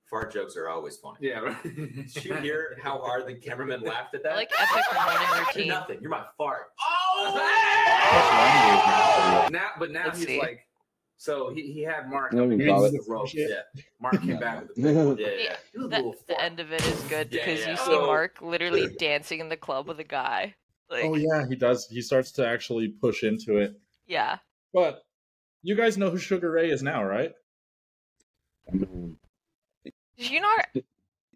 Fart jokes are always funny.
Yeah, right.
Did you hear how hard the cameraman laughed at
I
that?
like epic morning
You're
routine.
nothing. You're my fart.
Oh!
now, but now
Let's
he's
see.
like, so he, he had Mark
No,
up
we
against
Oh,
call it.
the ropes.
Yeah.
Mark came back with the big one.
Yeah, yeah, yeah.
He was a
The,
little
the
fart.
end of it is good
Yeah,
because
yeah.
you see
Oh.
Mark literally dancing in the club with a guy. Like,
Oh yeah, he does. He starts to actually push into it.
yeah.
But you guys know who Sugar Ray is now, right?
Did you not?
I have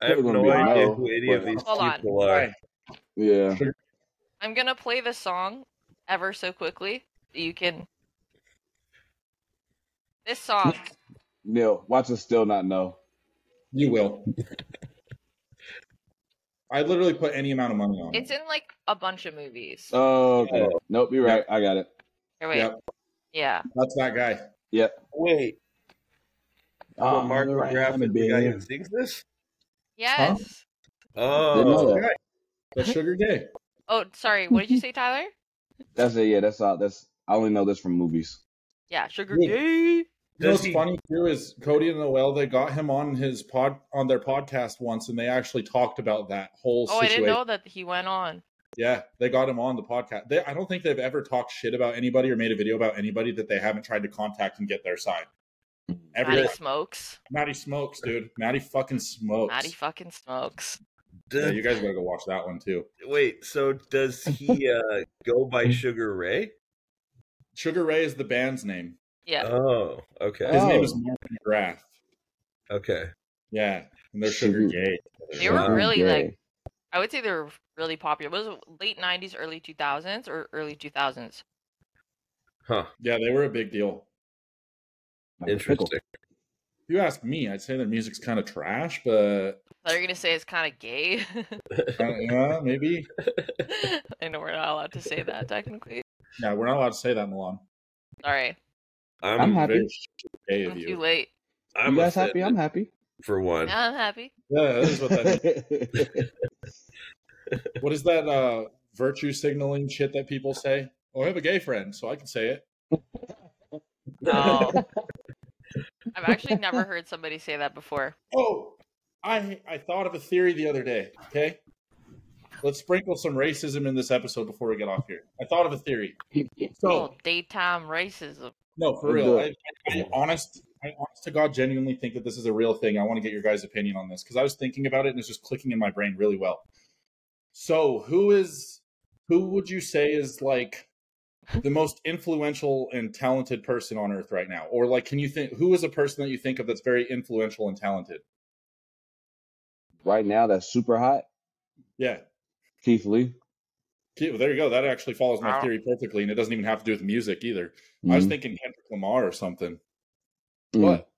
They're gonna
no
be a
idea
no,
who any of
but-
these
Hold on.
people are.
Yeah.
I'm gonna play the song ever so quickly. that You can. This song.
No, watch us still not know.
You will. I literally put any amount of money on
It's
it.
in like a bunch of movies.
Oh, okay. Nope, you're right. I got it.
Here, wait.
Yep.
Yeah.
That's that guy.
Wait,
Oh,
Um,
but Mark
you're right.
McGrath
I'm a
is the guy who
billionaire.
sings this?
Yes.
Didn't know
Oh,
that.
That's Sugar Gay.
Oh, sorry. What did you say, Tyler?
That's it. Yeah, that's all. That's I only know this from movies.
Yeah, Sugar
Yeah.
Gay.
You know
Does
what's
he-
funny too is Cody and Noel. They got him on his pod on their podcast once, and they actually talked about that whole
Oh, I
situation.
didn't know that he went on.
Yeah, they got him on the podcast. They, I don't think they've ever talked shit about anybody or made a video about anybody that they haven't tried to contact and get their side. Every
Maddie
Maddie,
smokes.
smokes, dude. Maddie fucking smokes.
Maddie fucking smokes.
yeah,
Does-
you guys gotta go watch that one too.
Wait, so does he uh, go by Sugar Ray?
Sugar Ray is the band's name.
Yeah.
Uh-huh.
Oh, okay,
His name
Oh.
is Mark McGrath.
okay.
Yeah, and they're Sugar
Shoot.
Gay.
They were
Wow.
really
Yeah.
like I would say they were really popular. Was it late nineties, early two thousands or early two thousands?
Huh.
Yeah, they were a big deal.
Like a pickle.
Interesting.
If you ask me, I'd say their music's kind of trash, but
They're gonna say it's kinda gay.
uh, yeah, maybe.
I know we're not allowed to say that technically.
Yeah, we're not allowed to say that, Milan.
Sorry.
I'm
I'm
I'm,
happy.
Very gay of
I'm too
you.
late.
you guys happy? I'm happy.
for one.
Now I'm happy.
Yeah, that is what that What is that uh, virtue signaling shit that people say? Oh, I have a gay friend, so I can say it.
Oh. I've actually never heard somebody say that before.
Oh, I I thought of a theory the other day. Okay, let's sprinkle some racism in this episode before we get off here. I thought of a theory. So
Oh, daytime racism.
no, for
Let's
real.
do
I,
it.
I, I honest, I honest to God, genuinely think that this is a real thing. I want to get your guys' opinion on this because I was thinking about it and it's just clicking in my brain really well. So who is who would you say is like the most influential and talented person on earth right now? Or like can you think who is a person that you think of that's very influential and talented?
right now, that's super hot.
Yeah.
Keith Lee.
Okay, well, there you go. That actually follows my
Wow.
theory perfectly, and it doesn't even have to do with music either. I was
Mhm.
thinking Kendrick Lamar or something.
Mm-hmm.
Mm.
But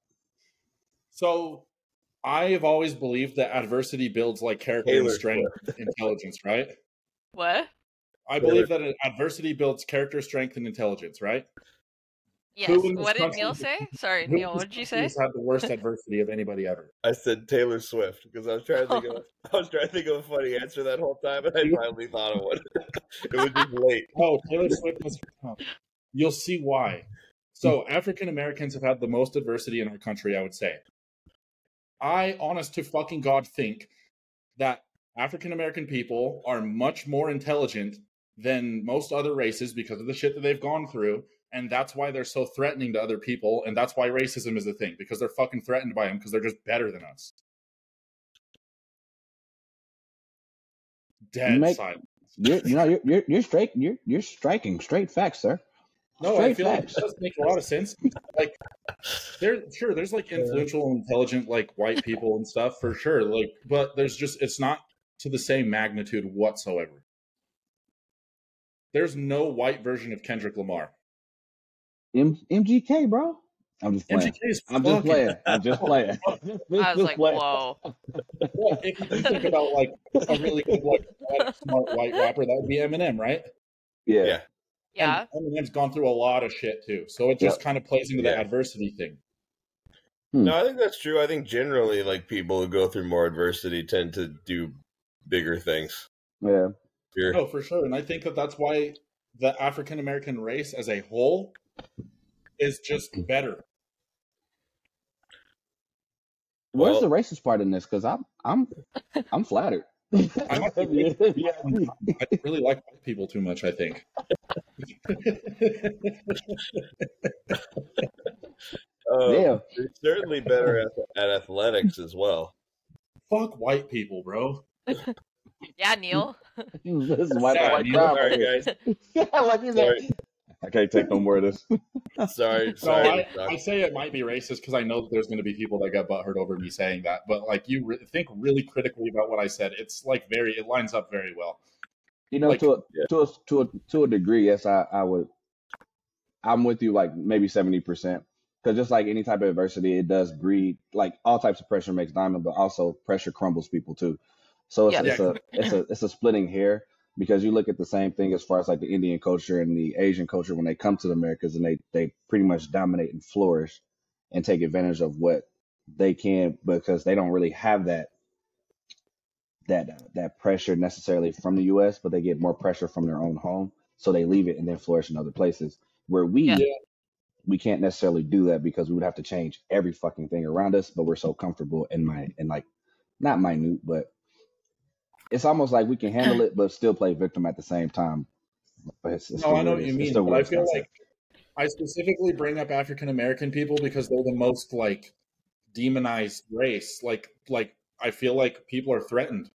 so I have always believed that adversity builds like character and
Taylor
strength, intelligence, right?
What?
I believe that adversity builds character, strength, and intelligence, right?
Yes.
in this
What did
country
Neil
is-
say? Sorry,
Who in
Neil,
this
what did you
country
say?
Has had the worst adversity of anybody ever.
I said Taylor Swift because I was trying to think of
Oh.
I was trying to think of a funny answer that whole time, and I finally thought of one. it was just late.
Oh, Taylor Swift was her top. You'll see why. So African Americans have had the most adversity in our country, I would say. I honest to fucking God think that African American people are much more intelligent than most other races because of the shit that they've gone through. And that's why they're so threatening to other people. And that's why racism is a thing because they're fucking threatened by them because they're just better than us. Dead
Make-
silent.
Mm-hmm.
You're, you know, you're, you're, you're straight. You're, you're striking straight facts, sir.
No, I
Straight
feel like
facts.
that does make a lot of sense. Like, there, sure, there's like influential, intelligent, like white people and stuff for sure. Like, but there's just it's not to the same magnitude whatsoever. There's no white version of Kendrick Lamar.
M- MGK, bro. I'm just playing.
MGK is
I'm just
fucking-
playing. I'm just playing.
I was like, whoa.
Well, if you do think about like a really good, like white, smart white rapper, that would be Eminem, right?
Yeah.
Yeah.
Yeah.
And Eminem's gone through a lot of shit too, so it just kind of plays into the
Yeah.
adversity thing.
Hmm.
No, I think that's true. I think generally, like people who go through more adversity tend to do bigger things.
Yeah.
You're-
No, Oh, for sure. And I think that that's why the African American race as a whole is just better.
Well-
Where's the racist part in this? Because I'm, I'm, I'm flattered.
I'm not the
yeah, yeah.
I don't really like white people too much, I think.
Um,
Yeah.
You're certainly better at, at athletics as well.
Fuck white people, bro.
Yeah, Neil.
this is white,
Yeah,
white
you-
crowd.
Sorry, guys.
like you said.
Sorry,
I can't take no more of this.
sorry,
So
sorry.
I,
Doc.
I say it might be racist because I know that there's going to be people that got butthurt over me saying that. But like, you re- think really critically about what I said. It's like very, it lines up very well.
You know,
Like-
to a, to a, to a, to a degree, yes, I, I would. I'm with you, like maybe seventy percent, because just like any type of adversity, it does breed like all types of pressure makes diamond, but also pressure crumbles people too. So it's,
Yeah.
it's a it's a it's a splitting hair because you look at the same thing as far as like the Indian culture and the Asian culture when they come to the Americas and they they pretty much dominate and flourish and take advantage of what they can because they don't really have that that that pressure necessarily from the U.S., but they get more pressure from their own home, so they leave it and then flourish in other places. Where we
Yeah.
we can't necessarily do that because we would have to change every fucking thing around us. But we're so comfortable in my and like not minute, but it's almost like we can handle it, but still play victim at the same time. But it's, it's
no,
the
I know what
weirdest-
you
it's
mean,
the
but I
weirdest
feel
concept.
like I specifically bring up African American people because they're the most like demonized race. Like, like I feel like people are threatened.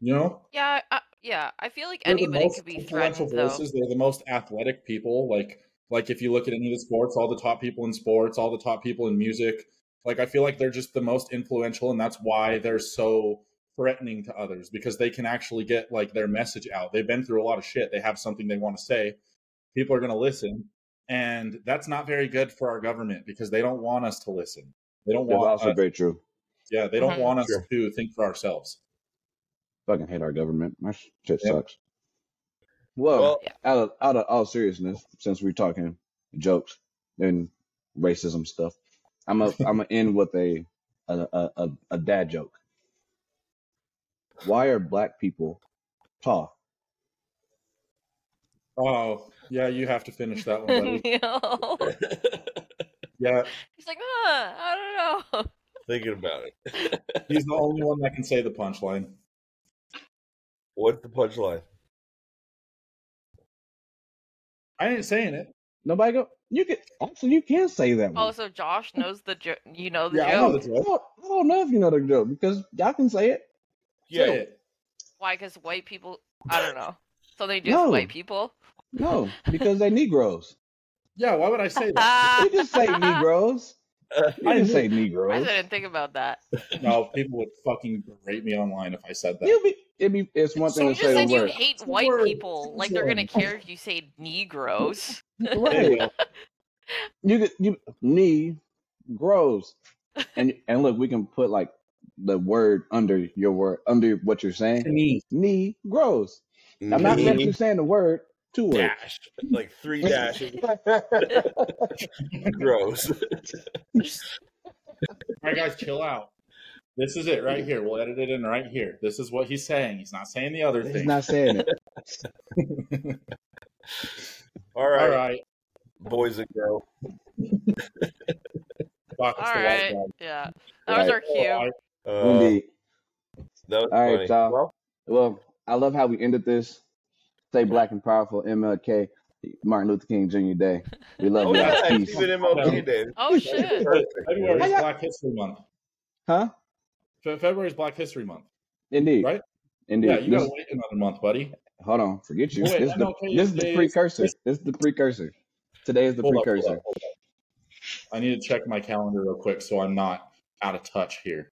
You know,
Yeah, I, yeah. I feel like
They're the
anybody
most
could be
influential
threatened though.
voices. They're the most athletic people. Like, like if you look at any of the sports, all the top people in sports, all the top people in music. Like, I feel like they're just the most influential, and that's why they're so threatening to others because they can actually get like their message out. They've been through a lot of shit. They have something they want to say. People are going to listen, and that's not very good for our government because they don't want us to listen. They don't
That's
want
also
us.
very true.
Yeah, they don't
Mhm.
want us
Sure.
to think for ourselves.
Fucking hate our government. My sh- shit
Yep.
sucks. Well,
Well-
out of out of all seriousness, since we're talking jokes and racism stuff, I'm a I'm gonna end with a a, a a a dad joke. Why are black people tall?
Oh, yeah, you have to finish that one, buddy.
Neil.
Yeah,
He's like, huh, I don't know.
Mm.
Thinking about it.
He's the only one that can say the punchline.
What's the punchline?
I ain't saying it.
Nobody go. You can actually you can say that one.
Also, Josh knows the jo- you know the
Yeah, I
I
know
joke.
the
don't, I
joke.
don't- I don't know if you know the joke because y'all can say it.
Yeah.
Say it.
Why? Because white people. I don't know. Something to do
No.
with white people.
No, because they Negroes.
Yeah, why would I say that?
You can say
I
Negroes. You
I
can
knew-
say Negroes.
didn't think about that.
no, people would fucking berate me online if I said that.
You be it be it's one
It's
thing
so
You
to
just
say the
said you
word.
hate
It's a
white
word.
people. Like they're gonna
It's a
care if you say Negroes.
They
Right.
will.
You could you knee grows. And and look, we can put like the word under your word under what you're saying.
Knee.
Knee grows. I'm not
Knee.
actually saying the word, two words.
Dash. Like three dashes. Gross.
All right, guys, chill out. This is it right here. We'll edit it in right here. This is what he's saying. He's not saying the other
He's
thing.
not saying it.
All right,
All right.
boys and girls.
Fuck, it's
All
the
right.
white
Yeah. That was
Right.
our
guy. All
cue.
right.
Uh,
Indeed.
That was
All right,
funny.
y'all.
Well,
Well, I love how we ended this. Stay black and powerful, MLK, Martin Luther King Jr. Day. We love
oh
y'all.
yeah, it's
Peace.
even MLK Day.
Oh shit.
Perfect.
February
I
is
got-
Black History Month.
Huh?
Fe- February is Black History Month.
Indeed.
Right?
Indeed.
Yeah, you
this,
gotta wait another month, buddy.
hold on, forget you.
Wait,
This is the
MLK
this is the
Day is-
precursor. This is the precursor. Today is the
Hold up, hold up,
precursor.
hold up. I need to check my calendar real quick so I'm not out of touch here.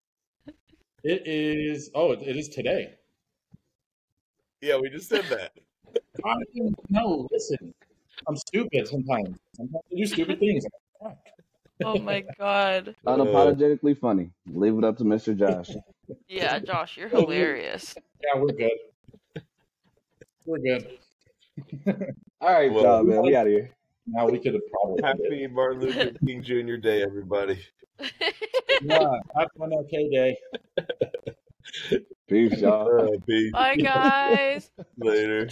It is. Oh, it, it is today.
Yeah, we just said that.
I didn't- no, listen. I'm stupid sometimes. Sometimes I do stupid things.
Oh my god.
Uh,
Unapologetically funny. Leave it up to Mr. Josh.
Yeah, Josh, you're hilarious.
Yeah, we're good. We're good.
All right,
Well-
y'all, man. We out of here.
Now we could have probably. ended.
happy Martin Luther King Jr. Day, everybody.
Yeah, that's one okay day.
Peace, y'all.
Uh, peace.
Bye guys.
Later.